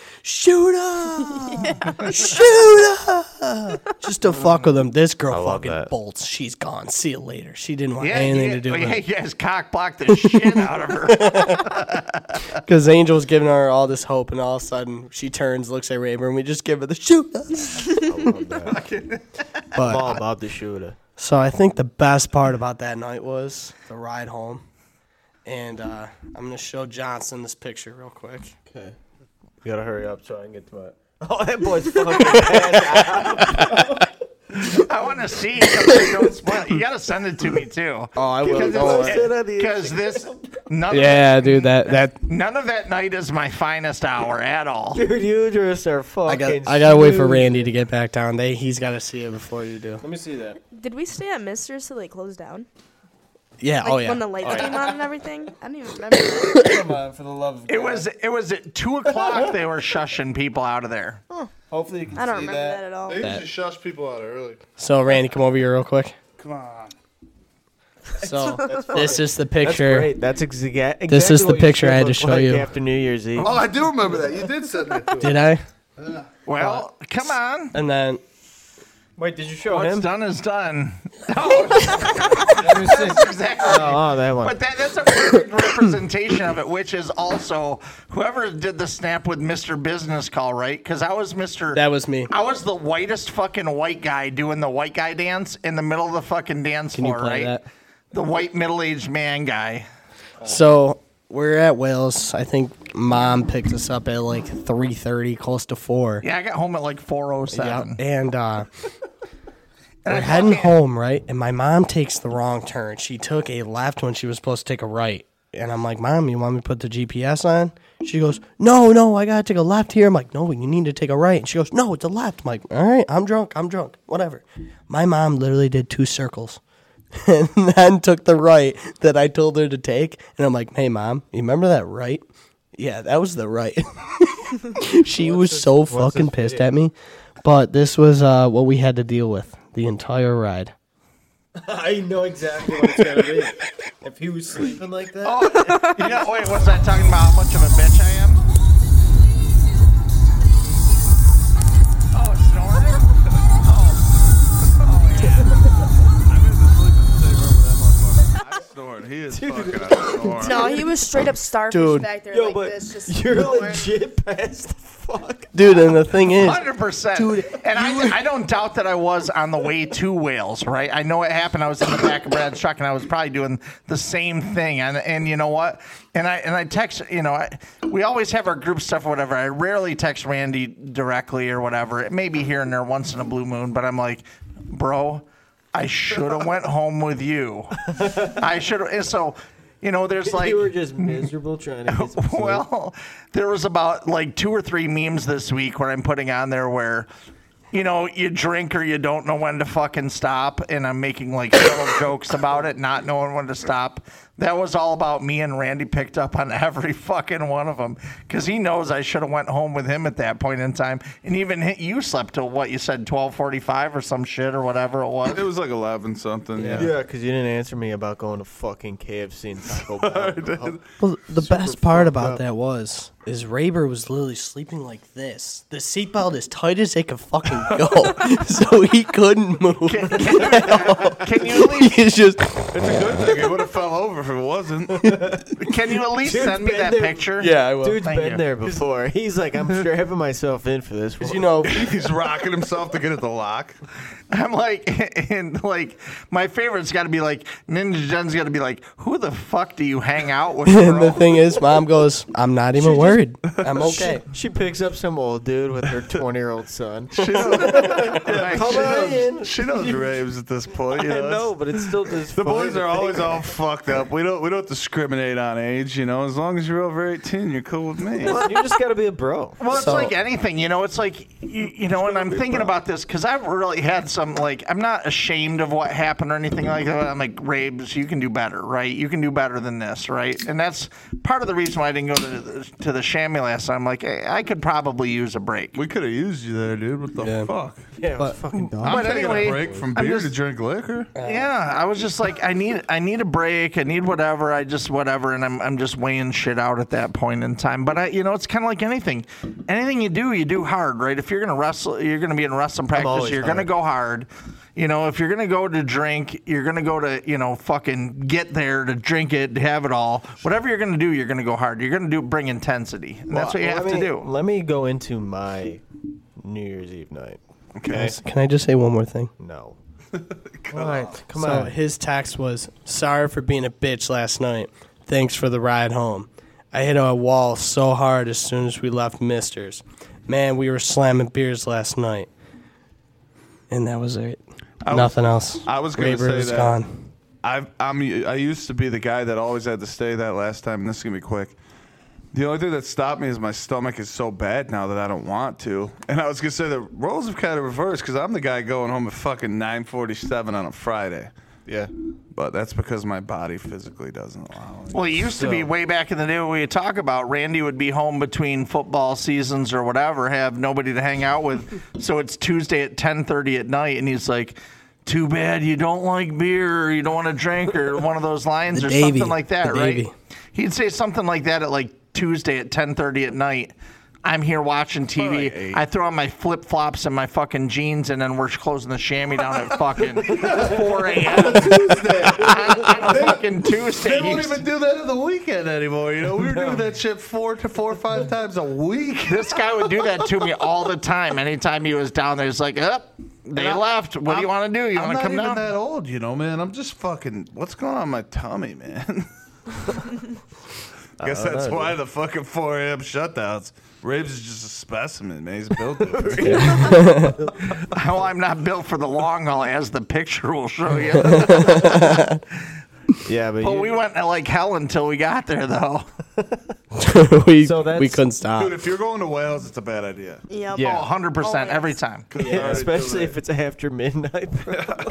S6: shoot up, shoot up, just to fuck with them. This girl
S5: love
S6: fucking
S5: that.
S6: bolts. She's gone. See you later. She didn't want
S1: Yeah,
S6: anything
S1: yeah, Oh,
S6: to do
S1: yeah,
S6: with it
S1: you guys cock blocked the shit out of her.
S6: because Angel's giving her all this hope, and all of a sudden she turns, looks at Rayburn, and we just give her the shoot up.
S5: I'm all
S6: But
S5: about the shooter.
S6: so I think the best part about that night was the ride home. And uh, I'm gonna show Johnson this picture real quick.
S5: You gotta hurry up so I can get to my. Oh, that boy's fucking bad.
S1: I want to see. it. Don't spoil it. You got to send it to me too.
S6: Oh, I will.
S1: Because
S6: don't worry.
S1: this none,
S6: Yeah, dude, that that
S1: none of that night is my finest hour at all.
S5: Dude, you just are
S6: I
S5: fucking.
S6: got I gotta wait for Randy to get back down. They he's gotta see it before you do.
S5: Let me see that.
S8: Did we stay at Mister's till they closed down?
S6: Yeah,
S8: Like
S6: oh yeah.
S8: when the lights came on and everything. I don't even remember.
S5: Come on, for the love of
S1: It was it was at two o'clock. They were shushing people out of there.
S5: Hopefully you can
S8: I don't remember that. at all.
S3: usually shush people out early.
S6: so Randy, come over here real quick.
S3: Come on.
S6: So this is the
S5: That's
S6: picture.
S5: great. That's exa- exactly.
S6: This is the
S5: what you
S6: picture I
S5: should
S6: had to
S5: look
S6: show
S5: like
S6: you.
S5: after New Year's Eve.
S3: Oh, I do remember that. You did send that to
S6: Did I?
S1: Well, come on.
S6: And then
S5: Wait, did you show
S1: What's
S5: him?
S1: done is done. Exactly.
S5: Oh, that one.
S1: But that, that's a perfect representation of it, which is also whoever did the snap with Mr. Business Call, right? Because I was Mr.
S6: That was me.
S1: I was the whitest fucking white guy doing the white guy dance in the middle of the fucking dance
S6: you
S1: floor,
S6: play
S1: right?
S6: that?
S1: The white middle aged man guy.
S6: So we're at Wales. I think mom picked us up at like three thirty, close to four.
S1: Yeah, I got home at like four oh seven.
S6: And uh we're heading home, right? And my mom takes the wrong turn. She took a left when she was supposed to take a right. And I'm like, Mom, you want me to put the GPS on? She goes, No, no, I gotta take a left here. I'm like, No, you need to take a right. And she goes, No, it's a left. I'm like, All right, I'm drunk, I'm drunk, whatever. My mom literally did two circles and then took the right that I told her to take. And I'm like, Hey, Mom, you remember that right? Yeah, that was the right. she was so fucking pissed at me. But this was uh, what we had to deal with the entire ride.
S5: I know exactly what it's gonna be. if he was sleeping like that.
S1: yeah, wait, what's that talking about? How much of a bitch I am? Oh, it's snoring?
S3: Snoring. He is fucking up snoring.
S8: No, he was straight up starfish
S6: Dude.
S8: back there
S5: Yo,
S8: like
S5: but
S8: this. Just
S5: You're
S8: nowhere.
S5: legit past the fuck.
S6: Dude, and the thing is,
S1: Hundred percent,
S6: Dude,
S1: and I, I don't doubt that I was on the way to Wales, right? I know it happened. I was in the back of Brad's truck, and I was probably doing the same thing. And and you know what? And I and I text, you know, I, we always have our group stuff or whatever. I rarely text Randy directly or whatever. It may be here and there once in a blue moon, but I'm like, bro, I should have went home with you. I should. have So, you know, there's like
S5: you were just miserable trying to. Get some sleep.
S1: well, there was about like two or three memes this week where I'm putting on there where, you know, you drink or you don't know when to fucking stop, and I'm making like little jokes about it, not knowing when to stop. That was all about me and Randy picked up on every fucking one of them because he knows I should have went home with him at that point in time, and even hit, you slept till what you said twelve forty five or some shit or whatever it was.
S3: It was like 11 something. Yeah.
S5: yeah, because you didn't answer me about going to fucking KFC and Taco Bell.
S6: well, the best part about that was, is Raber was literally sleeping like this. The seatbelt as tight as it could fucking go, so he couldn't move.
S1: Can, can- can you at least,
S6: He's just,
S3: It's a good thing. It would have fell over if it wasn't.
S1: can you at least
S5: Dude's
S1: send me
S5: been
S1: that
S5: there.
S1: picture?
S6: yeah, I will.
S5: Dude's
S1: Thank
S5: been
S1: you.
S5: there before. He's like, I'm strapping myself in for this.
S6: you know,
S3: He's rocking himself to get at the lock.
S1: I'm like, and like, my favorite's got to be like Ninja Jen's got to be like, who the fuck do you hang out with?
S6: and the
S1: Bro?
S6: thing is, mom goes, I'm not even worried. I'm okay.
S5: She picks up some old dude with her 20 year old son.
S3: She knows,
S1: Like,
S5: Come on.
S3: she knows raves at this point. You
S5: I
S3: know, it's-
S5: know, but it's still just.
S3: The boys are always all fucked up. We don't we don't discriminate on age, you know. As long as you're over 18, you're cool with me.
S5: You just gotta be a bro.
S1: well, it's
S6: So-
S1: like anything, you know. It's like you, you know, and I'm thinking about this because I've really had some like I'm not ashamed of what happened or anything like that. I'm like, Rabes, you can do better, right? You can do better than this, right? And that's part of the reason why I didn't go to the, to the chamois last time. I'm like, hey, I could probably use a break.
S3: We could have used you there, dude. What the fuck?
S5: Yeah, fucking dumb.
S1: I'm but
S3: Taking
S1: anyway,
S3: a break from
S1: I'm
S3: beer
S1: just-
S3: to drink liquor.
S1: Yeah, I was just like, I need, I need a break. I need whatever. I just whatever, and I'm, I'm just weighing shit out at that point in time. But I, you know, it's kind of like anything. Anything you do, you do hard, right? If you're gonna wrestle, you're gonna be in wrestling practice.
S5: always
S1: You're gonna
S5: hard.
S1: go hard. You know, if you're gonna go to drink, you're gonna go to, you know, fucking get there to drink it, to have it all. Whatever you're gonna do, you're gonna go hard. You're gonna do bring intensity. And that's what you
S5: Well,
S1: have
S5: let
S1: to
S5: me-
S1: do.
S5: Let me go into my New Year's Eve night. Okay.
S6: Guys, Can I just say one more thing?
S5: No. What? Come
S6: So
S5: on.
S6: his text was, "Sorry for being a bitch last night. Thanks for the ride home. I hit a wall so hard as soon as we left Mister's. Man, we were slamming beers last night." And that was it. Nothing else.
S3: I was gonna
S6: Raber
S3: say
S6: is
S3: that.
S6: gone.
S3: I've, I'm I used to be the guy that always had to stay that last time, and this is gonna be quick. The only thing that stopped me is my stomach is so bad now that I don't want to. And I was gonna say the roles have kind of reversed because I'm the guy going home at fucking 9:47 on a Friday.
S5: Yeah.
S3: But that's because my body physically doesn't allow it.
S1: Well, it used to be
S5: So-
S1: way back in the day when we talk about Randy would be home between football seasons or whatever, have nobody to hang out with. so it's Tuesday at ten thirty at night, and he's like, "Too bad you don't like beer, or you don't want to drink, or one of those lines,
S6: The
S1: or
S6: Davey.
S1: something like that,
S6: The
S1: right?"
S6: Davey.
S1: He'd say something like that at like Tuesday at ten thirty at night. I'm here watching
S3: Probably
S1: TV.
S3: eight.
S1: I throw on my flip flops and my fucking jeans, and then we're closing the chamois down at fucking 4 a.m.
S3: Tuesday.
S1: on a fucking
S3: They
S1: Tuesday.
S3: won't even do that in the weekend anymore. You know, we were doing that shit four to four or five times a week.
S1: This guy would do that to me all the time. Anytime he was down there, he's like, "Up, they
S3: I-
S1: left. What do you want to do? You
S3: I'm
S1: want
S3: not
S1: to come
S3: even
S1: down?"
S3: that old, you know, man. I'm just fucking. What's going on in my tummy, man? I guess that's
S5: know,
S3: why the fucking 4 a.m. shutdowns. Raves is just a specimen, man. He's built different.
S1: Well, I'm not built for the long haul, as the picture will show you.
S5: Yeah, but
S1: but
S5: you,
S1: we went like hell until we got there, though.
S6: we,
S5: So that's-
S6: we couldn't stop.
S3: Dude, if you're going to Wales, it's a bad idea.
S8: Yep.
S1: Oh,
S5: Yeah.
S1: 100%
S8: Always.
S1: every time.
S5: yeah, especially if it's after midnight.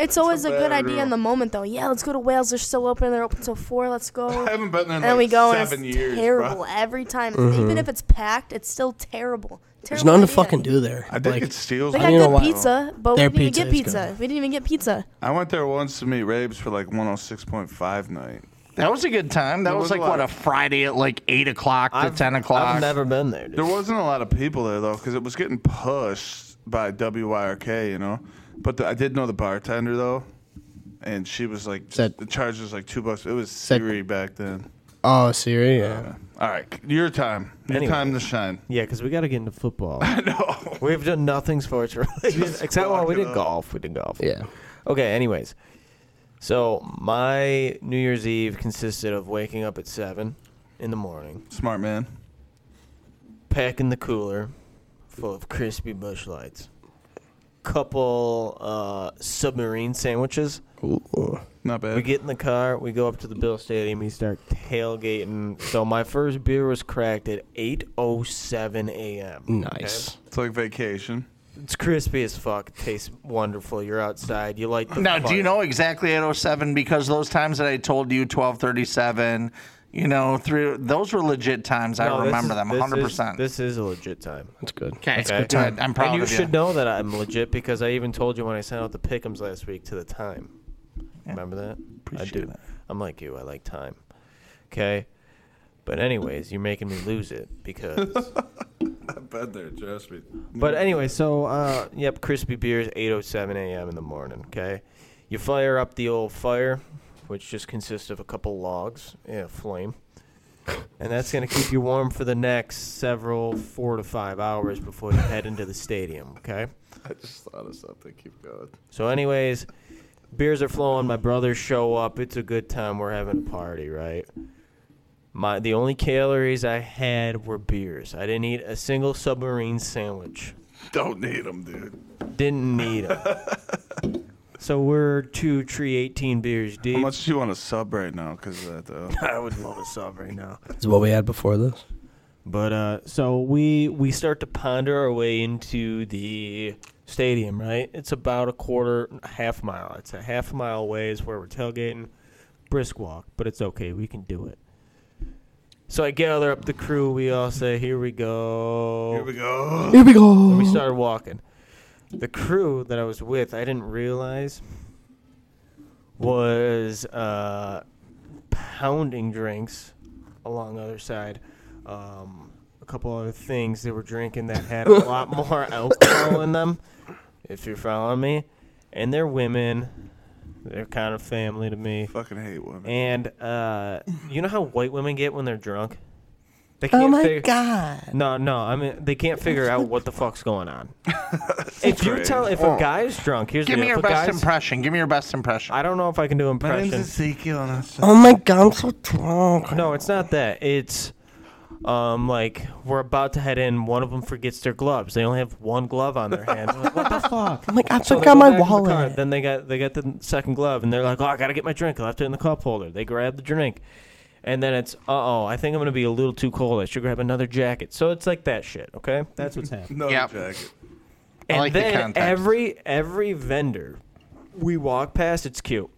S8: It's always a good
S3: bad
S8: idea
S3: girl.
S8: in the moment, though. Yeah, let's go to Wales. They're still open. They're open till four. Let's go.
S3: I haven't been there in
S8: and we
S3: like
S8: go, and
S3: seven
S8: it's
S3: years. bro.
S8: terrible every time. Even if it's packed, it's still terrible. terrible
S6: Mm-hmm. There's nothing to
S8: idea.
S6: fucking do there.
S3: I did
S6: Like,
S3: get steals.
S8: They
S6: I
S8: got
S6: don't know
S8: good
S6: why-
S8: pizza, but we
S6: Their
S8: didn't even
S6: pizza
S8: get
S6: is
S8: pizza.
S6: good.
S8: We didn't even get pizza.
S3: I went there once to meet Rabes for like 106.5 night.
S1: That was a good time. That
S3: There
S1: was,
S3: was a
S1: like,
S3: lot
S1: what, a
S3: of-
S1: Friday at like 8 o'clock to 10 o'clock?
S5: I've never been there. Dude.
S3: There wasn't a lot of people there though, because it was getting pushed by WYRK, you know. But the, I did know the bartender though, and she was like,
S6: Said-
S3: the charge was like two bucks. It was
S6: Said-
S3: Siri back then.
S6: oh, Siri, yeah.
S3: All right, your time, your
S5: Anyway.
S3: time to shine.
S5: Yeah, because we got to get into football.
S3: No,
S5: We've done nothing sports related except well, we
S3: fuck it
S5: did
S3: up.
S5: golf. We did golf.
S6: Yeah.
S5: Okay. Anyways, so my New Year's Eve consisted of waking up at seven in the morning,
S3: smart man.
S5: packing the cooler full of crispy bush lights, couple uh, submarine sandwiches.
S3: Not bad.
S5: We get in the car. We go up to the Bill Stadium. We start tailgating. So my first beer was cracked at eight oh seven a.m.
S6: Nice.
S3: it's like vacation.
S5: It's crispy as fuck. Tastes wonderful. You're outside. You like the
S1: Now, do you
S5: fire.
S1: know exactly 807? Because those times that I told you, 1237, you know, through those were legit times.
S5: No,
S1: I
S5: this
S1: remember
S5: is-
S1: them
S5: this is-
S1: 100%.
S5: This is a legit time.
S6: That's good.
S1: okay,
S5: Okay.
S1: good. I'm proud
S5: and you
S1: of you.
S5: should know that I'm legit because I even told you when I sent out the pickums last week to the time. Remember that? I do.
S1: Appreciate that.
S5: I'm like you. I like time. Okay. But anyways, you're making me lose it because.
S3: I've been there, trust me.
S5: but anyway, so uh, yep, crispy beers, 8:07 a.m. in the morning. Okay, you fire up the old fire, which just consists of a couple logs and a flame, and that's gonna keep you warm for the next several four to five hours before you head into the stadium. Okay.
S3: I just thought of something. Keep going.
S5: So, anyways, beers are flowing. My brothers show up. It's a good time. We're having a party, right? My the only calories I had were beers. I didn't eat a single submarine sandwich.
S3: Don't need them, dude.
S5: Didn't need 'em. so we're two, three, eighteen beers deep.
S3: How much do you want a sub right now? Because of that though.
S5: I would love a sub right now.
S6: Is what we had before this.
S5: But uh, so we we start to ponder our way into the stadium, right? It's about a quarter, half mile. It's a half mile ways where we're tailgating, brisk walk, but it's okay. We can do it. So I gather up the crew. We all say, "Here we go."
S3: Here we go.
S6: Here we go.
S5: And we started walking. The crew that I was with, I didn't realize, was uh, pounding drinks along the other side. Um, a couple other things they were drinking that had a lot more alcohol in them, if you're following me. And they're women. They're kind of family to me.
S3: Fucking hate women.
S5: And uh, you know how white women get when they're drunk? They can't oh my god! No, no, I mean they can't figure out what the fuck's going on. if you
S3: Crazy.
S5: tell, if a guy's drunk, here's
S1: Give
S5: the
S1: me your
S5: deal. If a
S1: best
S5: guy's-
S1: impression. Give me your best impression.
S5: I don't know if I can do impressions.
S3: Ezekiel, and I'm
S6: Oh my god, I'm so drunk.
S5: No, it's not that. It's um like we're about to head in. One of them forgets their gloves. They only have one glove on their hand. We're like, what the fuck?
S6: I'm like, I
S5: So they
S6: forgot
S5: go
S6: my
S5: back in the car,
S6: wallet.
S5: Then they got they got the second glove, and they're like, "Oh, I gotta get my drink. I left it in the cup holder." They grab the drink, and then it's, "Uh oh, I think I'm gonna be a little too cold. I should grab another jacket." So it's like that shit. Okay, that's what's happening.
S3: no
S1: Yep.
S3: jacket.
S5: and
S1: like the
S5: then
S1: context.
S5: every every vendor we walk past, it's cute.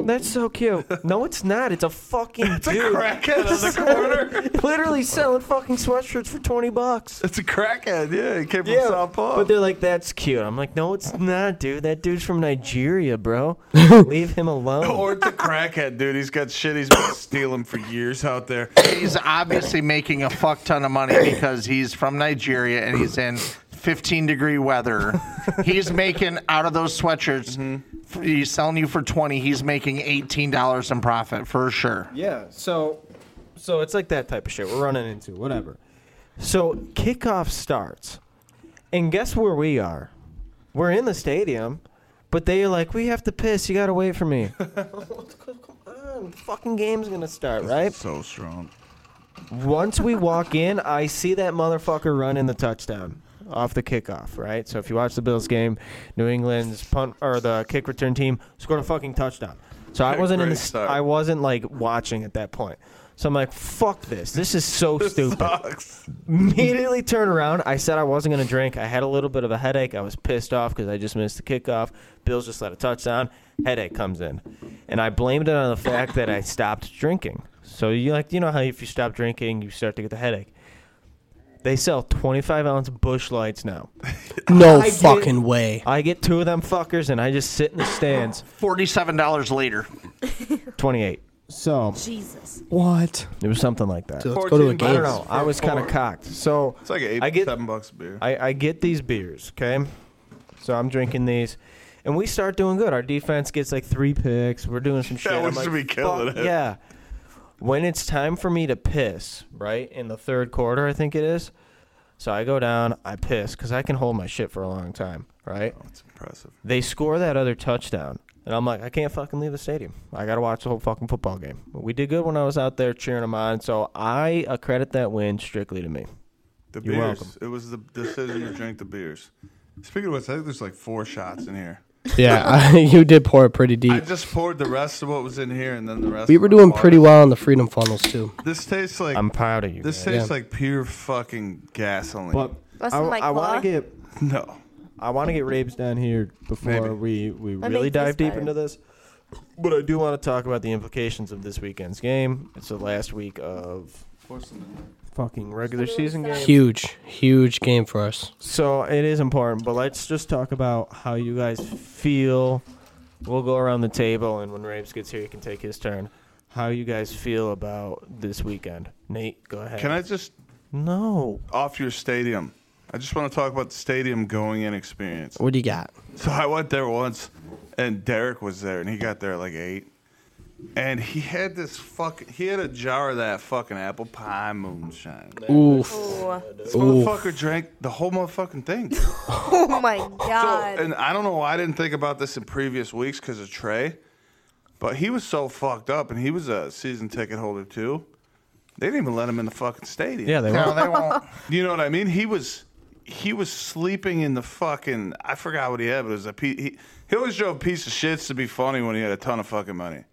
S5: That's so cute. No, it's not. It's a fucking dude.
S3: Crackhead on the corner.
S5: Literally selling fucking sweatshirts for twenty bucks.
S3: It's a crackhead. Yeah, he came from South Paw.
S5: but they're like, "That's cute." I'm like, "No, it's not, dude. That dude's from Nigeria, bro. Leave him alone."
S3: or it's a crackhead, dude. He's got shit. He's been stealing for years out there.
S1: He's obviously making a fuck ton of money because he's from Nigeria and he's in 15 degree weather. He's making out of those sweatshirts. f- He's selling you for 20. He's making $18 in profit for sure.
S5: Yeah, so so it's like that type of shit we're running into, whatever. So kickoff starts. And guess where we are? We're in the stadium, but they're like, We have to piss, you gotta wait for me. Come on, fucking game's gonna start, right?
S3: So strong.
S5: Once we walk in, I see that motherfucker run in the touchdown off the kickoff, right? So if you watch the Bills game, New England's punt or the kick return team scored a fucking touchdown. So I wasn't in the
S3: Great start.
S5: I wasn't like watching at that point. So I'm like, fuck this. This is so stupid.
S3: Sucks.
S5: Immediately turn around. I said I wasn't gonna drink. I had a little bit of a headache. I was pissed off because I just missed the kickoff. Bills just let a touchdown. Headache comes in, and I blamed it on the fact that I stopped drinking. So you like you know how if you stop drinking, you start to get the headache. They sell 25 ounce Bush Lights now.
S6: No
S5: I did-
S6: fucking way.
S5: I get two of them fuckers, and I just sit in the stands.
S1: $47 later.
S5: 28. So
S7: Jesus.
S6: What?
S5: it was something like that.
S6: Let's go to a
S3: 14
S5: I
S6: game.
S5: don't know. I was kind of cocked. So
S3: It's like eight,
S5: I get
S3: seven bucks a beer.
S5: I, I get these beers, okay? So I'm drinking these, and we start doing good. Our defense gets like three picks. We're doing some shit.
S3: we
S5: I'm
S3: should
S5: like,
S3: be killing
S5: "Fuck
S3: it."
S5: Yeah. When it's time for me to piss, right in the third quarter, I think it is. So I go down, I piss because I can hold my shit for a long time, right?
S3: That's impressive.
S5: They score that other touchdown, and I'm like, I can't fucking leave the stadium. I gotta watch the whole fucking football game. But we did good when I was out there cheering them on, so I accredit that win strictly to me.
S3: The
S5: You're
S3: beers.
S5: welcome.
S3: It was the decision to drink the beers. Speaking of which, I think there's like four shots in here.
S6: Yeah, you did pour it pretty
S3: I
S6: deep.
S3: just poured the rest of what was in here, and then the rest.
S6: We
S3: of
S6: were
S3: my
S6: doing
S3: water.
S6: pretty well on the freedom funnels too.
S3: This tastes like
S5: I'm proud of you.
S3: this
S5: man.
S3: tastes
S6: Yeah.
S3: like pure fucking gasoline.
S5: But
S8: Less
S5: I,
S8: than Mike
S5: I
S8: Law.
S5: want to get
S3: no,
S5: I want to get Rabes down here before
S3: Maybe.
S5: we we
S8: Let me
S5: really dive
S8: taste
S5: deep
S8: mine.
S5: into this. But I do want to talk about the implications of this weekend's game. It's the last week of fucking regular season game.
S6: Huge, huge game for us.
S5: So it is important, but let's just talk about how you guys feel. We'll go around the table, and when Rabes gets here, he can take his turn. How you guys feel about this weekend? Nate, go ahead.
S3: can I just
S5: No.
S3: off your stadium? I just want to talk about the stadium going in experience.
S6: What do you got?
S3: So I went there once, and Derek was there, and he got there at like eight, and he had this fuck. He had a jar of that fucking apple pie moonshine.
S6: Oof.
S8: Ooh.
S3: This motherfucker drank the whole motherfucking thing.
S8: Oh my
S3: So,
S8: god.
S3: and I don't know why I didn't think about this in previous weeks because of Trey, but he was so fucked up, and he was a season ticket holder too. They didn't even let him in the fucking stadium.
S5: Yeah, they
S1: No,
S5: won't.
S1: they won't.
S3: you know what I mean. He was he was sleeping in the fucking. I forgot what he had, but it was a piece. He, he always drove piece of shits to be funny when he had a ton of fucking money.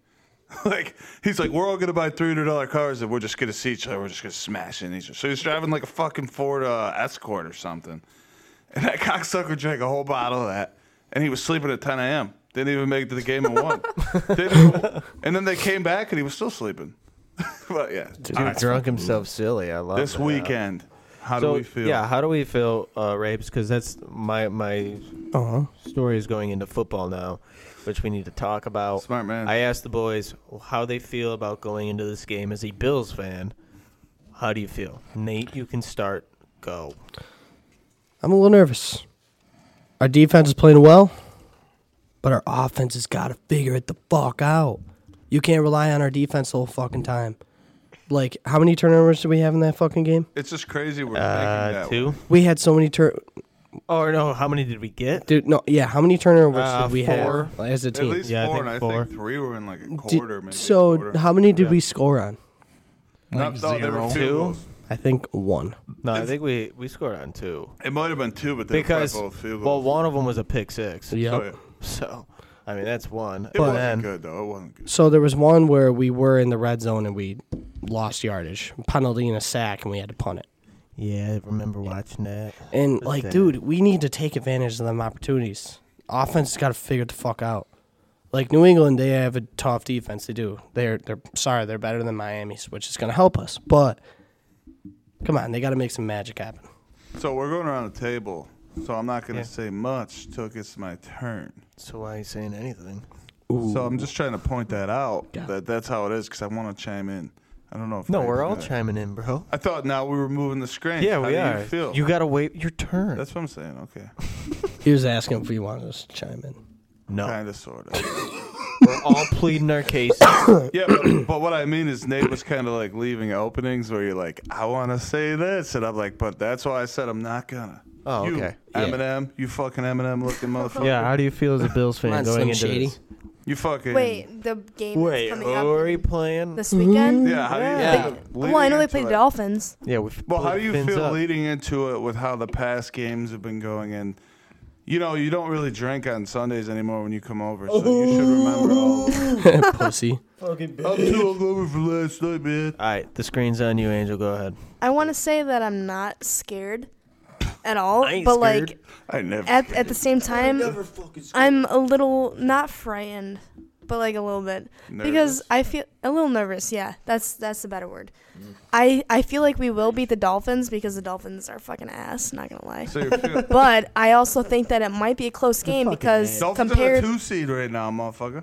S3: Like he's like, we're all gonna buy three hundred dollar cars and we're just gonna see each other. We're just gonna smash in each other. So he's driving like a fucking Ford uh, Escort or something. And that cocksucker drank a whole bottle of that, and he was sleeping at 10 a.m. Didn't even make it to the game at one. Didn't even- and then they came back, and he was still sleeping. but yeah,
S5: Dude, drunk himself silly. I love
S3: this
S5: that.
S3: weekend, how
S5: so,
S3: do we feel?
S5: Yeah, how do we feel, uh, Rapes? Because that's my my
S6: Uh-huh.
S5: story is going into football now, which we need to talk about.
S3: Smart man.
S5: I asked the boys how they feel about going into this game as a Bills fan. How do you feel, Nate? You can start. Go.
S6: I'm a little nervous. Our defense is playing well, but our offense has got to figure it the fuck out. You can't rely on our defense the whole fucking time. Like, how many turnovers did we have in that fucking game?
S3: It's just crazy. We're making
S5: Uh,
S3: that
S5: two.
S6: We had so many tur.
S5: Or no? How many did we get?
S6: Dude, no, yeah. How many turnovers
S5: Uh,
S6: did we
S5: four.
S6: have as a
S3: At
S6: team?
S3: least
S5: Yeah, I
S3: four,
S5: think
S3: and I
S5: four.
S3: think three were in like a
S6: Did-
S3: quarter. maybe a
S6: so,
S3: quarter.
S6: how many did we score on?
S3: Not- no, there
S1: Zero.
S3: were two.
S5: Two?
S3: goals.
S6: I think one.
S5: No, I think we we scored on two
S3: It might have been two, but they were
S5: because
S3: both field
S5: well,
S3: goals.
S5: one of them was a pick six.
S6: Yeah.
S3: So, yeah.
S5: So, I mean, that's one.
S3: It
S5: And
S3: wasn't
S5: then-
S3: good though. It wasn't good.
S6: So there was one where we were in the red zone and we lost yardage, penalty and a sack, and we had to punt it.
S5: Yeah, I remember watching that.
S6: And like,
S5: sad.
S6: dude, we need to take advantage of them opportunities. Offense has got to figure it the fuck out. Like New England, they have a tough defense. They do. They're they're sorry, they're better than Miami's, which is going to help us. But come on, they got to make some magic happen.
S3: So we're going around the table. So I'm not gonna say much till it gets my turn.
S5: So why are you saying anything?
S3: So I'm just trying to point that out that that's how it is because I want to chime in. I don't know if
S5: No,
S3: Craig's
S5: we're all
S3: gonna-
S5: chiming in, bro.
S3: I thought now we were moving the screen.
S5: Yeah,
S3: how
S5: we
S3: do
S5: are.
S3: You feel
S5: You gotta wait your turn.
S3: That's what I'm saying. Okay,
S6: He was asking if we wanted us to chime in.
S5: no,
S3: kind of, sort of.
S5: we're all pleading our cases.
S3: yeah, but, but what I mean is Nate was kind of like leaving openings where you're like, I want to say this, and I'm like, but that's why I said I'm not gonna.
S5: Oh,
S3: You,
S5: okay. Yeah.
S3: Eminem, you fucking Eminem looking motherfucker.
S5: yeah, how do you feel as a Bills fan
S6: Come on,
S5: going
S6: Slim
S5: into
S6: Shady.
S5: this?
S3: You fucking.
S8: Wait, the game
S5: Wait,
S8: is
S5: who
S8: coming up
S5: are we playing?
S8: this
S6: Mm-hmm.
S8: weekend.
S3: Yeah. How do you
S5: Yeah.
S3: feel leading
S8: Well, I know they
S3: into
S8: played
S3: it?
S8: the Dolphins.
S5: yeah, we've
S3: Well, how do you
S5: fins
S3: feel
S5: up.
S3: leading into it with how the past games have been going? And you know, you don't really drink on Sundays anymore when you come over, so you should remember
S8: Oh.
S3: all.
S6: Pussy.
S3: I'm too hungover from last night, man.
S5: All right, the screen's on you, Angel. Go ahead.
S8: I want to say that I'm not scared at all,
S5: ain't
S8: but
S5: scared.
S8: like
S3: I never.
S8: at at the same time, I'm a little not frightened, but like a little bit because
S3: Nervous?
S8: I feel a little nervous. Yeah, that's that's the better word.
S3: Mm.
S8: I I feel like we will beat the Dolphins because the Dolphins are fucking ass. Not gonna lie.
S3: so you're feeling,
S8: But I also think that it might be a close game because
S3: Dolphins are a
S8: compared,
S3: two seed right now, motherfucker.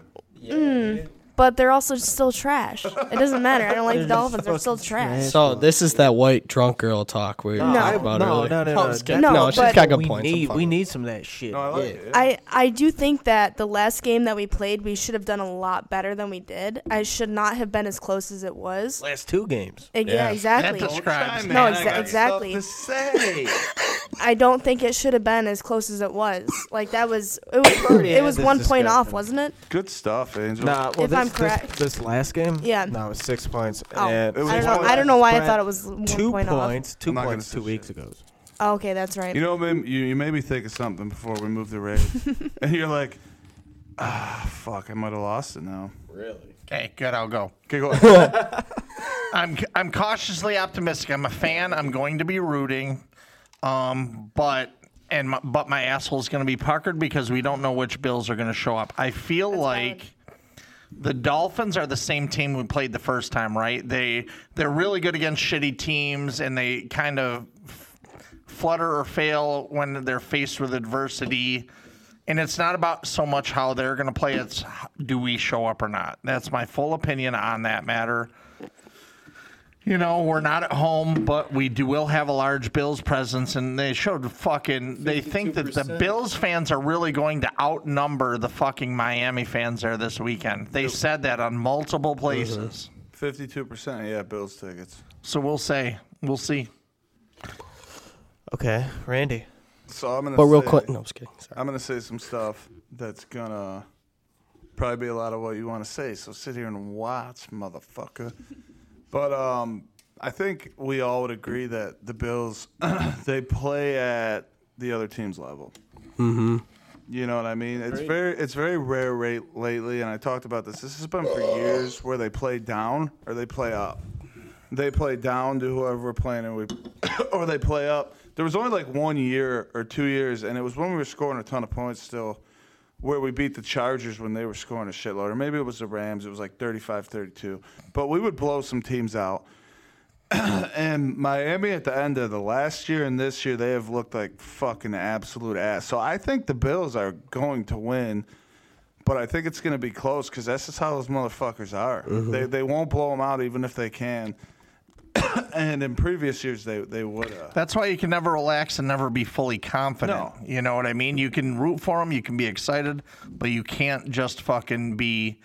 S8: but they're also still trash. It doesn't matter. I don't like the Dolphins. They're still trash.
S6: So this is that white drunk girl talk we were talking about
S5: no,
S6: earlier. Oh,
S5: no, no,
S6: I'm
S5: no, that-
S6: just kidding.
S8: No,
S6: no, she's
S8: but-
S6: got good
S5: we
S6: points. I'm
S5: need
S6: fucking
S5: we
S6: with
S5: need some of that shit.
S3: No, I like it.
S8: I I do think that the last game that we played, we should have done a lot better than we did. I should not have been as close as it was.
S5: Last two games.
S8: Ex- Yeah, exactly.
S9: describes
S8: No, exa- exactly. I don't think it should have been as close as it was. Like that was it was
S5: already
S8: it
S5: had
S8: was
S5: this
S8: one point off,
S5: discussion.
S8: wasn't it?
S3: Good stuff, Angel.
S5: Nah, well,
S8: If
S5: this,
S8: I'm
S5: this-
S8: correct.
S5: This, last game.
S8: Yeah.
S5: No, it was six points.
S8: Oh,
S5: and
S3: It was
S8: I don't
S3: one
S8: know. I don't know why I
S5: spread,
S8: thought it was one
S5: Two
S8: point off.
S5: points. Two
S3: I'm not gonna
S5: points.
S3: say
S5: Two weeks ago.
S8: Oh, okay, that's right.
S3: You know, man, you, you made me think of something before we moved the raid, and you're like, ah, fuck, I might have lost it now.
S1: Okay, good. I'll go.
S3: Okay, go ahead.
S1: I'm I'm cautiously optimistic. I'm a fan. I'm going to be rooting, um, but and my, but my asshole's going to be puckered because we don't know which Bills are going to show up. I feel like the Dolphins are the same team we played the first time, right? They they're really good against shitty teams, and they kind of flutter or fail when they're faced with adversity. And it's not about so much how they're going to play; it's h- do we show up or not. That's my full opinion on that matter. You know, we're not at home, but we do will have a large Bills presence, and they showed fucking. They think that the Bills fans are really going to outnumber the fucking Miami fans there this weekend. They said that on multiple places.
S3: Fifty-two percent, yeah, Bills tickets.
S1: So we'll say, we'll see.
S5: Okay, Randy.
S3: So I'm gonna.
S6: But real
S3: say-
S6: quick, no, I'm just kidding. Sorry.
S3: I'm gonna say some stuff that's gonna probably be a lot of what you want to say. So sit here and watch, motherfucker. But um, I think we all would agree that the Bills they play at the other team's level. You know what I mean? It's very it's very rare rate lately, and I talked about this. This has been for years where they play down or they play up. They play down to whoever we're playing, and we or they play up. There was only like one year or two years, and it was when we were scoring a ton of points still, where we beat the Chargers when they were scoring a shitload, or maybe it was the Rams. It was like 35-32. but we would blow some teams out. And Miami at the end of the last year and this year, they have looked like fucking absolute ass. So I think the Bills are going to win, but I think it's going to be close because that's just how those motherfuckers are. They, they won't blow them out even if they can. and in previous years, they, they would uh, have.
S1: That's why you can never relax and never be fully confident.
S3: No.
S1: You know what I mean? You can root for them, you can be excited, but you can't just fucking be.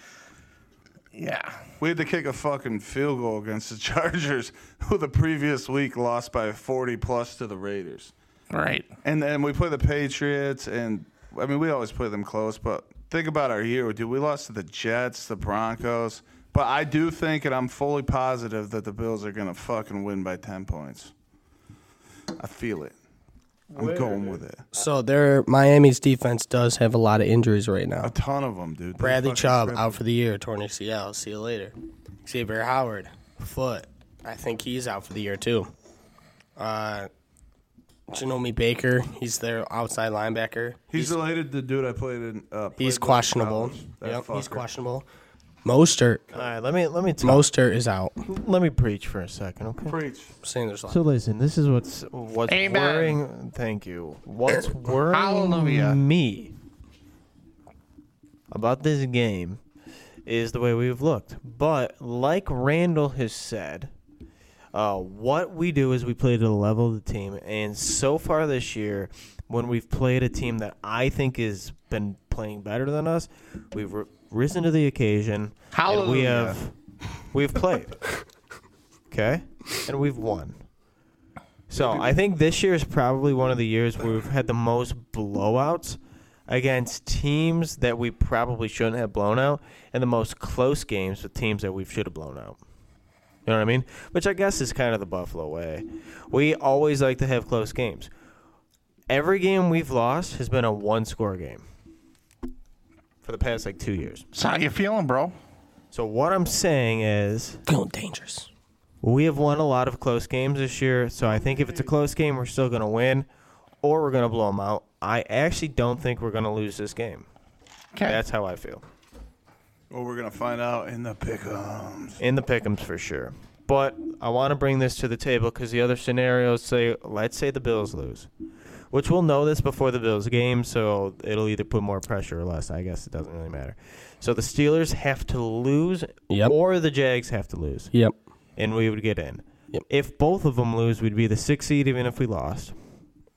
S1: Yeah.
S3: We had to kick a fucking field goal against the Chargers, who the previous week lost by 40 plus to the Raiders.
S1: Right.
S3: And then we play the Patriots, and I mean, we always play them close, but think about our year, dude. We lost to the Jets, the Broncos, but I do think, and I'm fully positive, that the Bills are going to fucking win by 10 points. I feel it. I'm going with it.
S6: So their Miami's defense does have a lot of injuries right
S3: A
S6: now.
S3: ton of them, dude. They're
S6: Bradley
S3: fucking
S6: Chubb
S3: crippled.
S6: out for the year, torn ACL. See you later. Xavier Howard, foot. I think he's out for the year too. Uh, Janome Baker. He's their outside linebacker.
S3: He's related to the dude I played in. Uh, played
S6: He's
S3: with in
S6: questionable.
S3: college. That
S6: Yep, he's
S3: fucker. Uh,
S6: questionable. Mostert.
S5: All right, let me let me talk.
S6: Mostert is out.
S5: let me preach for a second, okay?
S3: Preach.
S6: Sanders
S5: So listen, this is what's what's
S1: Amen.
S5: worrying. Thank you. What's worrying
S1: Hallelujah.
S5: me about this game is the way we've looked. But like Randall has said, uh, what we do is we play to the level of the team. And so far this year, when we've played a team that I think has been playing better than us, we've r risen to the occasion. And we
S1: Hallelujah.
S5: have we've played. Okay? And we've won. So I think this year is probably one of the years where we've had the most blowouts against teams that we probably shouldn't have blown out, and the most close games with teams that we should have blown out. You know what I mean? Which I guess is kind of the Buffalo way. We always like to have close games. Every game we've lost has been a one-score game for the past like two years.
S1: So how you feeling, bro?
S5: So what I'm saying is
S6: feeling dangerous.
S5: we have won a lot of close games this year, so I think if it's a close game, we're still going to win, or we're going to blow them out. I actually don't think we're going to lose this game.
S1: Okay.
S5: That's how I feel.
S3: Well, we're gonna find out in the pickums.
S5: In the pick'ems for sure. But I want to bring this to the table because the other scenarios say, let's say the Bills lose, which we'll know this before the Bills game, so it'll either put more pressure or less. I guess it doesn't really matter. So the Steelers have to lose,
S6: Yep.
S5: or the Jags have to lose.
S6: Yep.
S5: and we would get in.
S6: Yep.
S5: If both of them lose, we'd be the sixth seed, even if we lost.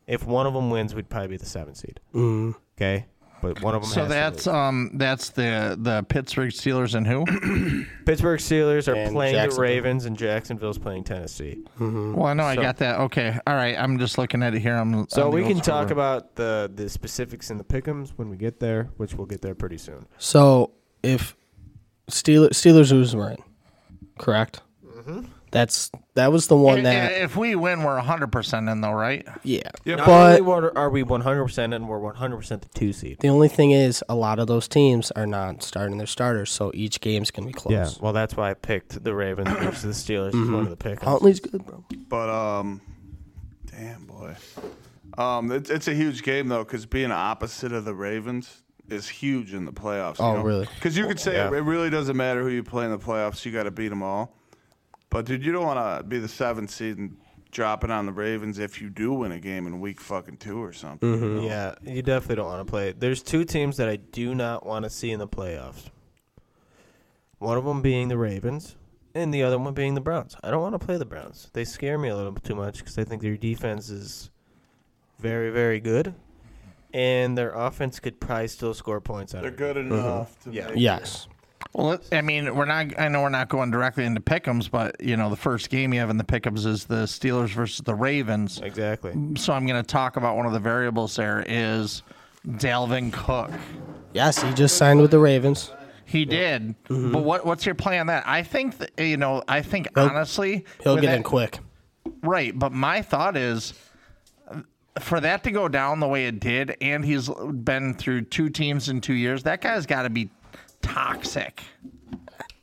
S5: If one of them wins, we'd probably be the seventh seed.
S6: Mm.
S5: Okay, but one of them.
S1: So
S5: has
S1: that's
S5: to
S1: um that's the the Pittsburgh Steelers and who?
S5: lose. Pittsburgh Steelers are
S6: And
S5: playing the
S6: Jacksonville.
S5: Ravens, and Jacksonville's playing Tennessee.
S1: well, I know I
S5: So-
S1: got that. Okay, all right. I'm just looking at it here. I'm
S5: So
S1: I'm the
S5: we
S1: old
S5: can talk
S1: schooler.
S5: about the the specifics in the pickums when we get there, which we'll get there pretty soon.
S6: So if Steelers Steelers lose, we're in. Correct.
S3: Mm-hmm.
S6: That's that was the one
S1: I-
S6: that
S1: I- If we win, we're 100 percent in though, right?
S6: yeah.
S5: Not
S6: But-
S5: only are- are we 100 percent, and we're 100 percent the two seed.
S6: The only thing is, a lot of those teams are not starting their starters, so each game's gonna be close.
S5: Yeah, well, that's why I picked the Ravens versus the Steelers as one of the pickums.
S6: Huntley's good, bro.
S3: But um, damn boy, um, it, it's a huge game though because being opposite of the Ravens is huge in the playoffs.
S6: Oh, really?
S3: Because you could say
S5: Yeah.
S3: it really doesn't matter who you play in the playoffs. You got to beat them all. But dude, you don't want to be the seventh seed and dropping on the Ravens if you do win a game in week fucking two or something.
S6: Mm-hmm.
S5: Yeah, you definitely don't want to play. There's two teams that I do not want to see in the playoffs. One of them being the Ravens, and the other one being the Browns. I don't want to play the Browns. They scare me a little too much because I think their defense is very, very good, and their offense could probably still score points out.
S3: They're
S5: of it.
S6: Mm-hmm.
S3: good enough to
S5: Yeah.
S3: make
S6: Yes.
S1: Well, it- I mean, we're not. I know we're not going directly into Pickums, but you know, the first game you have in the Pickums is the Steelers versus the Ravens.
S5: Exactly.
S1: So I'm going to talk about one of the variables. There is Dalvin Cook.
S6: Yes, he just signed with the Ravens.
S1: He did, but what what's your play on that? I think that, you know. I think honestly,
S6: He'll
S1: with
S6: get
S1: that-
S6: in quick.
S1: Right, but my thought is uh, for that to go down the way it did, and he's been through two teams in two years, that guy's got to be toxic.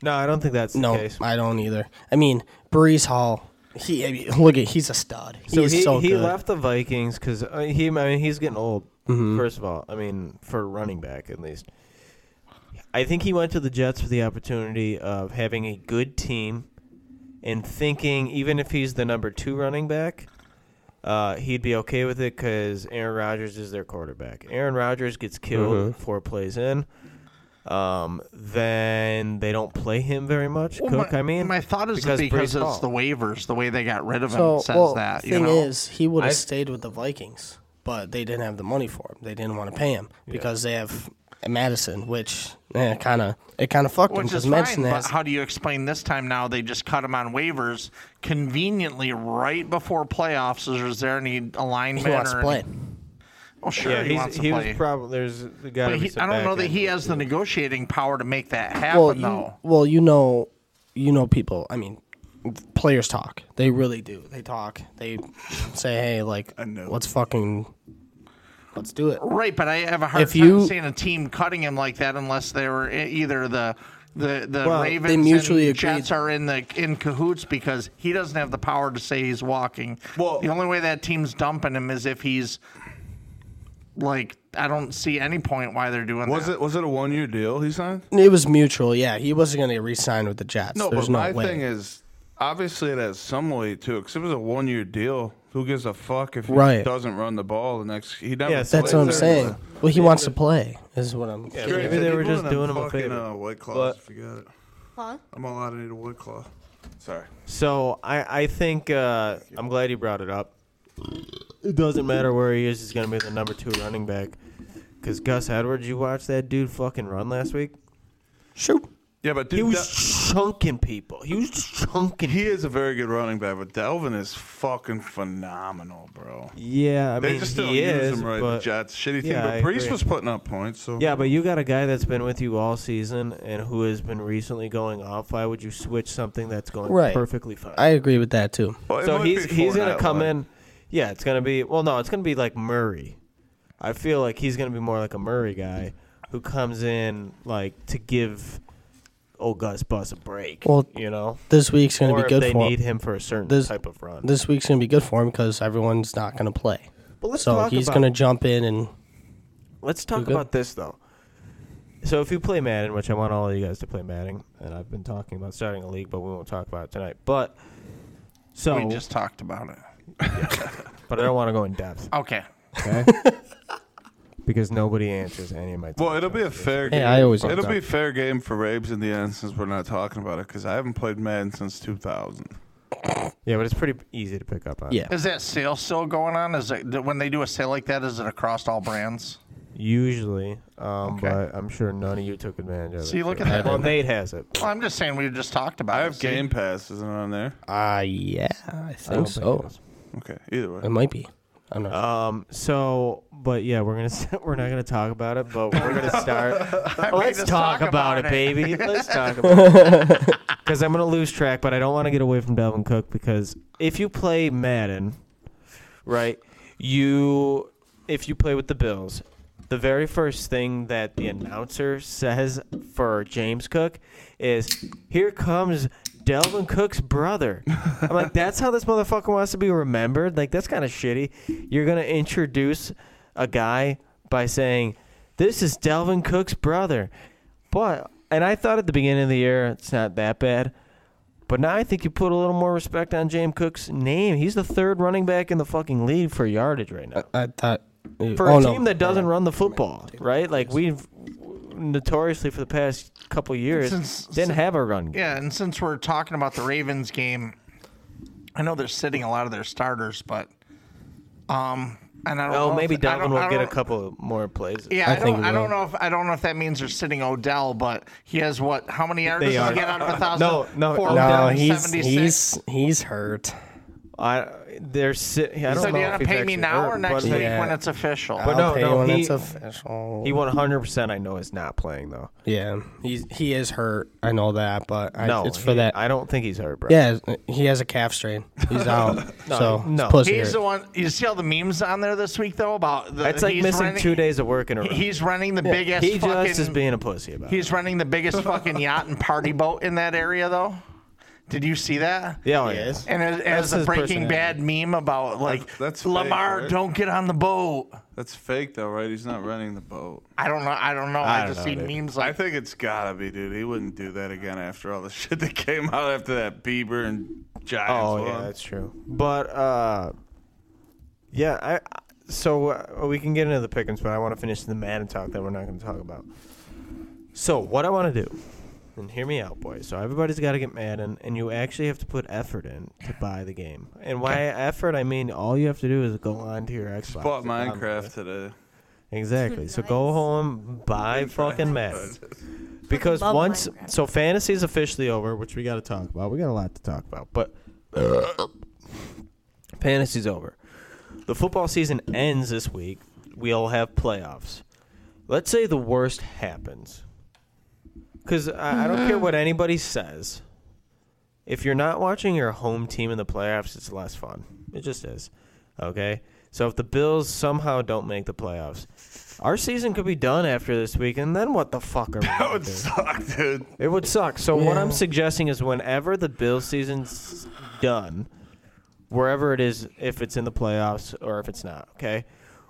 S5: No, I don't think that's
S6: No,
S5: the case.
S6: I don't either. I mean, Brees Hall. He I mean, look at he's a stud. He
S5: So
S6: is
S5: he,
S6: so
S5: he
S6: good.
S5: left the Vikings because uh, he I mean he's getting old.
S6: Mm-hmm.
S5: First of all, I mean for running back at least. I think he went to the Jets for the opportunity of having a good team, and thinking even if he's the number two running back, uh, he'd be okay with it because Aaron Rodgers is their quarterback. Aaron Rodgers gets killed
S6: Mm-hmm.
S5: four plays in. Um, then they don't play him very much. Cook,
S1: my,
S5: I mean,
S1: my thought is because,
S5: Brees
S1: it's
S5: Hall.
S1: the waivers, the way they got rid of him
S6: So
S1: says
S6: well,
S1: that. You
S6: thing
S1: know?
S6: is, he would
S5: I've-
S6: have stayed with the Vikings, but they didn't have the money for him. They didn't want to pay him because they have Madison, which eh, kind of it kind of fucked him
S1: which is
S6: because
S1: fine,
S6: Madison
S1: but
S6: has
S1: how do you explain this time now? They just cut him on waivers conveniently right before playoffs. Is, is there any alignment?
S6: he wants
S1: or
S6: to play.
S1: Any, oh, sure,
S5: yeah,
S1: he
S5: he's-
S1: wants to
S5: he
S1: play.
S5: was probably there's the guy.
S1: but he, I don't know that he has the negotiating power to make that happen,
S6: Well,
S1: though.
S6: you, well, you know, you know, people. I mean, players talk. They really do. They talk. They say, "Hey, like,
S3: know.
S6: let's fucking, let's do it."
S1: Right, but I have a hard
S6: If
S1: time
S6: you-
S1: seeing a team cutting him like that unless they were e- either the the the
S6: Well,
S1: Ravens
S6: they mutually
S1: and Jets
S6: agreed.
S1: are in the in cahoots because he doesn't have the power to say he's walking.
S3: Well-
S1: the only way that team's dumping him is if he's like I don't see any point why they're doing
S3: Was
S1: that.
S3: it was it a one year deal he signed?
S6: It was mutual, yeah. He wasn't going to get re-signed with the Jets.
S3: No,
S6: There's
S3: but
S6: no
S3: my
S6: way.
S3: thing is, obviously it has some weight too, because it was a one year deal. Who gives a fuck if he
S6: Right.
S3: doesn't run the ball the next? He never.
S5: Yeah, so
S6: That's what I'm
S3: plays
S6: saying.
S3: there.
S6: Well, he wants to play. Is what I'm.
S5: Maybe
S3: Great,
S5: they
S3: so
S5: were
S3: people
S5: just
S3: in
S5: doing him a
S3: fucking,
S5: favor.
S3: uh, white claws.
S5: But-
S3: forget it.
S7: Huh?
S3: I'm all out. I need a wood claw. Sorry.
S5: So I, I think uh, I'm glad you brought it up. It doesn't matter where he is; he's gonna be the number two running back. Cause Gus Edwards, you watched that dude fucking run last week.
S6: Shoot.
S3: Yeah, but dude,
S5: He was
S3: that-
S5: chunking people. He was just chunking.
S3: He is a very good running back, but Delvin is fucking phenomenal, bro.
S5: yeah, I
S3: They
S5: mean
S3: just don't
S5: he
S3: use
S5: is.
S3: him right. the
S5: but,
S3: Jets, shitty
S5: Yeah, I
S3: thing. But Priest
S5: agree.
S3: was putting up points, so
S5: yeah, but you got a guy that's been with you all season and who has been recently going off. Why would you switch something that's going
S6: Right.
S5: perfectly fine?
S6: I agree with that too.
S3: Well, it
S5: so
S3: might
S5: he's
S3: be
S5: he's gonna
S3: Fournette,
S5: come
S3: like-
S5: in. Yeah, it's gonna be well. No, it's gonna be like Murray. I feel like he's gonna be more like a Murray guy who comes in like to give old Gus Bus a break.
S6: Well,
S5: you know,
S6: This week's going
S5: or
S6: to be
S5: if
S6: good
S5: they
S6: for
S5: need
S6: him.
S5: him for a certain
S6: This-
S5: type of run.
S6: This week's going to be good for him because everyone's not going to play.
S5: but let's
S6: So
S5: talk
S6: he's
S5: about
S6: going to jump in and
S5: let's talk
S6: Who good?
S5: about this though. So if you play Madden, which I want all of you guys to play Madden, and I've been talking about starting a league, but we won't talk about it tonight. But so,
S1: we just talked about it.
S5: but I don't want to go in depth
S1: Okay,
S5: okay? because nobody answers any of my.
S3: Well, it'll be a fair. game.
S6: I always
S3: It'll
S6: love
S3: be
S6: that.
S3: fair game for Rabes in the end since we're not talking about it because I haven't played Madden since 2000.
S5: yeah, but it's pretty easy to pick up on.
S6: yeah.
S1: is that sale still going on? Is it when they do a sale like that? Is it across all brands?
S5: usually, um,
S1: Okay.
S5: but I'm sure none of you took advantage of it.
S1: See, look
S5: so-
S1: at that.
S5: Well, Nate has it.
S1: Well, I'm just saying we just talked about.
S3: I
S1: it,
S3: have
S1: see?
S3: Game Pass, isn't it on there?
S6: Ah, yeah. I
S5: I don't
S6: think so.
S5: it is.
S3: Okay, either way.
S6: It might be. I'm not.
S5: Um. So, but yeah, we're gonna s- we're not gonna talk about it, but we're gonna start. Well, let's
S1: just
S5: talk,
S1: talk
S5: about,
S1: about
S5: it,
S1: it.
S5: baby. Let's talk about it. Because I'm gonna lose track, but I don't want to get away from Delvin Cook because if you play Madden, right, you if you play with the Bills, the very first thing that the announcer says for James Cook is, "Here comes." Delvin Cook's brother. I'm like, that's how this motherfucker wants to be remembered. Like, that's kind of shitty. You're gonna introduce a guy by saying, "This is Delvin Cook's brother," but and I thought at the beginning of the year it's not that bad, but now I think you put a little more respect on James Cook's name. He's the third running back in the fucking league for yardage right now
S6: I thought.
S5: for
S6: Uh, oh,
S5: a
S6: no.
S5: team that doesn't run the football, right? Like we've notoriously for the past couple years
S1: Since-
S5: didn't have a run. game.
S1: Yeah, and since we're talking about the Ravens game, I know they're sitting a lot of their starters, but um, and I don't.
S5: Oh,
S1: know
S5: maybe
S1: if, I
S5: Dalvin
S1: don't- I
S5: will get a
S1: don't-
S5: couple more plays.
S1: Yeah, I,
S6: I think
S1: don't.
S6: he
S1: I don't
S6: will.
S1: know if I don't know if that means they're sitting Odell, but he has what? How many yards does
S5: are.
S1: he get out of a thousand?
S5: No, no,
S1: Four
S5: no,
S6: No,
S1: down,
S6: he's
S1: 76?
S6: he's he's hurt.
S5: I they're sit, I don't
S1: So do
S5: know
S1: you
S5: if
S1: gotta
S5: he's
S1: pay me
S5: actually
S1: now
S5: hurt,
S1: or next
S5: but-
S1: week
S6: Yeah.
S1: when it's official?
S5: But
S6: I'll
S5: no,
S6: pay
S5: no,
S6: when
S5: he-
S6: it's official.
S5: He 100% I know is not playing though.
S6: yeah, he's he is hurt. I know that, but I,
S5: No,
S6: it's for
S5: he-
S6: that.
S5: I don't think he's hurt, bro.
S6: yeah, he has a calf strain. He's out. so
S5: no.
S6: it's pussy
S1: he's
S6: hurt.
S1: the one. You see all the memes on there this week though about the,
S5: It's like
S1: he's
S5: missing
S1: running-
S5: two days of work in a row.
S1: He's running the biggest.
S5: he
S1: fucking,
S5: just is being a pussy about it.
S1: He's running the biggest fucking yacht and party boat in that area, though. Did you see that?
S5: Yeah, oh,
S6: He
S5: yeah.
S6: is.
S1: And as, as a
S5: his
S1: Breaking Bad
S5: personality.
S1: meme about like
S3: That's- that's
S1: Lamar,
S3: fake, right?
S1: don't get on the boat.
S3: That's fake though, right? He's not running the boat.
S1: I don't know. I don't know. I,
S5: don't
S1: just
S5: know,
S1: see
S5: dude.
S1: memes
S3: I
S1: like
S3: think it's gotta be, dude. He wouldn't do that again after all the shit that came out after that Bieber and Giants.
S5: Oh
S3: one.
S5: yeah, that's true. But uh, yeah, I I- so uh, we can get into the pickings, but I want to finish the Madden talk that we're not going to talk about. So what I want to do, and hear me out, boys. So everybody's got to get Madden, and you actually have to put effort in to buy the game. And why effort? I mean, all you have to do is go on to your Xbox.
S3: Bought
S5: and download it.
S3: Minecraft today.
S5: Exactly. So go home, buy fucking Madden. Because
S8: Love
S5: once,
S8: Minecraft.
S5: so fantasy is officially over, which we got to talk about. We got a lot to talk about, but fantasy's over. The football season ends this week. We'll have playoffs. Let's say the worst happens. Because I, I don't care what anybody says. If you're not watching your home team in the playoffs, it's less fun. It just is. Okay? So if the Bills somehow don't make the playoffs, our season could be done after this week, and then what the fuck are we?
S3: That
S5: gonna
S3: would
S5: do?
S3: suck, dude.
S5: It would suck. So what I'm suggesting is whenever the Bills season's done, wherever it is, if it's in the playoffs or if it's not, okay,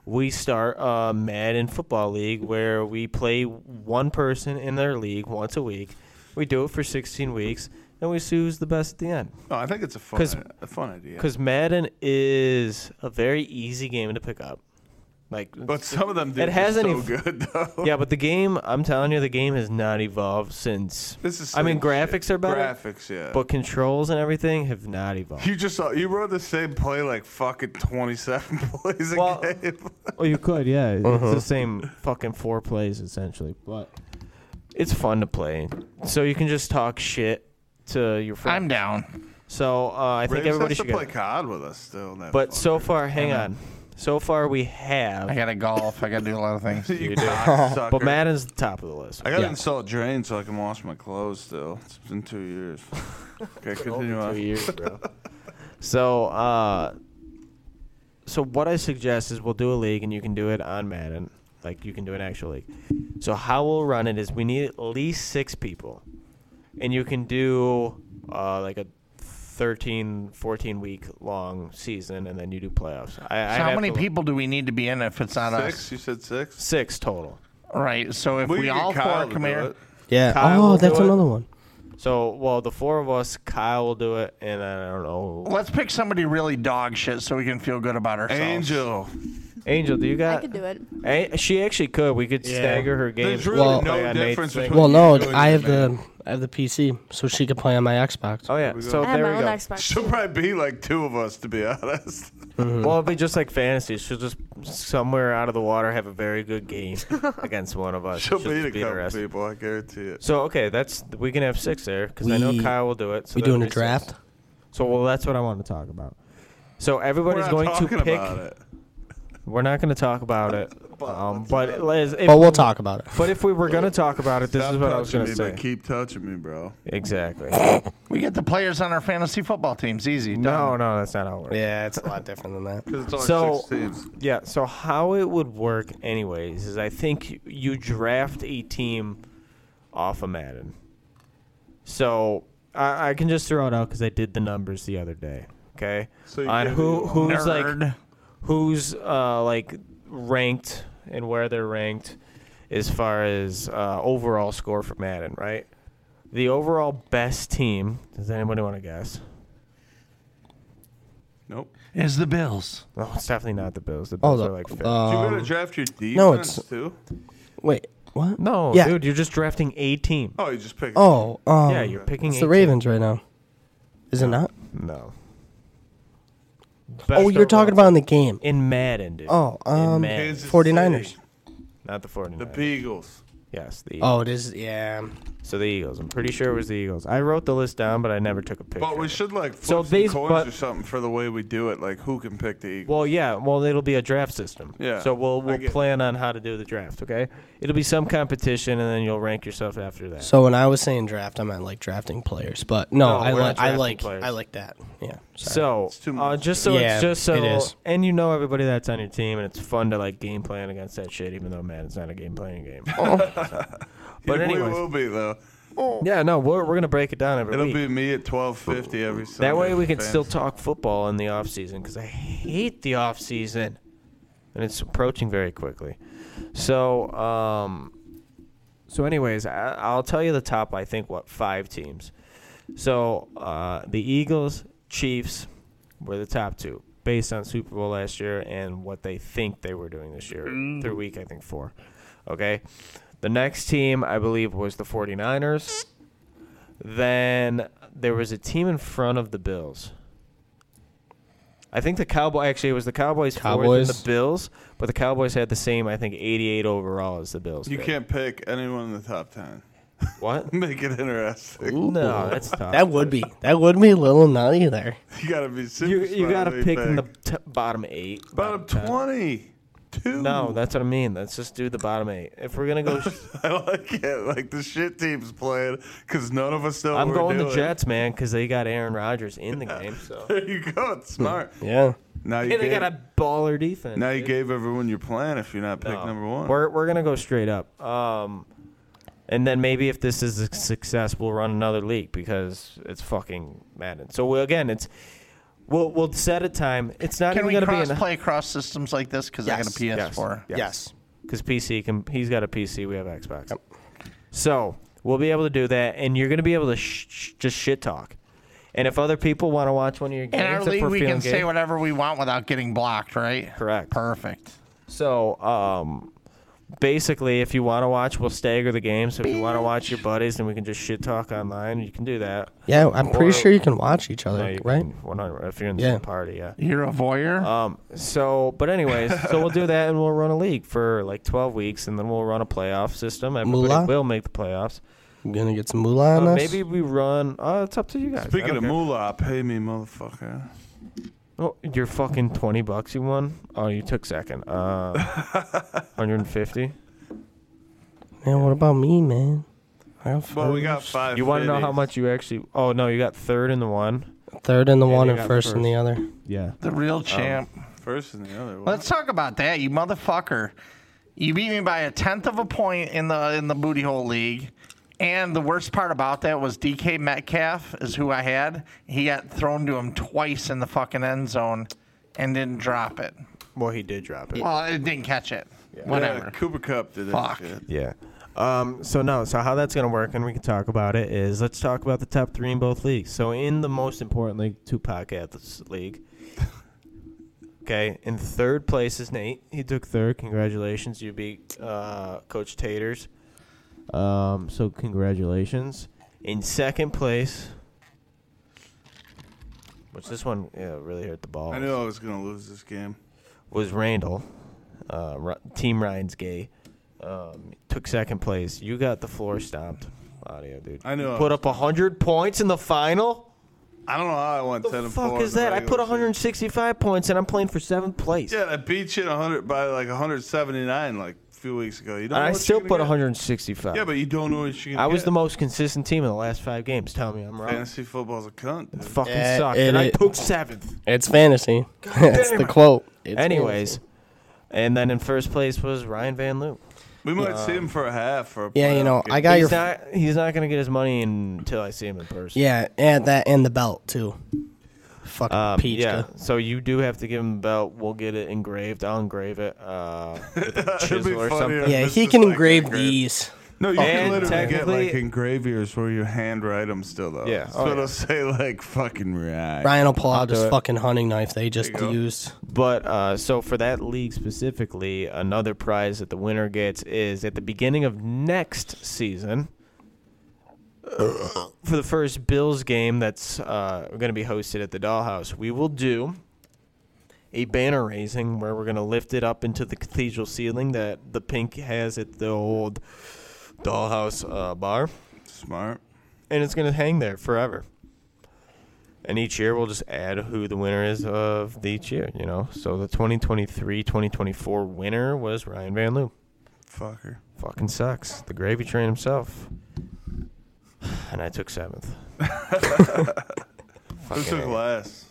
S5: we start a Madden football league where we play one person in their league once a week. We do it for 16 weeks, and we see who's the best at the end.
S3: No, I think it's a fun,
S5: 'Cause-
S3: a fun idea.
S5: Because Madden is a very easy game to pick up. Like,
S3: But some of them do.
S5: It has
S3: so
S5: any-
S3: good though.
S5: yeah, but the game, I'm telling you, the game has not evolved since.
S3: This is.
S5: I mean,
S3: sick shit.
S5: graphics are better.
S3: Graphics, yeah.
S5: but controls and everything have not evolved.
S3: you just saw, you rode the same play like fucking twenty seven plays a
S5: Well-
S3: game.
S5: Oh, you could, yeah.
S3: Uh-huh.
S5: It's the same fucking four plays essentially, but it's fun to play. So you can just talk shit to your friends.
S1: I'm down.
S5: so uh, I think
S3: Raves
S5: everybody
S3: has to
S5: should.
S3: play
S5: Go.
S3: COD with us still. that
S5: But
S3: fucker.
S5: so far, hang on. So far, we have.
S1: I gotta golf. I gotta do a lot of things.
S3: you
S5: do.
S3: cocksucker.
S5: but Madden's the top of the list.
S3: I gotta install a drain so I can wash my clothes. Still, it's been two years. okay, continue
S5: Two
S3: on.
S5: years, bro. so, uh, so what I suggest is we'll do a league, and you can do it on Madden, like you can do an actual league. So how we'll run it is we need at least six people, and you can do uh, like a 13, 14 week long season, and then you do playoffs. I, I
S1: So how
S5: have
S1: many
S5: to look-
S1: people do we need to be in if it's not
S3: Six? You said six.
S5: Six total.
S1: Right. So if
S3: Well,
S1: we,
S3: you get
S1: all
S3: Kyle
S1: four
S3: to
S1: come
S3: do
S1: here,
S3: it.
S6: Yeah.
S5: Kyle will
S6: oh,
S5: do
S6: that's
S5: it.
S6: another one.
S5: So well, the four of us, Kyle will do it, and I don't know.
S1: let's pick somebody really dog shit so we can feel good about ourselves.
S3: Angel.
S5: Angel, do you got?
S8: I could do it.
S5: A- she actually could. We could
S6: Yeah.
S5: stagger her games.
S3: There's really
S6: Well-
S3: no
S5: Play on Nate's
S3: difference
S5: thing.
S3: between.
S6: Well, no,
S3: you and
S6: I have
S3: me, man.
S6: the I have the PC, so she could play on my Xbox.
S5: Oh yeah. So
S8: I have
S5: there
S8: my
S5: we
S8: own
S5: go.
S8: Xbox.
S3: Should probably be like two of us, to be honest.
S5: Well, it'll be just like fantasy. She'll just somewhere out of the water have a very good game against one of us.
S3: She'll
S5: She'll
S3: beat a
S5: just beat
S3: couple
S5: her ass.
S3: people, I guarantee it.
S5: So okay, that's we can have six there because I know
S6: We-
S5: Kyle will do it. So
S6: we
S5: that'll
S6: doing a
S5: be six.
S6: draft?
S5: So well, that's what I want to talk about. So
S3: We're
S5: everybody's
S3: not
S5: going
S3: talking
S5: to pick.
S3: about it.
S5: We're not going to talk about it. Um, but it- Liz, if,
S6: But we'll talk about it.
S5: but if we were going to talk about it, this
S3: Stop
S5: is what I was
S3: touching
S5: going
S3: me,
S5: to
S3: but
S5: say.
S3: Keep touching me, bro.
S5: Exactly.
S1: We get the players on our fantasy football teams. Easy.
S5: No, no, that's not how it works.
S6: Yeah, it's a lot different than that.
S3: Because it's only
S5: So-
S3: six teams.
S5: Yeah, so how it would work, anyways, is I think you draft a team off of Madden. So I, I can just throw it out because I did the numbers the other day. Okay,
S3: So you
S5: on
S3: give
S5: who
S3: you a
S5: who's like
S1: Nerd.
S5: who's uh, like ranked and where they're ranked as far as uh, overall score for Madden, right? The overall best team. Does anybody want to guess?
S3: Nope.
S1: is the Bills.
S5: No, it's definitely not the Bills. The
S6: Oh,
S5: Bills
S6: the,
S5: are like fifth.
S3: you
S6: um,
S3: gotta draft your defense
S6: no, it's-
S3: too.
S6: wait, what?
S5: no,
S6: yeah.
S5: dude, you're just drafting a team.
S3: Oh, you just pick.
S6: Oh, um,
S5: yeah, you're picking
S6: it's
S5: a
S6: the
S5: team.
S6: Ravens right now. Is it not?
S5: No.
S6: Oh, you're talking about in the game.
S5: in Madden, dude.
S6: Oh,
S5: in
S6: um,
S5: Madden,
S3: Kansas
S6: 49ers.
S3: City,
S5: not the 49ers.
S3: the Beagles.
S5: yes, the Eagles.
S6: Oh, it is. Yeah.
S5: So the Eagles. I'm pretty sure it was the Eagles. I wrote the list down, but I never took a picture.
S3: But we should like flip
S5: So
S3: some
S5: these-
S3: coins
S5: but-
S3: or something for the way we do it. Like who can pick the Eagles?
S5: Well, yeah. Well, it'll be a draft system.
S3: Yeah,
S5: So we'll
S3: I
S5: we'll
S3: get-
S5: plan on how to do the draft. Okay. It'll be some competition, and then you'll rank yourself after that.
S6: So when I was saying draft, I meant like drafting players. But no,
S5: No,
S6: I,
S5: we're not
S6: like I
S5: drafting
S6: like
S5: players.
S6: I like that. Yeah. sorry.
S5: So,
S3: It's too
S5: uh,
S3: much.
S5: just so
S6: Yeah,
S5: it's just so,
S6: it is.
S5: and you know everybody that's on your team, and it's fun to like game plan against that shit, even though man, it's not a game playing game.
S6: Oh.
S5: but
S3: Yeah, we
S5: anyways,
S3: will be though.
S5: yeah, no, we're we're gonna break it down every
S3: It'll
S5: week.
S3: be me at twelve fifty every Sunday.
S5: that way we can
S3: Fans.
S5: still talk football in the off season because I hate the off season, and it's approaching very quickly. So, um, so anyways, I, I'll tell you the top. I think what five teams. So uh, the Eagles, Chiefs were the top two based on Super Bowl last year and what they think they were doing this year
S3: Mm.
S5: through week, I think, four. Okay. The next team, I believe, was the 49ers. Then there was a team in front of the Bills. I think the Cowboy actually it was the Cowboys, fourth and
S6: Cowboys.
S5: the Bills, but the Cowboys had the same, I think, 88 overall as the Bills.
S3: You
S5: did.
S3: can't pick anyone in the top ten.
S5: What?
S3: Make it interesting.
S5: No, that's tough.
S6: that would be that would be a little nutty there.
S3: You gotta be super.
S5: you you
S3: smart
S5: got
S3: when
S5: to
S3: you
S5: pick in the t- bottom eight.
S3: bottom
S5: ten.
S3: twenty. Two.
S5: No, that's what I mean. Let's just do the bottom eight. If we're gonna go,
S3: I like it. Like the shit team's playing because none of us know.
S5: I'm
S3: what we're
S5: going the
S3: doing.
S5: Jets, man, because they got Aaron Rodgers in the game. So
S3: There you go. It's smart.
S6: Yeah.
S3: Now you
S5: Hey, Hmm. they
S3: gave,
S5: got a baller defense.
S3: now you
S5: dude.
S3: gave everyone your plan if you're not pick
S5: No.
S3: number one.
S5: We're we're gonna go straight up. Um, and then maybe if this is a success, we'll run another league because it's fucking Madden. So we, again, it's we'll we'll set a time. It's not
S1: Can
S5: even
S1: we
S5: gonna
S1: cross
S5: be in
S1: play across systems like this? Because
S6: Yes,
S1: I got a PS4.
S6: Yes.
S5: because PC can. He's got a PC. We have Xbox. So we'll be able to do that, and you're gonna be able to sh- sh- just shit talk. And if other people want to watch one of your
S1: In our
S5: games, if
S1: league,
S5: we're
S1: we can
S5: feeling
S1: say
S5: gay-
S1: whatever we want without getting blocked, right?
S5: Correct.
S1: Perfect.
S5: So, um, basically, if you want to watch, we'll stagger the games. If you want to watch your buddies, then we can just shit talk online. You can do that.
S6: Yeah, I'm pretty
S5: Or-
S6: sure you can watch each other,
S5: No, you
S6: right?
S5: can- well, no, if you're in the
S6: Yeah.
S5: same party, yeah.
S1: You're a voyeur.
S5: Um, so, but anyways, so we'll do that, and we'll run a league for like 12 weeks, and then we'll run a playoff system. Everybody
S6: Moolah?
S5: will make the playoffs.
S6: I'm gonna get some moolah on
S5: Uh,
S6: this.
S5: maybe we run. Uh, it's up to you guys. I
S3: Speaking
S5: don't
S3: of
S5: care.
S3: moolah, pay me, motherfucker.
S5: Oh, your fucking 20 bucks you won. Oh, you took second. Uh, 150.
S6: Man, what about me, man? I got
S3: Well, we got
S6: first-
S3: five.
S5: You want to know how much you actually? Oh no, you got third in the one.
S6: third in the
S5: Yeah,
S6: one
S5: you
S6: and
S5: got
S6: first, in
S5: first.
S6: the other.
S5: Yeah.
S1: the real champ.
S3: First and the other. Wow.
S1: Let's talk about that, you motherfucker. You beat me by a tenth of a point in the in the booty hole league. And the worst part about that was DK Metcalf is who I had. He got thrown to him twice in the fucking end zone and didn't drop it.
S5: Well, he did drop it.
S1: Well, it didn't catch it.
S3: Yeah,
S1: Whatever.
S3: Cooper Cup did that
S1: Fuck.
S3: shit.
S5: Yeah. Um, so no, so how that's gonna work, and we can talk about it. Is let's talk about the top three in both leagues. So in the most important league, two podcasts league. Okay, in third place is Nate. He took third. Congratulations, you beat uh, Coach Taters. Um, so congratulations. In second place, which this one yeah really hurt the ball.
S3: I knew I was gonna lose this game.
S5: was Randall. Uh, Ru- Team Ryan's gay. Um, took second place. You got the floor stomped. Audio, dude.
S3: I know.
S5: You put up 100 points in the final?
S3: I don't know how I won
S5: The
S3: ten and four.
S5: fuck
S3: in
S5: is
S3: the
S5: that? I
S3: regular
S5: put
S3: season.
S5: 165 points and I'm playing for seventh place.
S3: Yeah, I beat you in 100 by like 179 like a few weeks ago. You don't.
S5: and
S3: know
S5: I
S3: what
S5: still
S3: you're
S5: put
S3: gonna get.
S5: 165.
S3: Yeah, but you don't know what you're
S5: I
S3: gonna
S5: was
S3: get.
S5: the most consistent team in the last five games. Tell me I'm wrong.
S3: Fantasy football's a cunt. dude.
S5: Fucking
S6: Yeah,
S5: sucked.
S6: it
S5: And I
S6: is.
S5: took seventh.
S6: It's fantasy. That's
S5: damn
S6: the
S5: it.
S6: quote. It's
S5: Anyways.
S6: fantasy.
S5: And then in first place was Ryan Van Loop.
S3: We might see him for a half for a
S6: Yeah, you
S3: playoff
S6: know,
S3: game.
S6: I got your.
S5: He's not, he's not going to get his money until I see him in person.
S6: yeah, and that and the belt too. Fucking
S5: Um,
S6: peach.
S5: yeah, so you do have to give him the belt. We'll get it engraved. I'll engrave it uh, with a
S3: It'd be
S5: chisel or
S3: funnier
S5: something.
S3: if
S6: Yeah,
S3: it's
S6: he
S3: just,
S6: can
S3: like,
S6: engrave
S3: engraved.
S6: these.
S3: No, you
S5: And
S3: can literally get
S5: technically-
S3: like engravers where you handwrite them still though.
S5: Yeah,
S3: so
S5: oh,
S3: it'll
S5: yeah.
S3: say like fucking right.
S6: Ryan will pull out his
S5: do it.
S6: fucking hunting knife they just
S3: go.
S6: used.
S5: But uh, so for that league specifically, another prize that the winner gets is at the beginning of next season. For the first Bills game that's uh, going to be hosted at the Dollhouse, we will do a banner raising where we're going to lift it up into the cathedral ceiling that the pink has at the old Dollhouse uh, bar.
S3: Smart.
S5: and it's going to hang there forever. And each year we'll just add who the winner is of the each year, you know. So the 2023-2024 winner was Ryan Van Loo.
S3: Fucker.
S5: Fucking sucks. The gravy train himself. And I took seventh.
S3: Who took
S5: Fucking
S3: last?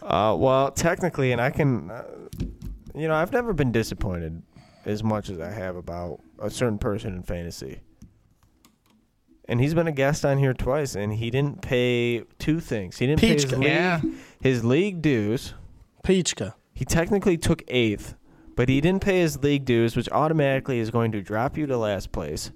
S5: Uh, well, technically, and I can, uh, you know, I've never been disappointed as much as I have about a certain person in fantasy. And he's been a guest on here twice, and he didn't pay two things. He didn't pay his
S6: Peachka.
S5: league,
S1: Yeah.
S5: his league dues.
S6: Peachka.
S5: He technically took eighth, but he didn't pay his league dues, which automatically is going to drop you to last place.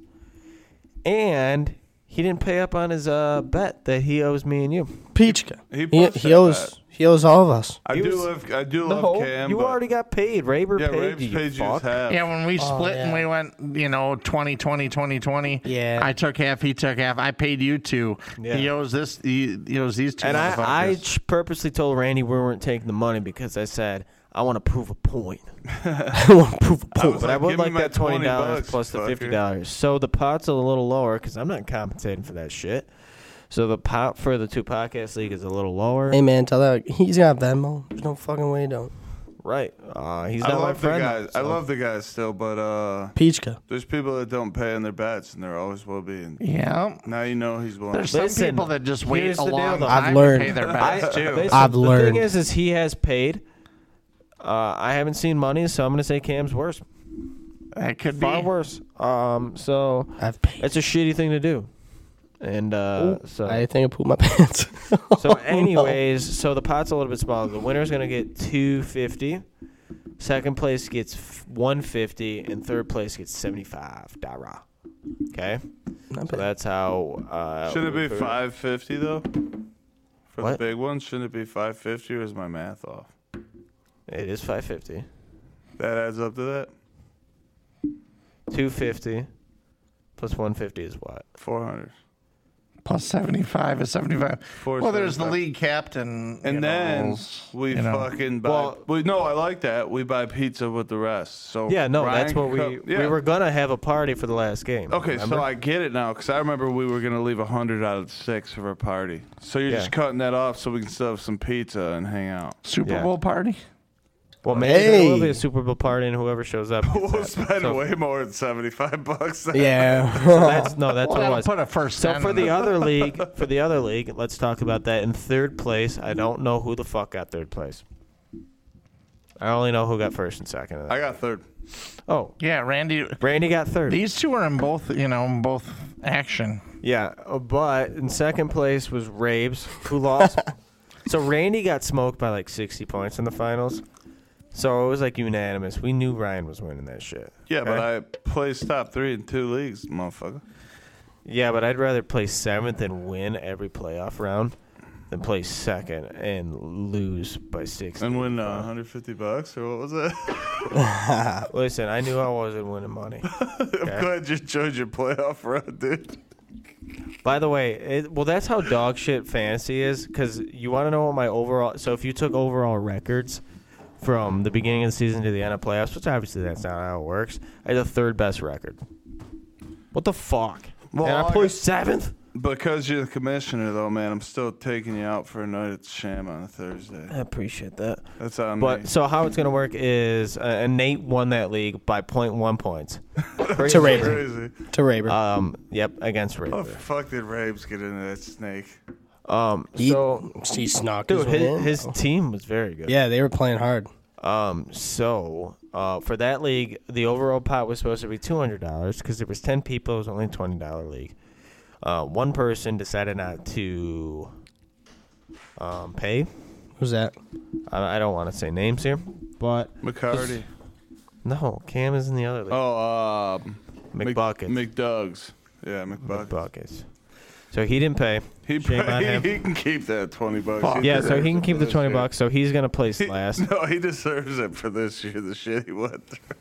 S5: And he didn't pay up on his uh, bet that he owes me and you.
S6: Peachka.
S3: He
S6: He,
S3: busted
S6: he owes
S3: that.
S6: he owes all of us.
S3: I
S5: He
S3: do
S5: was-
S3: love I do
S5: No,
S3: love Cam.
S5: you
S3: but-
S5: already got paid. Raber
S3: yeah,
S5: paid
S3: Raves
S5: you.
S3: paid you
S5: fuck.
S3: his half.
S1: Yeah, when we
S5: Oh,
S1: split and
S6: yeah.
S1: we went, you know, 20, 20, 20, 20.
S6: Yeah.
S1: I took half, he took half. I paid you two.
S5: Yeah.
S1: He owes this, he, he owes these two.
S5: And I, I
S1: motherfuckers.
S5: ch- purposely told Randy we weren't taking the money because I said I want to prove a point.
S6: I want to prove a point.
S5: But I
S3: like,
S5: would
S3: "Give me
S5: like
S3: my
S5: that twenty dollars
S3: $20
S5: plus the
S3: fucker."
S5: fifty dollars. So the pot's a little lower because I'm not compensating for that shit. So the pot for the two podcast league is a little lower.
S6: Hey man, tell that he's got Venmo. There's no fucking way he don't.
S5: Right? Uh, he's
S3: I
S5: not my
S3: love the
S5: friend.
S3: guys.
S5: though,
S3: I
S5: so-
S3: love the guys still, but uh,
S6: Peachka.
S3: there's people that don't pay in their bets, and there always will be. And
S1: yeah.
S3: now you know he's willing.
S1: There's some
S5: Listen,
S1: people that just wait
S5: here's
S1: a
S5: the deal,
S1: long
S5: though.
S1: time
S6: I've learned.
S1: to pay their
S5: I,
S1: bets, too.
S5: listen,
S6: I've
S5: the
S6: learned.
S5: thing is, is he has paid, Uh, I haven't seen money, so I'm gonna say Cam's worse.
S1: That could
S5: Far
S1: be.
S5: worse. Um, so
S6: I've paid.
S5: it's a shitty thing to do. And uh, so
S6: I think I pooped my pants.
S1: Oh,
S5: So, anyways, so the pot's a little bit smaller. The winner's gonna get two fifty. Second place gets one fifty, and third place gets seventy five dara. Okay, so that's how. Uh,
S3: Shouldn't
S5: we
S3: it be
S5: figure-
S3: five fifty though? For
S5: What?
S3: the big one, shouldn't it be five fifty or is my math off?
S5: It is five fifty.
S3: That adds up to that?
S5: Two fifty plus one fifty is what?
S3: Four hundred.
S1: Plus 75 is 75.
S3: Four
S1: Well, there's the
S3: 75.
S1: league captain. you
S3: And
S1: know,
S3: then
S1: rules,
S3: we
S1: you know.
S3: fucking buy.
S5: Well-
S3: we, no, I like that. We buy pizza with the rest. So
S5: Yeah, no,
S3: Oh, Ryan
S5: that's what
S3: can
S5: we
S3: come- yeah.
S5: we were gonna have a party for the last game.
S3: Okay,
S5: remember?
S3: so I get it now because I remember we were gonna leave hundred out of six for our party. So you're
S5: Yeah.
S3: just cutting that off so we can still have some pizza and hang out.
S1: Super
S5: yeah.
S1: Bowl party.
S5: well maybe there will
S6: Hey!
S5: be a Super Bowl party, and whoever shows up. gets
S3: We'll
S5: that.
S3: spend
S5: So-
S3: way more than seventy five bucks.
S6: yeah.
S5: so that's no, that's what it
S1: Well,
S5: was.
S1: put a first.
S5: So
S1: ten
S5: for
S1: in
S5: the other league, for the other league, let's talk about that. In third place, I don't know who the fuck got third place. I only know who got first and second. in that.
S3: I got third.
S5: oh,
S1: yeah, Randy.
S5: Brandy got third.
S1: These two are in both. You know, in both action.
S5: yeah, uh, but in second place was Rabes, who lost. so Randy got smoked by like sixty points in the finals. So it was like unanimous. We knew Ryan was winning that shit.
S3: Yeah, but
S5: okay?
S3: I placed top three in two leagues, motherfucker.
S5: Yeah, but I'd rather play seventh and win every playoff round than play second and lose by six.
S3: And win uh, 150 bucks or what was that?
S5: Listen, I knew I wasn't winning money.
S3: I'm glad you chose your playoff run, dude.
S5: By the way, it, well, that's how dog shit fantasy is. Because you want to know what my overall. So if you took overall records from the beginning of the season to the end of playoffs, which obviously that's not how it works, I had the third best record. What the fuck?
S3: Well,
S5: and I
S3: I-
S5: placed seventh.
S3: Because you're the commissioner, though, man, I'm still taking you out for a night at Sham on a
S5: I
S3: Thursday.
S5: appreciate that.
S3: That's on
S5: But
S3: me.
S5: so how it's gonna work is, uh, and Nate won that league by 0.1 points. Crazy.
S6: to Raver.
S3: Crazy.
S6: To Raver.
S5: Um. Yep. Against
S3: How
S5: Raven.
S3: the fuck did Rabes get into that snake?
S5: Um. So,
S6: he snuck.
S5: dude,
S6: his
S5: his,
S6: win. Oh.
S5: his team was very good.
S6: yeah, they were playing hard.
S5: Um, so uh, for that league, the overall pot was supposed to be two hundred dollars because there was ten people. It was only a twenty dollar league. Uh, one person decided not to um, pay.
S6: Who's that?
S5: I, I don't want to say names here, but
S3: McCarty.
S5: no, Cam is in the other league.
S3: Oh, um, Mc-
S5: McBuckets.
S3: McDugs. Yeah, McBuckets.
S5: Buckets. So he didn't pay.
S3: He,
S5: Shame on him.
S3: he can keep that 20 bucks.
S1: Fuck.
S5: Yeah, so
S3: deserves
S5: he can
S3: it
S5: keep
S3: for
S5: the
S3: this
S5: twenty
S3: year.
S5: bucks. So he's gonna place last.
S3: No, he deserves it for this year, the shit he went through.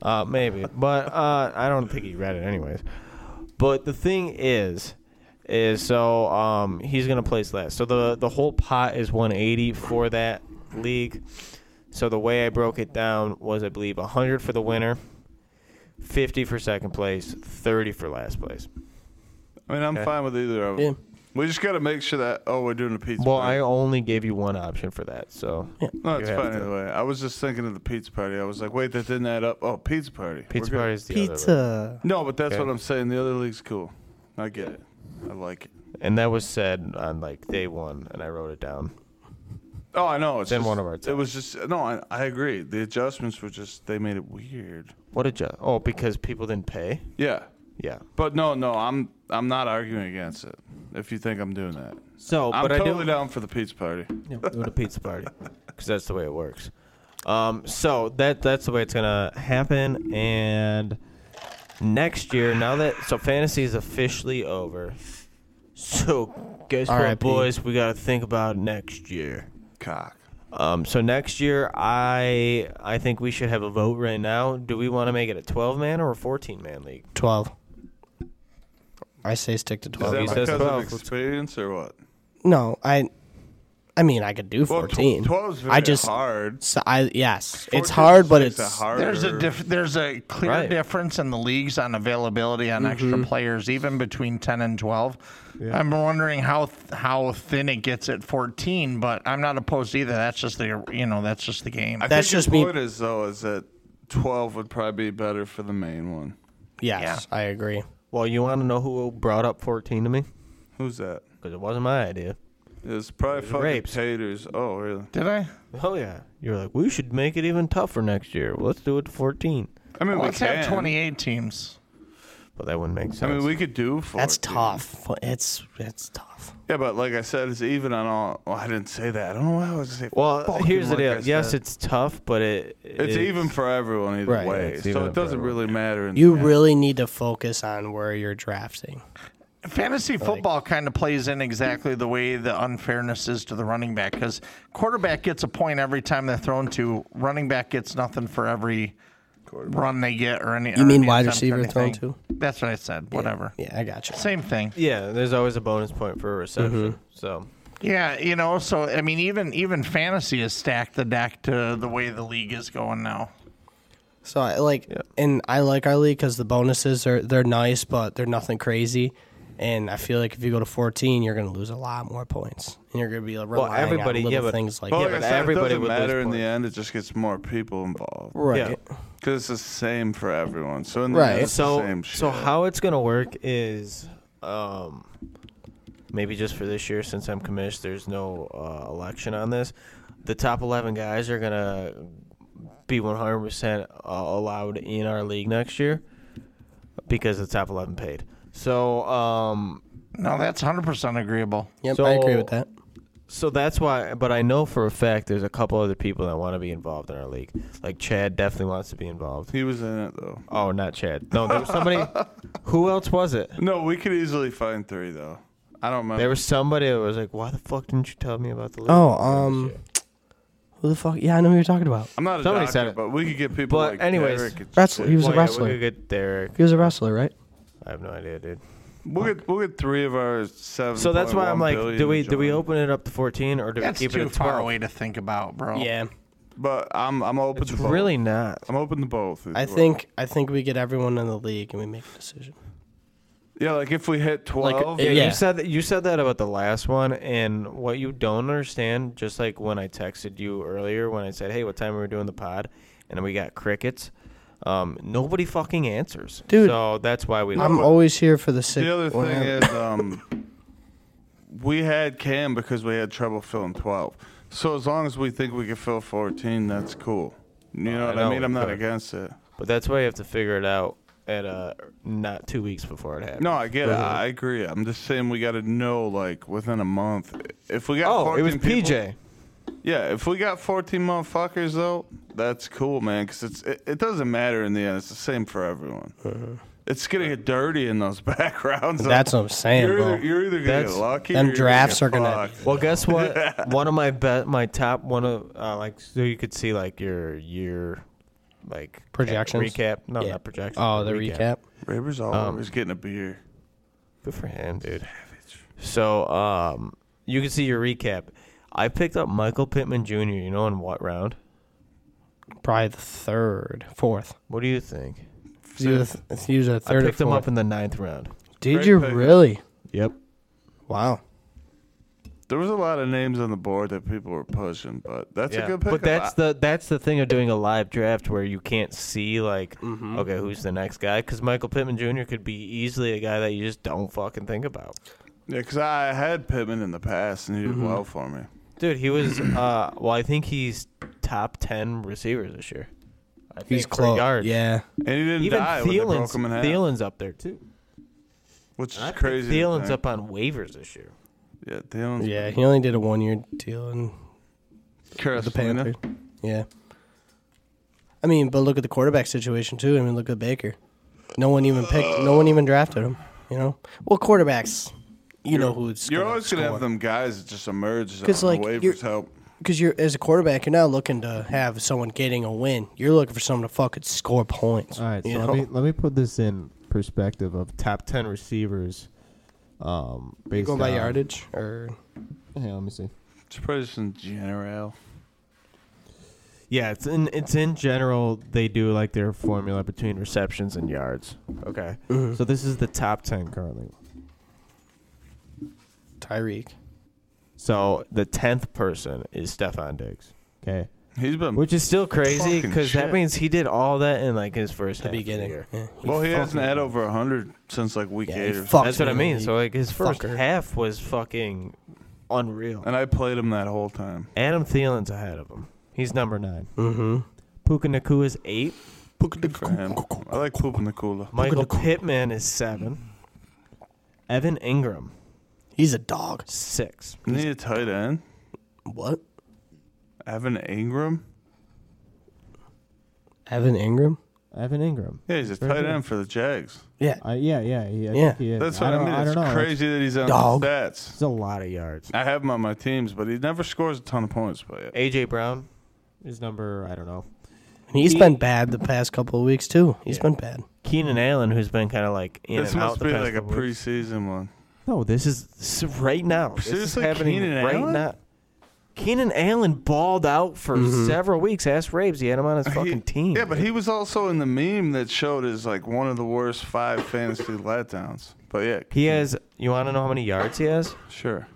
S5: Uh, maybe, but uh, I don't think he read it anyways. But the thing is, is so um, he's gonna place last. So the the whole pot is 180 for that league. So the way I broke it down was, I believe, 100 for the winner, 50 for second place, 30 for last place.
S3: I mean, I'm
S5: Okay.
S3: fine with either of them.
S6: Yeah.
S3: We just got to make sure that, oh, we're doing a pizza
S5: Well, I
S3: party.
S5: only gave you one option for that. So
S3: No, it's
S5: you
S3: fine
S5: have
S3: either way. I was just thinking of the pizza party. I was like, wait, that didn't add up. Oh, pizza party. We're
S5: pizza
S3: good.
S5: party is the other league.
S6: Pizza.
S3: No, but that's
S5: Okay.
S3: what I'm saying. The other league's cool. I get it. I like it.
S5: and that was said on like day one, and I wrote it down.
S3: Oh, I know. It's
S5: Then
S3: just-
S5: one of our
S3: It was just no. I, I agree. The adjustments were just they made it weird.
S5: What did you? Oh, because people didn't pay.
S3: Yeah,
S5: Yeah.
S3: but no, no. I'm I'm not arguing against it. If you think I'm doing that,
S5: So,
S3: I'm
S5: but I do.
S3: totally down for the pizza party.
S5: Yeah, doing a pizza party because that's the way it works. Um, so that that's the way it's gonna happen. And next year, now that so fantasy is officially over, so guess what,
S6: R.I.P..
S5: boys? We gotta think about next year.
S3: Cock.
S5: Um, so next year, I I think we should have a vote right now. Do we want to make it a twelve man or a fourteen man league?
S6: Twelve. I say stick to
S3: Is
S6: twelve.
S3: that
S5: he says
S3: because of
S5: 12.
S3: experience or what?
S6: No, I. I mean, I could do
S3: Well,
S6: fourteen.
S3: Twelve's very
S6: I just.
S3: hard.
S6: So I yes, it's
S3: 14
S6: hard, but
S3: makes it
S6: it's
S3: harder.
S1: There's a diff- there's a clear
S5: Right.
S1: difference in the leagues on availability on extra players, even between ten and twelve. I'm wondering how th- how thin it gets at fourteen, but I'm not opposed either. That's just the you know that's just the game.
S3: I
S6: That's
S3: think your
S6: just me-
S3: Point is though is that twelve would probably be better for the main one.
S6: yes. I agree.
S5: Well, you want to know who brought up fourteen to me?
S3: Who's that?
S5: Because it wasn't my idea.
S3: It's probably fucking
S5: rapes.
S3: taters. Oh, really?
S1: Did I?
S5: Oh yeah. You're like, we should make it even tougher next year. Well, let's do it to 14.
S3: I mean,
S1: Let's
S3: we
S1: have
S3: can.
S1: 28 teams.
S5: But that wouldn't make sense.
S3: I mean, we could do four.
S6: That's
S3: dude.
S6: tough. It's it's tough.
S3: Yeah, but like I said, it's even on all. Well, I didn't say that. I don't know why I was saying.
S5: well,
S3: fucking
S5: here's the
S3: like I
S5: deal. Yes,
S3: said.
S5: it's tough, but it
S3: it's, even for everyone either
S5: Right,
S3: way.
S5: it's
S3: So
S5: even
S3: it doesn't
S5: for everyone.
S3: really matter. In
S6: You
S3: the end.
S6: really need to focus on where you're drafting.
S1: Fantasy football kind of plays in exactly the way the unfairness is to the running back because quarterback gets a point every time they're thrown to, running back gets nothing for every run they get or any.
S6: You
S1: or
S6: mean
S1: any
S6: wide
S1: attempt or
S6: receiver thrown
S1: anything. That's what I said. Whatever.
S6: Yeah, I got you.
S1: Same thing.
S5: Yeah, there's always a bonus point for a reception. So
S1: Yeah, you know. So I mean, even even fantasy has stacked the deck to the way the league is going now.
S6: So I like, and I like our league because the bonuses are they're nice, but they're nothing crazy. And I feel like if you go to 14, you're going to lose a lot more points, and you're going to be relying well,
S5: everybody-
S6: on
S5: yeah,
S6: little
S5: but-
S6: things like
S3: Well,
S5: Yeah,
S3: like I
S5: but
S3: said,
S5: everybody
S3: it doesn't
S5: would lose
S3: matter in the
S5: points.
S3: end. It just gets more people involved
S6: right.
S5: yeah.
S3: because it's the same for everyone. So in the
S6: Right.
S3: end, it's the
S5: so
S3: same
S5: so
S3: shit.
S5: how it's gonna work is um maybe just for this year since I'm commissioned there's no uh, election on this the top 11 guys are gonna be 100% uh, allowed in our league next year because the top 11 paid so um
S1: No, that's hundred percent agreeable.
S6: Yep,
S5: So-
S6: I agree with that.
S5: so that's why but I know for a fact there's a couple other people that want to be involved in our league like Chad definitely wants to be involved
S3: he was in it though.
S5: oh not Chad no there was somebody who else was it
S3: No, we could easily find three though. I don't remember.
S5: There was somebody that was like, "Why the fuck didn't you tell me about the league?"
S6: Oh, um, who the fuck? Yeah, I know who you're talking about.
S3: I'm not a
S5: somebody
S3: doctor,
S5: said it.
S3: but we could get people
S5: But
S3: like
S5: anyways,
S3: Derek and
S6: That's-
S3: shit.
S6: he was a
S5: Well, yeah,
S6: wrestler.
S5: we could get Derek.
S6: He was a wrestler, right?
S5: I have no idea, dude.
S3: We'll get we'll get three of our seven.
S5: So that's why I'm like, do we do we open it up to 14 or do
S1: That's
S5: we keep it
S1: too
S5: at
S1: far
S5: 12?
S1: away to think about, bro.
S6: Yeah,
S3: But I'm I'm open
S5: It's
S3: to both.
S5: really not.
S3: I'm open to both. is
S6: I
S3: what-
S6: think I think we get everyone in the league and we make a decision.
S3: yeah, like if we hit twelve,
S5: Yeah,
S6: Yeah.
S5: you said that you said that about the last one, and what you don't understand, just like when I texted you earlier when I said, "Hey, what time are we doing the pod?" and we got crickets. Um, nobody fucking answers,
S6: Dude,
S5: So that's why we.
S6: I'm always here for the six.
S3: the other thing
S6: whatever.
S3: is um, we had Cam because we had trouble filling twelve. So as long as we think we can fill fourteen, that's cool. You know
S5: I
S3: what
S5: know
S3: I mean?
S5: we
S3: I'm not
S5: could.
S3: against it.
S5: But that's why you have to figure it out at uh not two weeks before it happens.
S3: No, I get it. I agree. I'm just saying we got to know like within a month. If we got
S5: Oh, it was
S3: 14 people-
S5: PJ.
S3: Yeah, if we got 14 motherfuckers though, that's cool, man. Because it's it, it doesn't matter in the end. It's the same for everyone. It's gonna get dirty in those backgrounds.
S6: That's what I'm saying,
S3: you're
S6: bro.
S3: Either, you're either gonna
S5: That's-
S3: get lucky.
S6: them
S3: or you're
S6: drafts
S3: gonna get
S6: are gonna-
S3: fucked.
S5: Well, guess what? one of my bet, my top one of uh, like so you could see like your year, like
S6: Projections?
S5: recap. No,
S6: Yeah.
S5: not projections.
S6: Oh,
S5: but
S6: the recap.
S3: Raver's
S6: Um,
S3: always getting a beer.
S5: Good for him, dude. So um, you can see your recap. I picked up Michael Pittman Jr. You know in what round?
S6: Probably the third, fourth.
S5: What do you think?
S6: He was, he was a
S5: I
S6: third or
S5: picked him up
S6: fourth.
S5: in the ninth round.
S6: Did
S3: Great
S6: you
S3: pick.
S6: really?
S5: Yep.
S6: Wow.
S3: There was a lot of names on the board that people were pushing, but that's a
S5: Yeah.
S3: good pick.
S5: But that's the that's the thing of doing a live draft where you can't see like okay who's the next guy because Michael Pittman Jr. could be easily a guy that you just don't fucking think about.
S3: yeah, because I had Pittman in the past and he
S6: Mm-hmm.
S3: did well for me.
S5: Dude, he was. Uh, well, I think he's top ten receivers this year. I think
S6: He's
S5: for
S6: close.
S5: yards.
S6: Yeah.
S3: And he didn't
S5: Even
S3: die when they
S5: Thielen's,
S3: broke him in half,
S5: Thielen's up there too.
S3: which
S5: I
S3: is
S5: think
S3: crazy. to
S5: Thielen's
S3: think.
S5: up on waivers this year.
S3: Yeah, Thielen's
S6: Yeah. He only did a one year deal and the Panthers. Yeah. I mean, but look at the quarterback situation too. I mean, look at Baker. No one even picked. No one even drafted him. You know. Well, quarterbacks. You know who's.
S3: You're always gonna have them guys that just emerge.
S6: 'Cause,
S3: Because
S6: like,
S3: like
S6: you're-
S3: waivers help.
S6: because you're as a quarterback, you're not looking to have someone getting a win. You're looking for someone to fucking score points.
S5: All right, so
S6: you
S5: let
S6: know?
S5: me let me put this in perspective of top ten receivers. Um, based
S6: going by
S5: on-
S6: yardage or
S5: Hey, let me see.
S3: It's probably just in general.
S5: Yeah, it's in it's in general they do like their formula between receptions and yards. Okay, so this is the top ten currently.
S6: Tyreek.
S5: So the tenth person is Stefan Diggs. Okay.
S3: He's been
S5: Which is still crazy
S3: Fucking
S5: because that
S3: shit.
S5: means he did all that in like his first
S6: The
S5: half of
S6: beginning.
S5: year.
S6: Yeah.
S3: well, he hasn't had over hundred since like week
S6: Yeah, he
S3: eight. Or
S6: fucked
S5: That's what I
S6: me.
S5: mean. So like his first
S6: Fucker.
S5: half was fucking unreal.
S3: And I played him that whole time.
S5: Adam Thielen's ahead of him. He's number 9 Mm-hmm. Puka Nakua is eight.
S3: Good for him. I like pooping the cooler.
S5: Michael Pittman is seven. Evan Ingram
S6: He's a dog.
S5: six.
S3: Need a tight end.
S6: What?
S3: Evan Ingram.
S6: Evan Ingram?
S5: Evan Ingram.
S3: Yeah, he's a
S5: Very
S3: tight
S5: good.
S3: end for the Jags.
S6: Yeah.
S5: Uh, yeah, yeah, he, I
S6: Yeah.
S5: think he is.
S3: That's what I,
S5: don't-
S3: mean.
S5: I
S3: It's
S5: don't know.
S3: crazy that he's on
S6: Dog.
S3: the stats.
S5: It's a lot of yards.
S3: I have him on my teams, but he never scores a ton of points. But yeah.
S5: AJ Brown is number I don't know.
S6: And he's been bad the past couple of weeks too. He's been bad.
S5: Keenan Allen, who's been kind of like in
S3: this
S5: and out
S3: must
S5: the
S3: be
S5: past
S3: like a
S5: couple weeks.
S3: preseason one.
S5: No, this is, this is right now. This is
S3: Seriously,
S5: happening
S3: Keenan
S5: right
S3: Allen?
S5: now. Keenan Allen balled out for
S6: Mm-hmm.
S5: several weeks. Ask Rabes. He had him on his fucking
S3: He-
S5: team.
S3: Yeah, but he was also in the meme that showed as like one of the worst five fantasy letdowns. But yeah,
S5: He has. You want to know how many yards he has?
S3: sure.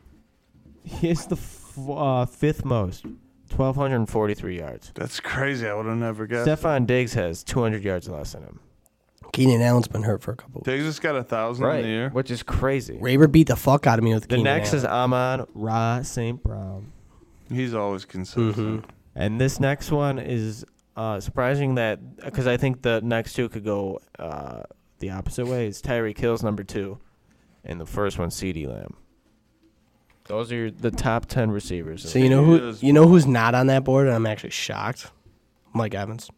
S5: He has the f- uh, fifth most, twelve hundred and forty-three yards.
S3: That's crazy. I would have never guessed.
S5: Stephon Diggs has two hundred yards less than him.
S6: Keenan Allen's been hurt for a couple of weeks.
S3: Diggs just got a thousand in the year.
S5: which is crazy.
S6: Raber beat the fuck out of me with
S5: The
S6: Keenan
S5: next
S6: Allen.
S5: is Amon Ra St. Brown.
S3: He's always consistent.
S5: Mm-hmm. And this next one is uh, surprising that because I think the next two could go uh, the opposite way. Is Tyree Kill's number two, and the first one C.D. Lamb. Those are your, the top ten receivers.
S6: So you know who
S3: is-
S6: you know who's not on that board, and I'm actually shocked. Mike Evans.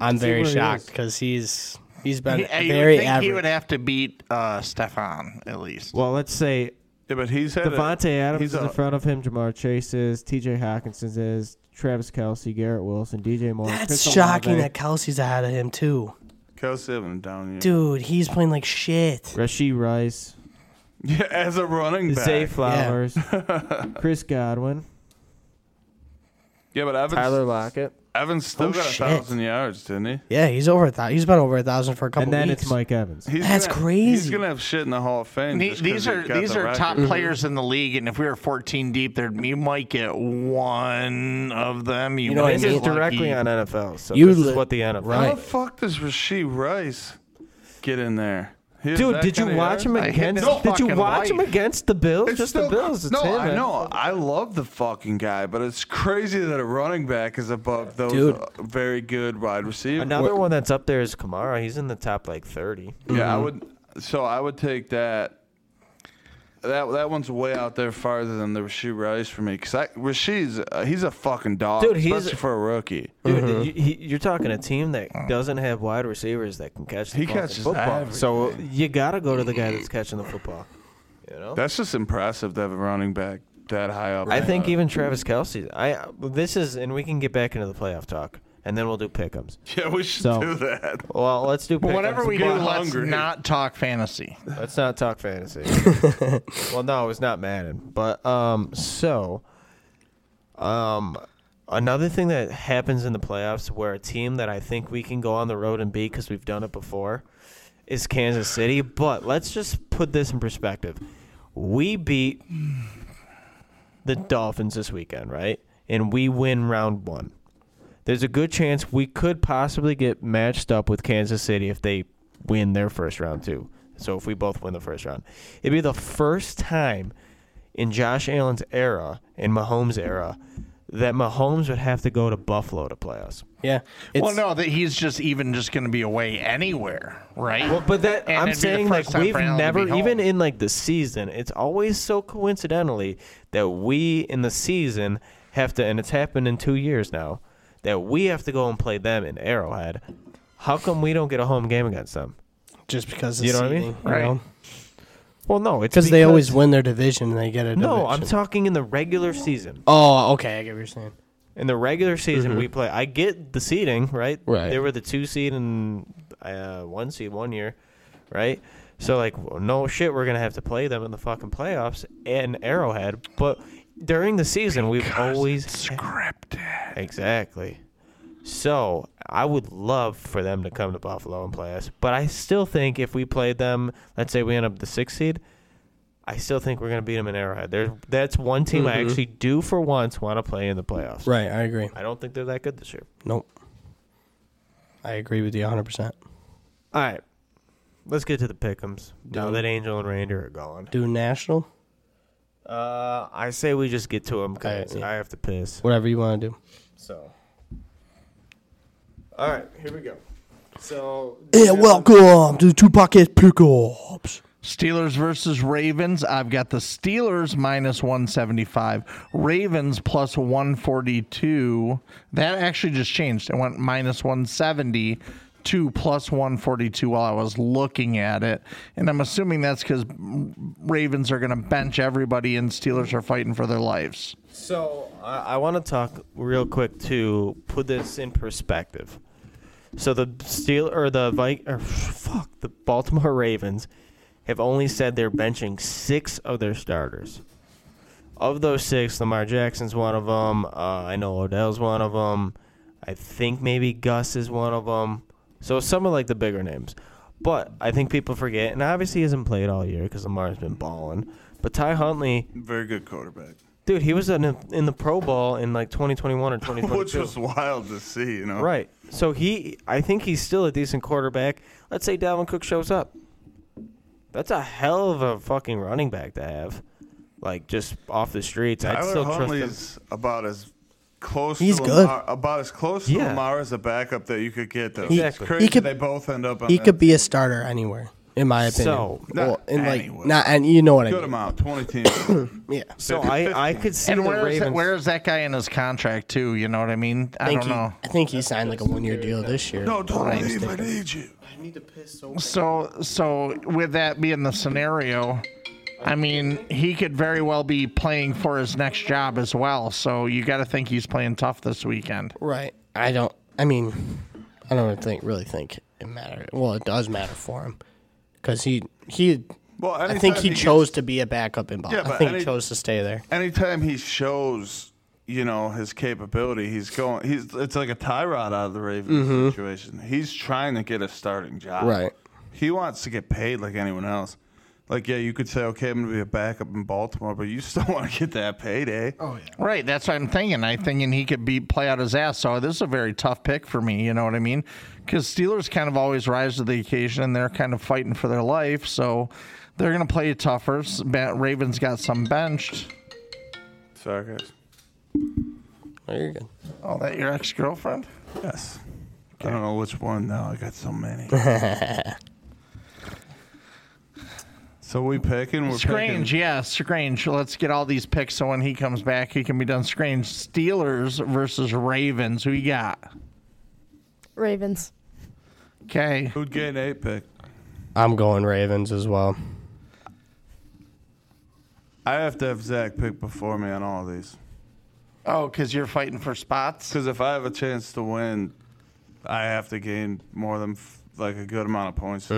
S6: I'm very
S5: where he
S6: shocked
S5: is.
S6: because he's he's been
S1: He- you would
S6: very
S1: think He would
S6: average.
S1: have to beat uh, Stefan at least.
S5: well, let's say
S3: Yeah, but he's had a-
S5: Devontae Adams
S3: he's
S5: is in
S3: a,
S5: front of him. Jamar Chase is. T.J. Hawkinson is. Travis Kelsey, Garrett Wilson, D.J. Moore.
S6: That's
S5: Chris
S6: shocking
S5: Olave,
S6: that Kelsey's ahead of him too,
S3: Kelsey having a down year.
S6: dude. He's playing like shit.
S5: Rasheed Rice,
S3: Yeah, as a running back.
S5: Zay Flowers, Chris Godwin,
S3: Yeah, but Evans,
S5: Tyler Lockett,
S3: Evans still
S6: Oh,
S3: got a
S6: shit.
S3: thousand yards, didn't he?
S6: Yeah, he's over a thousand. He's been over a thousand for a couple.
S5: and then
S6: weeks.
S5: it's Mike Evans.
S3: He's
S6: That's
S3: gonna, He's
S6: crazy.
S3: gonna have shit in the Hall of Fame.
S1: The-
S3: just 'cause
S1: these
S3: he
S1: are
S3: got
S1: these
S3: the
S1: are
S3: record.
S5: Mm-hmm.
S1: top players in the league, and if we were 14 deep, there you might get one of them. You,
S6: know what I
S1: might
S6: mean?
S1: get
S5: It's directly
S1: lucky.
S5: on NFL, so
S6: You
S5: this is
S6: li-
S5: what the NFL.
S3: How
S6: Right.
S3: the fuck does Rasheed Rice get in there? He has
S5: Dude,
S3: that
S5: did you
S3: kinda
S5: watch
S3: yards?
S5: him
S1: hit
S5: against?
S1: his
S5: Did you
S1: fucking
S5: watch him
S1: wife.
S5: against the Bills?
S3: It's
S5: Just
S3: still-
S5: the Bills. It's
S3: no,
S5: him,
S3: I
S5: man.
S3: know. I love the fucking guy, but it's crazy that a running back is above those
S6: Dude.
S3: uh, very good wide receivers.
S5: Another one that's up there is Kamara. He's in the top like thirty.
S3: Yeah, I would. So I would take that. That that one's way out there farther than the Rasheed Rice for me because Rasheed's uh, he's a fucking dog,
S5: Dude, he's-
S3: especially for a rookie.
S5: Dude,
S6: Mm-hmm.
S5: you, he, you're talking a team that doesn't have wide receivers that can catch the
S3: He
S5: fucking
S3: catches
S5: football.
S3: everything.
S5: So you gotta go to the guy that's catching the football. You know,
S3: That's just impressive to have a running back that high up.
S5: I think even Travis Kelsey. I this is, and we can get back into the playoff talk, and then we'll do pickums.
S3: yeah, we should
S5: So-
S3: do that.
S5: Well, let's do
S1: But
S5: pickums.
S1: whatever we do,
S3: Get
S1: let's
S3: hungry.
S1: not talk fantasy.
S5: Let's not talk fantasy. well, no, it's not Madden, but um, so, um, another thing that happens in the playoffs where a team that I think we can go on the road and beat because we've done it before is Kansas City. But let's just put this in perspective: we beat the Dolphins this weekend, right? And we win round one. There's a good chance we could possibly get matched up with Kansas City if they win their first round too. So if we both win the first round, it'd be the first time in Josh Allen's era, in Mahomes' era, that Mahomes would have to go to Buffalo to play us.
S6: Yeah. It's,
S1: well, no, that he's just even just going to be away anywhere, right?
S5: Well, but that
S1: And
S5: I'm
S1: it'd be the
S5: saying
S1: first
S5: like
S1: time
S5: we've
S1: for Allen to
S5: never
S1: be home.
S5: even in like the season, it's always so coincidentally that we in the season have to and it's happened in 2 years now that we have to go and play them in Arrowhead. How come we don't get a home game against them?
S6: just because
S5: You know what I mean?
S1: Right.
S5: Well, no, it's
S6: Because they always win their division and they get a division.
S5: No, I'm talking in the regular season.
S6: Oh, okay. I get what you're saying.
S5: In the regular season, we play. I get the seeding, right?
S6: Right.
S5: They were the two seed and uh, one seed one year, right? So like, w- no shit, we're gonna have to play them in the fucking playoffs and Arrowhead. But during the season, we've always scripted. Exactly. So I would love for them to come to Buffalo and play us. But I still think if we played them, let's say we end up the sixth seed, I still think we're gonna beat them in Arrowhead. There, that's one team I actually do for once want to play in the playoffs.
S6: Right. I agree.
S5: I don't think they're that good this year.
S6: Nope. I agree with you 100%.
S5: All right. Let's get to the pickums. Now that Angel and Ranger are gone.
S6: Do national?
S5: Uh, I say we just get to him because
S6: Alright, yeah.
S5: I have to piss.
S6: Whatever you want to do.
S5: So. All right, here we go. So.
S6: Yeah, welcome to the Two Pocket Pickups.
S1: Steelers versus Ravens. I've got the Steelers minus 175, Ravens plus 142. That actually just changed. I went minus 170 to plus 142 while I was looking at it. And I'm assuming that's because Ravens are going to bench everybody and Steelers are fighting for their lives.
S5: So I, I want to talk real quick to put this in perspective. So the Steel or the Vic or fuck the Baltimore Ravens have only said they're benching six of their starters. Of those six, Lamar Jackson's one of them. Uh, I know Odell's one of them. I think maybe Gus is one of them. So some are like the bigger names, but I think people forget. And obviously, he hasn't played all year because Lamar's been balling. But Ty Huntley,
S3: Very good quarterback,
S5: Dude, he was in, a, in the Pro Bowl in like 2021 or 2022.
S3: which was wild to see. You know,
S5: right. So he, I think he's still a decent quarterback. Let's say Dalvin Cook shows up. That's a hell of a fucking running back to have, like just off the streets. I'd
S3: Tyler
S5: still trust him.
S3: Huntley's about as close.
S6: He's
S3: to
S6: good.
S3: Lamar, about as close to
S5: Yeah.
S3: Lamar as a backup that you could get. Though
S5: Exactly.
S3: it's crazy
S6: He could-
S3: they both end up. On
S6: He
S3: that.
S6: could be a starter anywhere, in my opinion.
S5: So-
S6: well, in like,
S3: Anywhere.
S6: not, and you know what I
S3: good
S6: mean.
S3: amount, twenty teams.
S6: Yeah.
S5: So I, I could see
S1: And
S5: the
S1: where is,
S5: Ravens.
S1: that, where is that guy in his contract, too? You know what I mean? I
S6: think
S1: don't
S6: he,
S1: know.
S6: I think he signed like a one year deal this year.
S3: no, don't leave. I need you.
S1: So, so with that being the scenario, I mean, he could very well be playing for his next job as well. So you got to think he's playing tough this weekend.
S6: Right. I don't. I mean, I don't think really think it matter. Well, it does matter for him because he he.
S3: Well,
S6: I think
S3: anytime
S6: he
S3: gets-
S6: chose to be a backup in
S3: Yeah,
S6: Boston. I
S3: but
S6: think
S3: any-
S6: he chose to stay there.
S3: anytime he shows you know his capability he's going he's it's like a tyrod out of the ravens situation he's trying to get a starting job
S6: Mm-hmm. Right.
S3: he wants to get paid like anyone else like yeah you could say okay i'm gonna be a backup in baltimore but you still want to get that payday oh yeah
S1: Right. That's what I'm thinking. I'm thinking he could be play out his ass. So this is a very tough pick for me. You know what I mean? Because Steelers kind of always rise to the occasion and they're kind of fighting for their life. So they're going to play it tougher. S- ba- Ravens got some benched.
S3: sorry guys
S6: Oh, you're good.
S1: Oh, that your ex girlfriend?
S3: yes i don't know which one now i got so many so we picking we're
S1: Strange,
S3: picking
S1: yeah, Strange. Let's get all these picks so when he comes back, he can be done. Strange. Steelers versus Ravens. Who you got?
S8: Ravens.
S1: Okay.
S3: who'd get an eight pick
S6: I'm going Ravens as well.
S3: i have to have zach pick before me on all these
S1: Oh, because you're fighting for spots.
S3: Because if I have a chance to win, I have to gain more than f- like a good amount of points.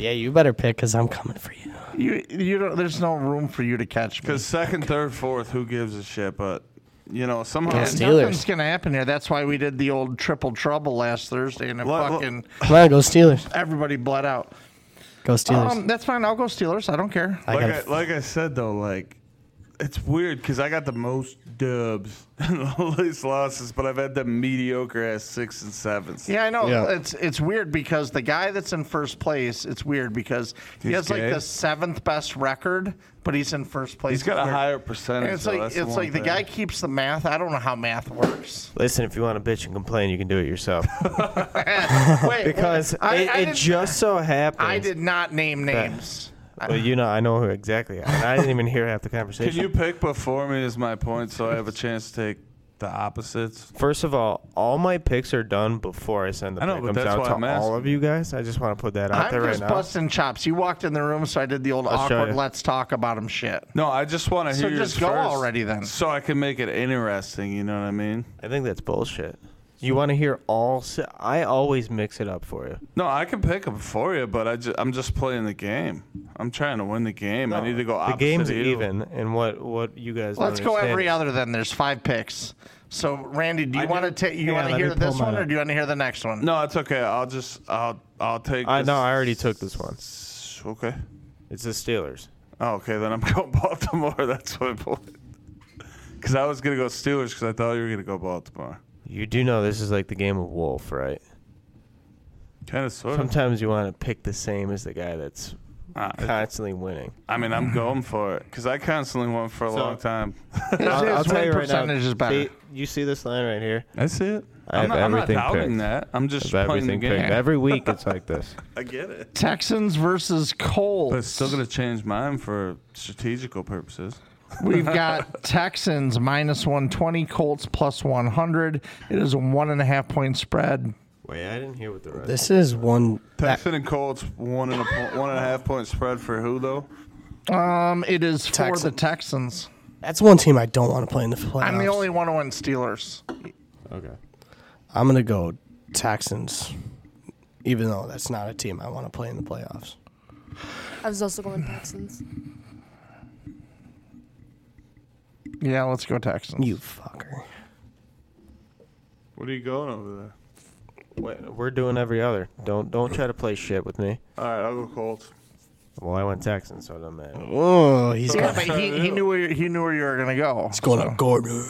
S6: Yeah, you better pick because I'm coming for you.
S1: You, you don't. There's no room for you to catch me.
S3: Because second, third, fourth, who gives a shit? But you know, somehow
S6: Yeah,
S3: let,
S6: Steelers.
S1: Nothing's gonna happen here. That's why we did the old triple trouble last Thursday, and it
S3: Well, well-
S1: fucking
S6: Come on, go Steelers.
S1: everybody bled out.
S6: Go Steelers.
S1: Um, that's fine. I'll go Steelers. I don't care.
S6: I
S3: like,
S6: got
S3: I, like I said though, like it's weird because I got the most dubs and the least losses, but I've had the mediocre ass six and sevens.
S1: Yeah, I know.
S6: Yeah.
S1: It's it's weird because the guy that's in first place, it's weird because he
S3: He's
S1: has
S3: gay?
S1: like the seventh best record, but he's in first place.
S3: he's got a
S1: Weird.
S3: higher
S1: And
S3: percentage.
S1: it's
S3: though,
S1: like
S3: that's the
S1: it's
S3: one
S1: like the
S3: thing.
S1: guy keeps the math. I don't know how math works.
S5: Listen, if you want to bitch and complain, you can do it yourself.
S1: Wait,
S5: Because
S1: I-
S5: it,
S1: I
S5: it
S1: didn't-
S5: just so happens.
S1: I did not name names.
S5: Well, you know, I know who exactly. And I didn't even hear half the conversation.
S3: Can you pick before me? Is my point, so I have a chance to take the opposites.
S5: First of all, all my picks are done before I send the
S3: I know, but
S5: pickums
S3: that's
S5: out
S3: why
S5: to
S3: I'm
S5: all
S3: asking.
S5: of you guys. I just want to put that out
S1: I'm
S5: there right
S1: just
S5: now.
S1: busting chops. You walked in the room, so I did the old
S5: Let's try
S1: awkward
S5: it.
S1: "let's talk about him" shit.
S3: No, I just want to
S1: So
S3: hear yours
S1: just go
S3: first,
S1: already then.
S3: So I can make it interesting, you know what I mean?
S5: I think that's bullshit. You want to hear all? si- I always mix it up for you.
S3: No, I can pick them for you, but I ju- I'm just playing the game. I'm trying to win the game. I need to go
S5: The
S3: opposite
S5: game's
S3: of you.
S5: even, and what what you guys. don't
S1: Let's go
S5: understand
S1: every
S5: is-
S1: other. Then there's five picks. So Randy, do you
S3: I
S1: want to
S3: do-
S1: take? You
S6: Hang on,
S1: want to
S6: let me
S1: hear
S6: pull
S1: this
S6: mine
S1: one, or
S6: up.
S1: do you want to hear the next one?
S3: No, it's okay. I'll just I'll I'll take.
S5: I
S3: this-
S5: no, I already took this one.
S3: Okay.
S5: It's the Steelers.
S3: Oh, okay, then I'm going Baltimore. That's what I pulled. Because I was gonna go Steelers because I thought you were gonna go Baltimore.
S5: You do know this is like the game of Wolf, right?
S3: Kind of sort of.
S5: Sometimes you want to pick the same as the guy that's
S3: I,
S5: constantly winning.
S3: I mean, I'm going for it because I constantly won for a long time.
S5: I'll, I'll
S1: his
S5: tell
S1: win
S5: you right now.
S1: percentage is better.
S5: see- you see this line right here?
S10: I see it.
S5: I
S3: I'm
S5: have
S3: not, I'm not
S10: everything
S3: doubting
S10: picked.
S3: that. I'm just
S10: Of
S3: playing the
S10: everything
S3: game.
S10: picked. Every week it's like this.
S3: I get it.
S1: Texans versus Colts.
S3: But it's still gonna change mine for strategical purposes.
S1: We've got Texans minus 120, Colts plus 100. It is a one and a half point spread.
S5: Wait, I didn't hear what the rest.
S6: This is one. That,
S3: Texan and Colts one and a po- one and a half point spread for who though?
S1: Um, it is for the
S6: Texans.
S1: Texans.
S6: that's one team I don't want to play in the playoffs.
S1: I'm the only one on Steelers.
S5: Okay.
S6: I'm gonna go Texans, even though that's not a team I want to play in the playoffs.
S8: I was also going Texans.
S1: Yeah, let's go Texans.
S6: You fucker.
S3: What are you going over there?
S5: Wait, we're doing every other. Don't don't try to play shit with me.
S3: All right, I'll go Colts.
S5: Well, I went Texans, so it doesn't matter.
S6: Oh, he's
S1: Yeah,
S6: got
S1: but he, he knew where he knew where you were gonna go.
S6: it's going up Gordon.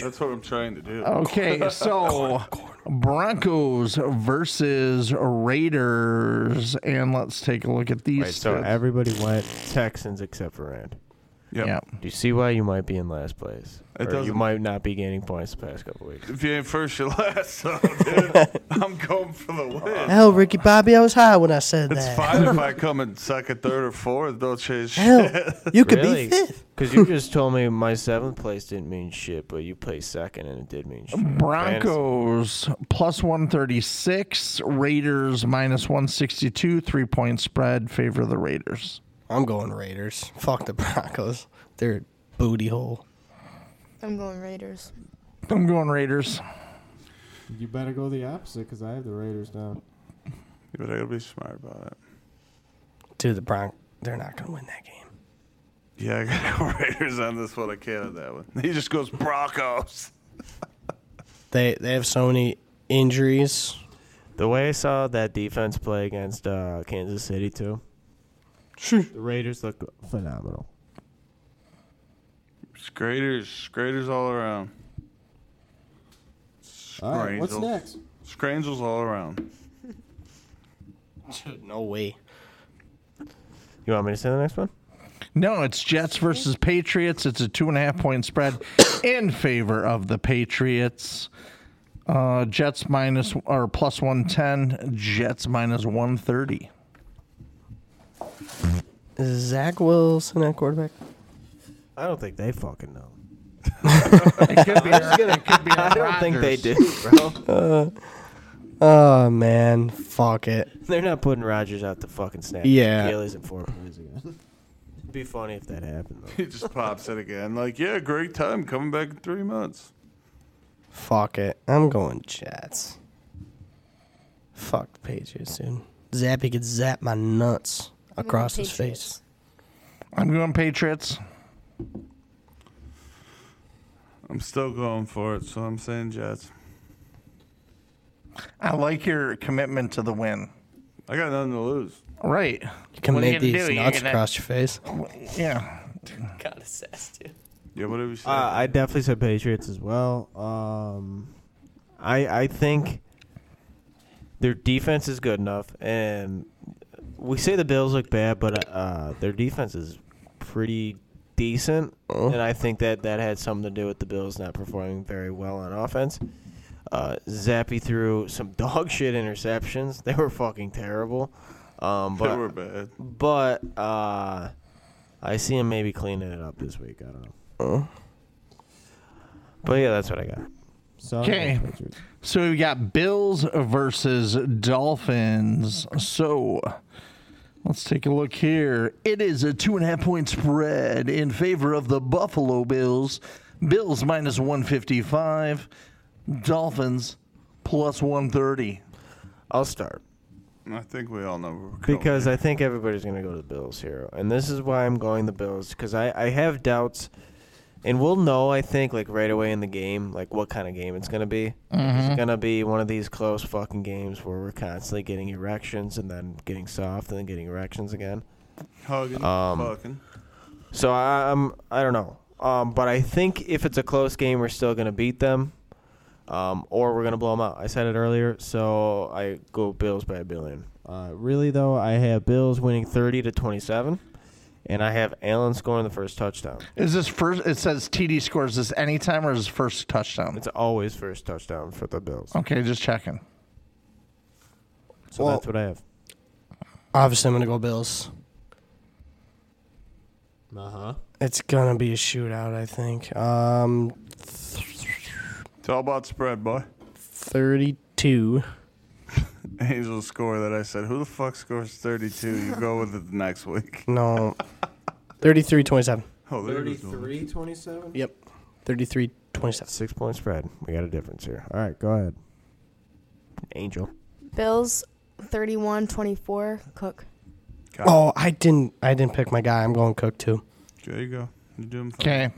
S3: That's what I'm trying to do.
S10: Oh,
S1: Okay, so Broncos versus Raiders, and let's take a look at these.
S5: Wait, so
S1: stats.
S5: everybody went Texans except for Rand.
S3: Yep.
S1: yeah,
S5: Do you see why you might be in last place?
S3: It
S5: Or you
S3: doesn't-
S5: might not be gaining points the past couple weeks.
S3: If you ain't first, you're last. So, dude, I'm going for the win.
S6: Hell, Ricky Bobby, I was high when I said
S3: It's
S6: that.
S3: fine if I come in second, third, or fourth. Don't change shit.
S6: Hell, you could
S5: Really?
S6: be fifth.
S5: Because you just told me my seventh place didn't mean shit, but you placed second and it did mean shit.
S1: Broncos plus one thirty six, Raiders minus one sixty two, three point spread favor the Raiders.
S6: I'm going Raiders. Fuck the Broncos. They're a booty hole.
S8: I'm going Raiders.
S1: I'm going Raiders.
S11: You better go the opposite because I have the Raiders now.
S3: But I gotta be smart about it.
S6: Dude, the Bronc, they're not gonna win that game.
S3: Yeah, I gotta go Raiders on this one. I can't on that one. He just goes Broncos.
S6: They they have so many injuries.
S5: The way I saw that defense play against uh, Kansas City, too, the Raiders look phenomenal.
S3: Scraters, scraters all around.
S11: All right, what's
S3: Scrangels.
S11: next?
S3: Scrangels all around.
S6: Dude, no way.
S5: You want me to say the next one?
S1: No, it's Jets versus Patriots. It's a two and a half point spread in favor of the Patriots. Uh, Jets minus or plus one ten. Jets minus one thirty.
S6: Is Zach Wilson at quarterback?
S5: I don't think they fucking know.
S1: It could be. It could be.
S5: I don't think they do, bro.
S6: Oh man, fuck it.
S5: They're not putting Rodgers out the fucking snap.
S6: Yeah.
S5: Achilles and four plays again. It'd be funny if that happened, though.
S3: He just pops it again. Like, yeah, great time. Coming back in three months.
S6: Fuck it. I'm going Jets. Fuck the Patriots, dude. Zappy could zap my nuts
S7: I'm going
S6: across his
S7: Patriots.
S6: face.
S1: I'm going Patriots.
S3: I'm still going for it, so I'm saying Jets.
S1: I like your commitment to the win.
S3: I got nothing to lose.
S1: Right.
S6: You can
S1: What are you
S6: make
S1: gonna
S6: these
S1: do? You're
S6: nuts
S1: gonna-
S6: across your face.
S1: Yeah.
S2: Got assessed, dude.
S3: Yeah, whatever you say.
S5: Uh, I definitely said Patriots as well. Um, I I think their defense is good enough, and we say the Bills look bad, but uh, their defense is pretty decent,
S3: Uh-huh.
S5: and I think that that had something to do with the Bills not performing very well on offense. Uh, Zappy threw some dog shit interceptions. They were fucking terrible. Um,
S3: they
S5: but
S3: were bad.
S5: but uh, I see him maybe cleaning it up this week. I don't know. But yeah, that's what I got.
S11: So
S1: Okay. So we got Bills versus Dolphins. So let's take a look here. It is a two and a half point spread in favor of the Buffalo Bills. Bills minus 155, Dolphins plus 130.
S5: I'll start
S3: I think we all know where we're going.
S5: because I think everybody's going to go to the Bills here, and this is why I'm going the Bills because I I have doubts, and we'll know I think like right away in the game like what kind of game it's going to be. Like, Is it going to be one of these close fucking games where we're constantly getting erections and then getting soft and then getting erections again?
S3: hugging, fucking.
S5: So I, I'm I don't know, um, but I think if it's a close game, we're still gonna beat them. um, or we're gonna blow them out. I said it earlier, so I go Bills by a billion. Uh, really though, I have Bills winning thirty to twenty-seven, and I have Allen scoring the first touchdown.
S1: Is this first? It says TD scores this anytime or is this first touchdown?
S5: It's always first touchdown for the Bills.
S1: Okay, just checking.
S5: So
S6: Well-
S5: that's what I have.
S6: Obviously, I'm gonna go Bills.
S11: Uh huh.
S6: It's gonna be a shootout, I think. Um,
S3: It's all about spread, boy.
S6: thirty-two.
S3: Angel score that I said. Who the fuck scores 32? You go with it the next week.
S6: No, 33-27.
S3: Oh, there it is.
S11: 33 27?
S6: Yep, 33-27.
S5: Six point spread. We got a difference here. All right, go ahead. Angel.
S8: Bills 31 24. Cook.
S3: God,
S6: Oh, I didn't. I didn't pick my guy. I'm going Cook too.
S3: There you go. You're doing fine.
S1: Okay.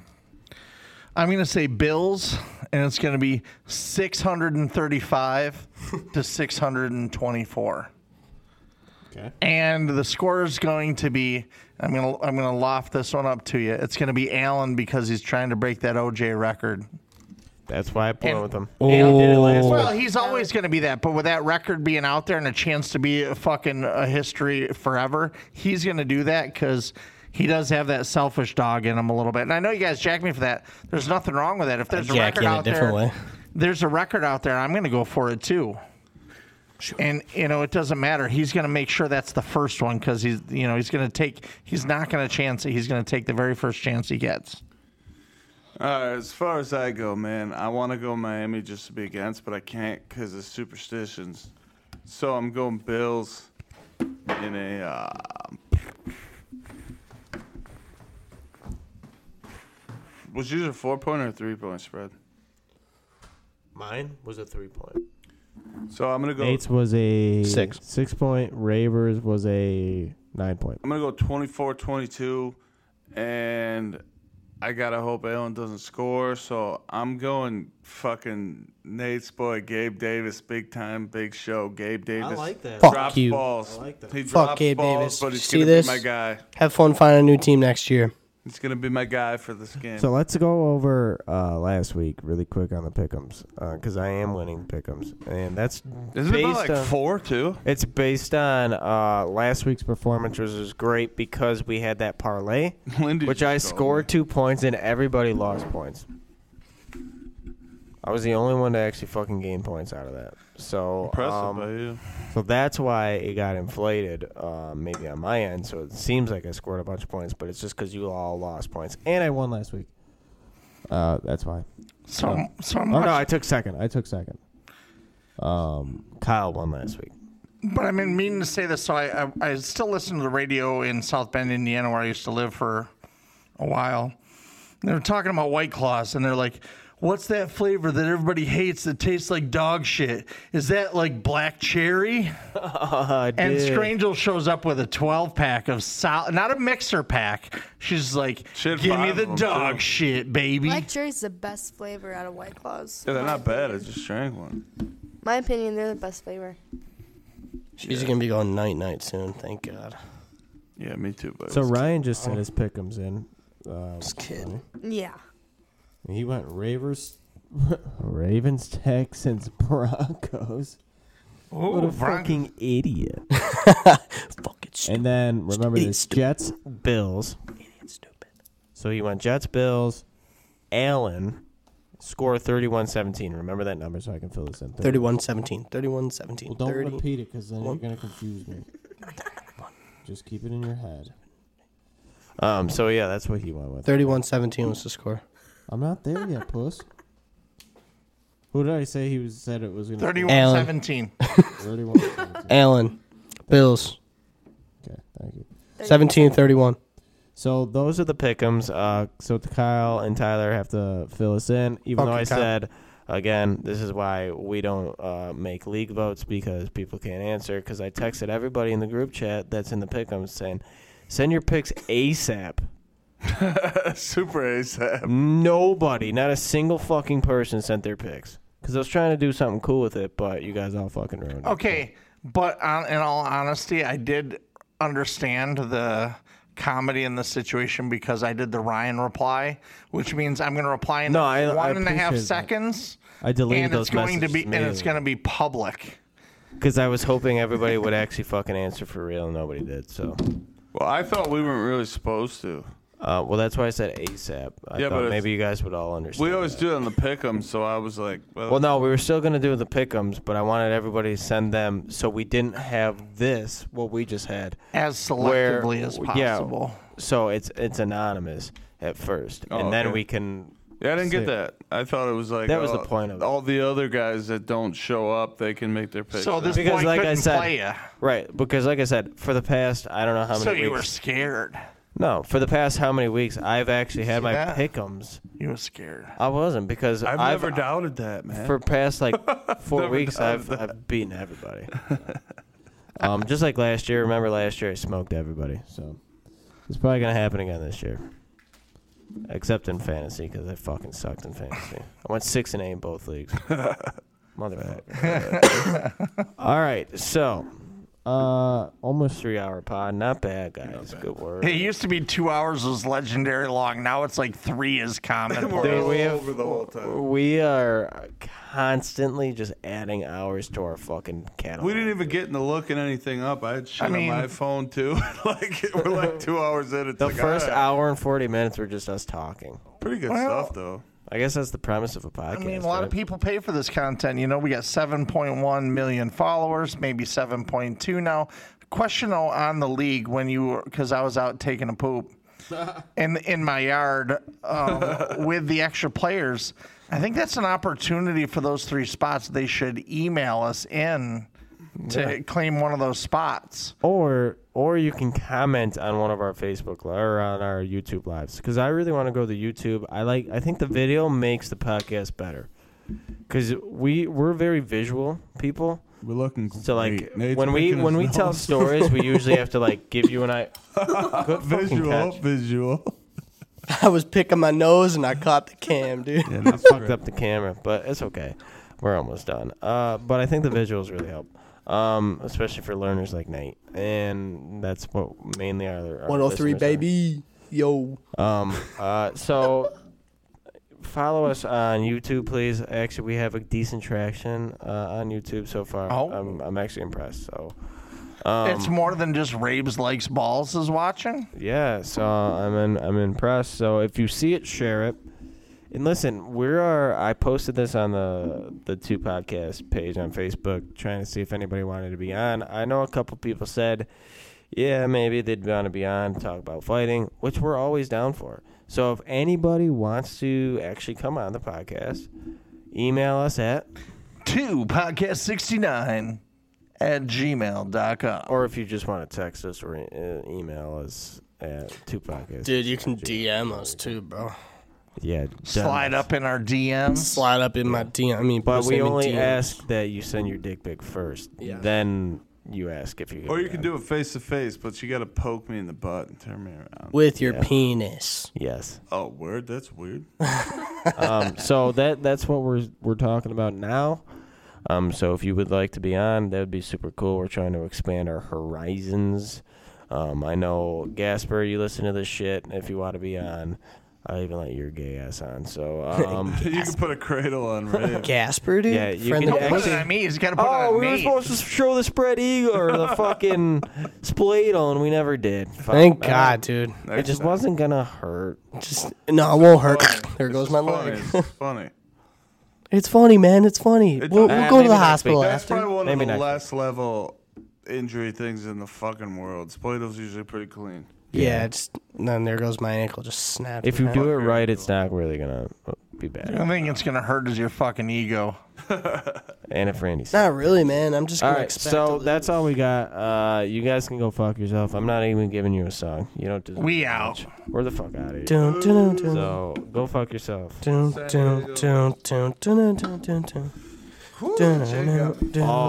S1: I'm going to say Bills, and it's going to be 635 to 624.
S11: Okay.
S1: And the score is going to be I'm going to I'm going to loft this one up to you. It's going to be Allen because he's trying to break that OJ record.
S5: That's why I
S1: And-
S5: point with them.
S6: Oh.
S1: Well, he's always going to be that, but with that record being out there and a chance to be a fucking a history forever, he's going to do that because he does have that selfish dog in him a little bit. And I know you guys jack me for that. There's nothing wrong with that. If there's a
S6: jack
S1: record
S6: you in a
S1: out
S6: different
S1: there,
S6: way.
S1: there's a record out there. I'm going to go for it too. And you know it doesn't matter. He's going to make sure that's the first one because he's you know he's going to take. He's not going to chance it. He's going to take the very first chance he gets.
S3: Uh, as far as I go, man, I want to go Miami just to be against, but I can't because of superstitions. So I'm going Bills in a. Uh, was yours a four point or three point spread?
S5: Mine was a three point.
S3: So I'm gonna go.
S5: Nate's was a
S6: Six.
S5: Six point. Ravers was a nine point.
S3: I'm gonna go 24-22, and I gotta hope Allen doesn't score. So I'm going fucking Nate's boy Gabe Davis, big time, big show. Gabe Davis.
S5: that.
S6: Fuck
S3: drops
S6: you.
S3: balls. He
S6: Fuck
S3: drops
S6: Gabe
S3: balls,
S6: Davis.
S3: but he's
S6: See
S3: gonna
S6: this?
S3: be my guy.
S6: Have fun finding a new team next year.
S3: He's gonna be my guy for this game.
S5: So let's go over uh, last week really quick on the pickums because I am winning pickums, and that's
S3: Isn't it about
S5: based
S3: like
S5: on-
S3: four too?
S5: It's based on uh, last week's performance, which was great because we had that parlay,
S3: Lindy
S5: which
S3: just
S5: I
S3: told
S5: scored two points and everybody lost points. I was the only one to actually fucking gain points out of that. So,
S3: Impressive
S5: um,
S3: by you.
S5: so that's why it got inflated, uh, maybe on my end. So it seems like I scored a bunch of points, but it's just because you all lost points, and I won last week. Uh, that's why.
S1: So so
S5: Oh
S1: much.
S5: no, I took second. I took second. Um, Kyle won last week.
S1: But I mean, meaning to say this, so I, I I still listen to the radio in South Bend, Indiana, where I used to live for a while. They were talking about White Claws, and they're like, "What's that flavor that everybody hates that tastes like dog shit? Is that like black cherry?" And Strangel shows up with a 12 pack of solid, not a mixer pack. She's like,
S3: She had
S1: "Give me
S3: five
S1: the
S3: of 'em,
S1: dog
S3: too.
S1: shit, baby."
S7: Black cherry's the best flavor out of White Claws.
S3: Yeah, they're not bad. I just drank one.
S8: My opinion, they're the best flavor.
S6: She's gonna be going night night soon. Thank God.
S3: Yeah, me too. But
S5: So Ryan just sent his pickums in. Uh,
S6: Just kidding.
S8: Yeah.
S11: He went Ravers.
S5: Ravens, Texans, Broncos.
S1: Ooh,
S5: What a
S1: Bron-
S5: fucking idiot!
S6: Fucking stupid.
S5: And then remember
S6: Idiot,
S5: this:
S6: stupid.
S5: Jets, Bills.
S6: stupid.
S5: So he went Jets, Bills, Allen, score 31-17. Remember that number so I can fill this in.
S6: 31-17.
S11: Well,
S6: 31-17.
S11: don't
S6: 30.
S11: repeat it because then
S6: One.
S11: you're going to confuse me. Just keep it in your head.
S5: Um. So yeah, that's what he went with.
S6: 31-17 was the score.
S11: I'm not there yet, puss. Who did I say he was said it was going to
S1: 31 17.
S11: 31.
S6: Allen, Bills,
S11: okay, thank you.
S6: 17-31.
S5: So those are the pickums. Uh, so Kyle and Tyler have to fill us in, even though
S6: Okay,
S5: I
S6: Kyle.
S5: said again, this is why we don't uh, make league votes because people can't answer. Because I texted everybody in the group chat that's in the pickums saying, "Send your picks ASAP."
S3: super ASAP.
S5: Nobody, not a single fucking person, sent their picks because I was trying to do something cool with it, but you guys all fucking ruined it.
S1: Okay, but on, in all honesty, I did understand the comedy in this situation because I did the Ryan reply, which means I'm going to reply in
S5: No, I- I
S1: one and a half
S5: appreciate that.
S1: seconds.
S5: I deleted
S1: and
S5: those
S1: it's going to
S5: messages
S1: be and it's
S5: immediately.
S1: going to be public.
S5: because I was hoping everybody would actually fucking answer for real, and nobody did. So,
S3: Well, I thought we weren't really supposed to.
S5: uh, well, that's why I said ASAP. I
S3: Yeah, but
S5: thought
S3: it's-
S5: maybe you guys would all understand.
S3: We always
S5: that.
S3: do it on the pick'em, so I was like, well,
S5: Well, no, we were still gonna do the pickums, but I wanted everybody to send them, so we didn't have this what we just had.
S1: As
S5: where-
S1: selectively as
S5: yeah,
S1: possible.
S5: so it's it's anonymous at first,
S3: Oh,
S5: and then
S3: okay.
S5: we can.
S3: yeah, I didn't get
S5: see.
S3: that. I thought it was like
S5: That was the
S3: oh,
S5: point of it.
S3: all the other guys that don't show up, they can make their picks.
S1: So
S3: up.
S1: this
S5: Because,
S1: boy
S5: like I
S1: couldn't
S5: said-
S1: play you.
S5: Right, because like I said, for the past I don't know how many
S1: So
S5: weeks.
S1: you were scared.
S5: No, for the past how many weeks I've actually had my
S1: that?
S5: pickums.
S1: You were scared.
S5: I wasn't because
S3: I've,
S5: I've,
S3: never doubted that, man.
S5: for past like four
S3: Never
S5: weeks
S3: doubted
S5: I've I've beaten everybody. um, just like last year. Remember last year I smoked everybody. So it's probably gonna happen again this year. Except in fantasy because I fucking sucked in fantasy. I went six and eight in both leagues. Motherfucker. All right, so. Uh, almost three hour pod. Not bad, guys. Good work.
S1: It used to be two hours was legendary long. Now it's like three is common.
S5: Dude,
S3: all
S5: we have-
S3: over the whole time.
S5: We are constantly just adding hours to our fucking catalog.
S3: We didn't even get into looking anything up. I had shit
S1: I mean-
S3: on my phone too. like we're like two hours in. It's
S5: The
S3: like,
S5: first
S3: all right,
S5: hour and forty minutes were just us talking.
S3: pretty good
S1: Well-
S3: stuff though.
S5: I guess that's the premise of a podcast.
S1: I mean, a lot of
S5: right?
S1: people pay for this content. You know, we got 7.1 million followers, maybe 7.2 now. Question though on the league when you, because I was out taking a poop in in my yard um, with the extra players. I think that's an opportunity for those three spots. They should email us in to claim one of those spots.
S5: Or, or you can comment on one of our Facebook li- or on our YouTube lives because I really want to go to YouTube. I like. I think the video makes the podcast better because we we're very visual people.
S3: We're looking
S5: So like when we when we tell stories, we usually have to like give you an eye. Good fucking
S3: visual,
S5: catch.
S3: visual.
S6: I was picking my nose and I caught the cam, dude.
S5: I fucked up the camera, but it's okay. We're almost done. Uh, but I think the visuals really help, um, especially for learners like Nate, and that's what mainly our, our
S6: 103,
S5: listeners are.
S6: baby. Yo.
S5: Um, uh, so follow us on YouTube, please. Actually, we have a decent traction uh, on YouTube so far.
S1: Oh.
S5: I'm, I'm actually impressed. So Um,
S1: it's more than just Rabe's likes balls is watching.
S5: yeah, so I'm in, I'm impressed. So if you see it, share it. And listen, we are. I posted this on the the two podcast page on Facebook, trying to see if anybody wanted to be on. I know a couple people said, yeah, maybe they'd want to be on talk about fighting, which we're always down for. So if anybody wants to actually come on the podcast, email us at,
S1: Two podcast 69 at gmail.com.
S5: or if you just want to text us or e- uh, email us at two podcasts.
S6: Dude, you can DM us too, bro.
S5: Yeah,
S1: slide
S5: dumbass.
S1: up in our DMs.
S6: Slide up in my DM. I mean,
S5: But we
S6: send me
S5: only
S6: DMs.
S5: ask that you send your dick pic first.
S6: Yeah.
S5: Then you ask if you.
S3: Or you can do it face to face, but you got to poke me in the butt and turn me around.
S6: with your penis.
S5: Yes.
S3: Oh, word, that's weird.
S5: Um, so that that's what we're we're talking about now. Um, so if you would like to be on, that would be super cool. We're trying to expand our horizons. Um, I know Gasper, you listen to this shit. If you want to be on, I'll even let your gay ass on. So um,
S3: you can put a cradle on Ray.
S6: Gasper, dude.
S5: Yeah, you
S6: Friend
S5: can
S6: of
S5: act-
S6: mine.
S1: Put it on me. He's got to put
S5: Oh,
S1: it
S5: we
S1: on
S5: were
S1: me.
S5: supposed to show the spread eagle or the fucking spladle, and we never did. Fuck.
S6: Thank
S5: I
S6: God, dude.
S5: don't- It just wasn't gonna hurt.
S6: Just no, it won't hurt.
S3: Funny.
S6: there
S3: It's
S6: goes
S3: just
S6: my
S3: funny.
S6: leg.
S3: It's just funny.
S6: It's funny, man. It's funny.
S3: It's
S6: we'll
S3: okay.
S6: we'll
S5: Uh,
S6: go to
S5: maybe
S6: the
S5: next
S6: hospital
S5: week.
S3: That's
S6: after.
S3: probably one of
S5: Maybe
S3: the
S5: not.
S3: less level injury things in the fucking world. Spladle's usually pretty clean.
S6: Yeah, it's and then there goes my ankle. Just snapped.
S5: If you do it right, it's not really gonna uh, be
S1: The
S5: bad.
S1: only thing it's going to hurt is your fucking ego.
S5: And if Randy.
S6: not really, man. I'm just
S5: All
S6: gonna
S5: right,
S6: expect.
S5: so
S6: to
S5: that's
S6: lose.
S5: all we got. Uh, you guys can go fuck yourself. I'm not even giving you a song. You don't deserve
S1: We
S5: that
S1: out.
S5: much. We're the fuck out of here.
S6: Dun, dun, dun, dun.
S5: So go fuck yourself.
S6: Dun, dun, dun, dun, dun, dun, dun, dun. Dun, dun, dun, dun.
S5: All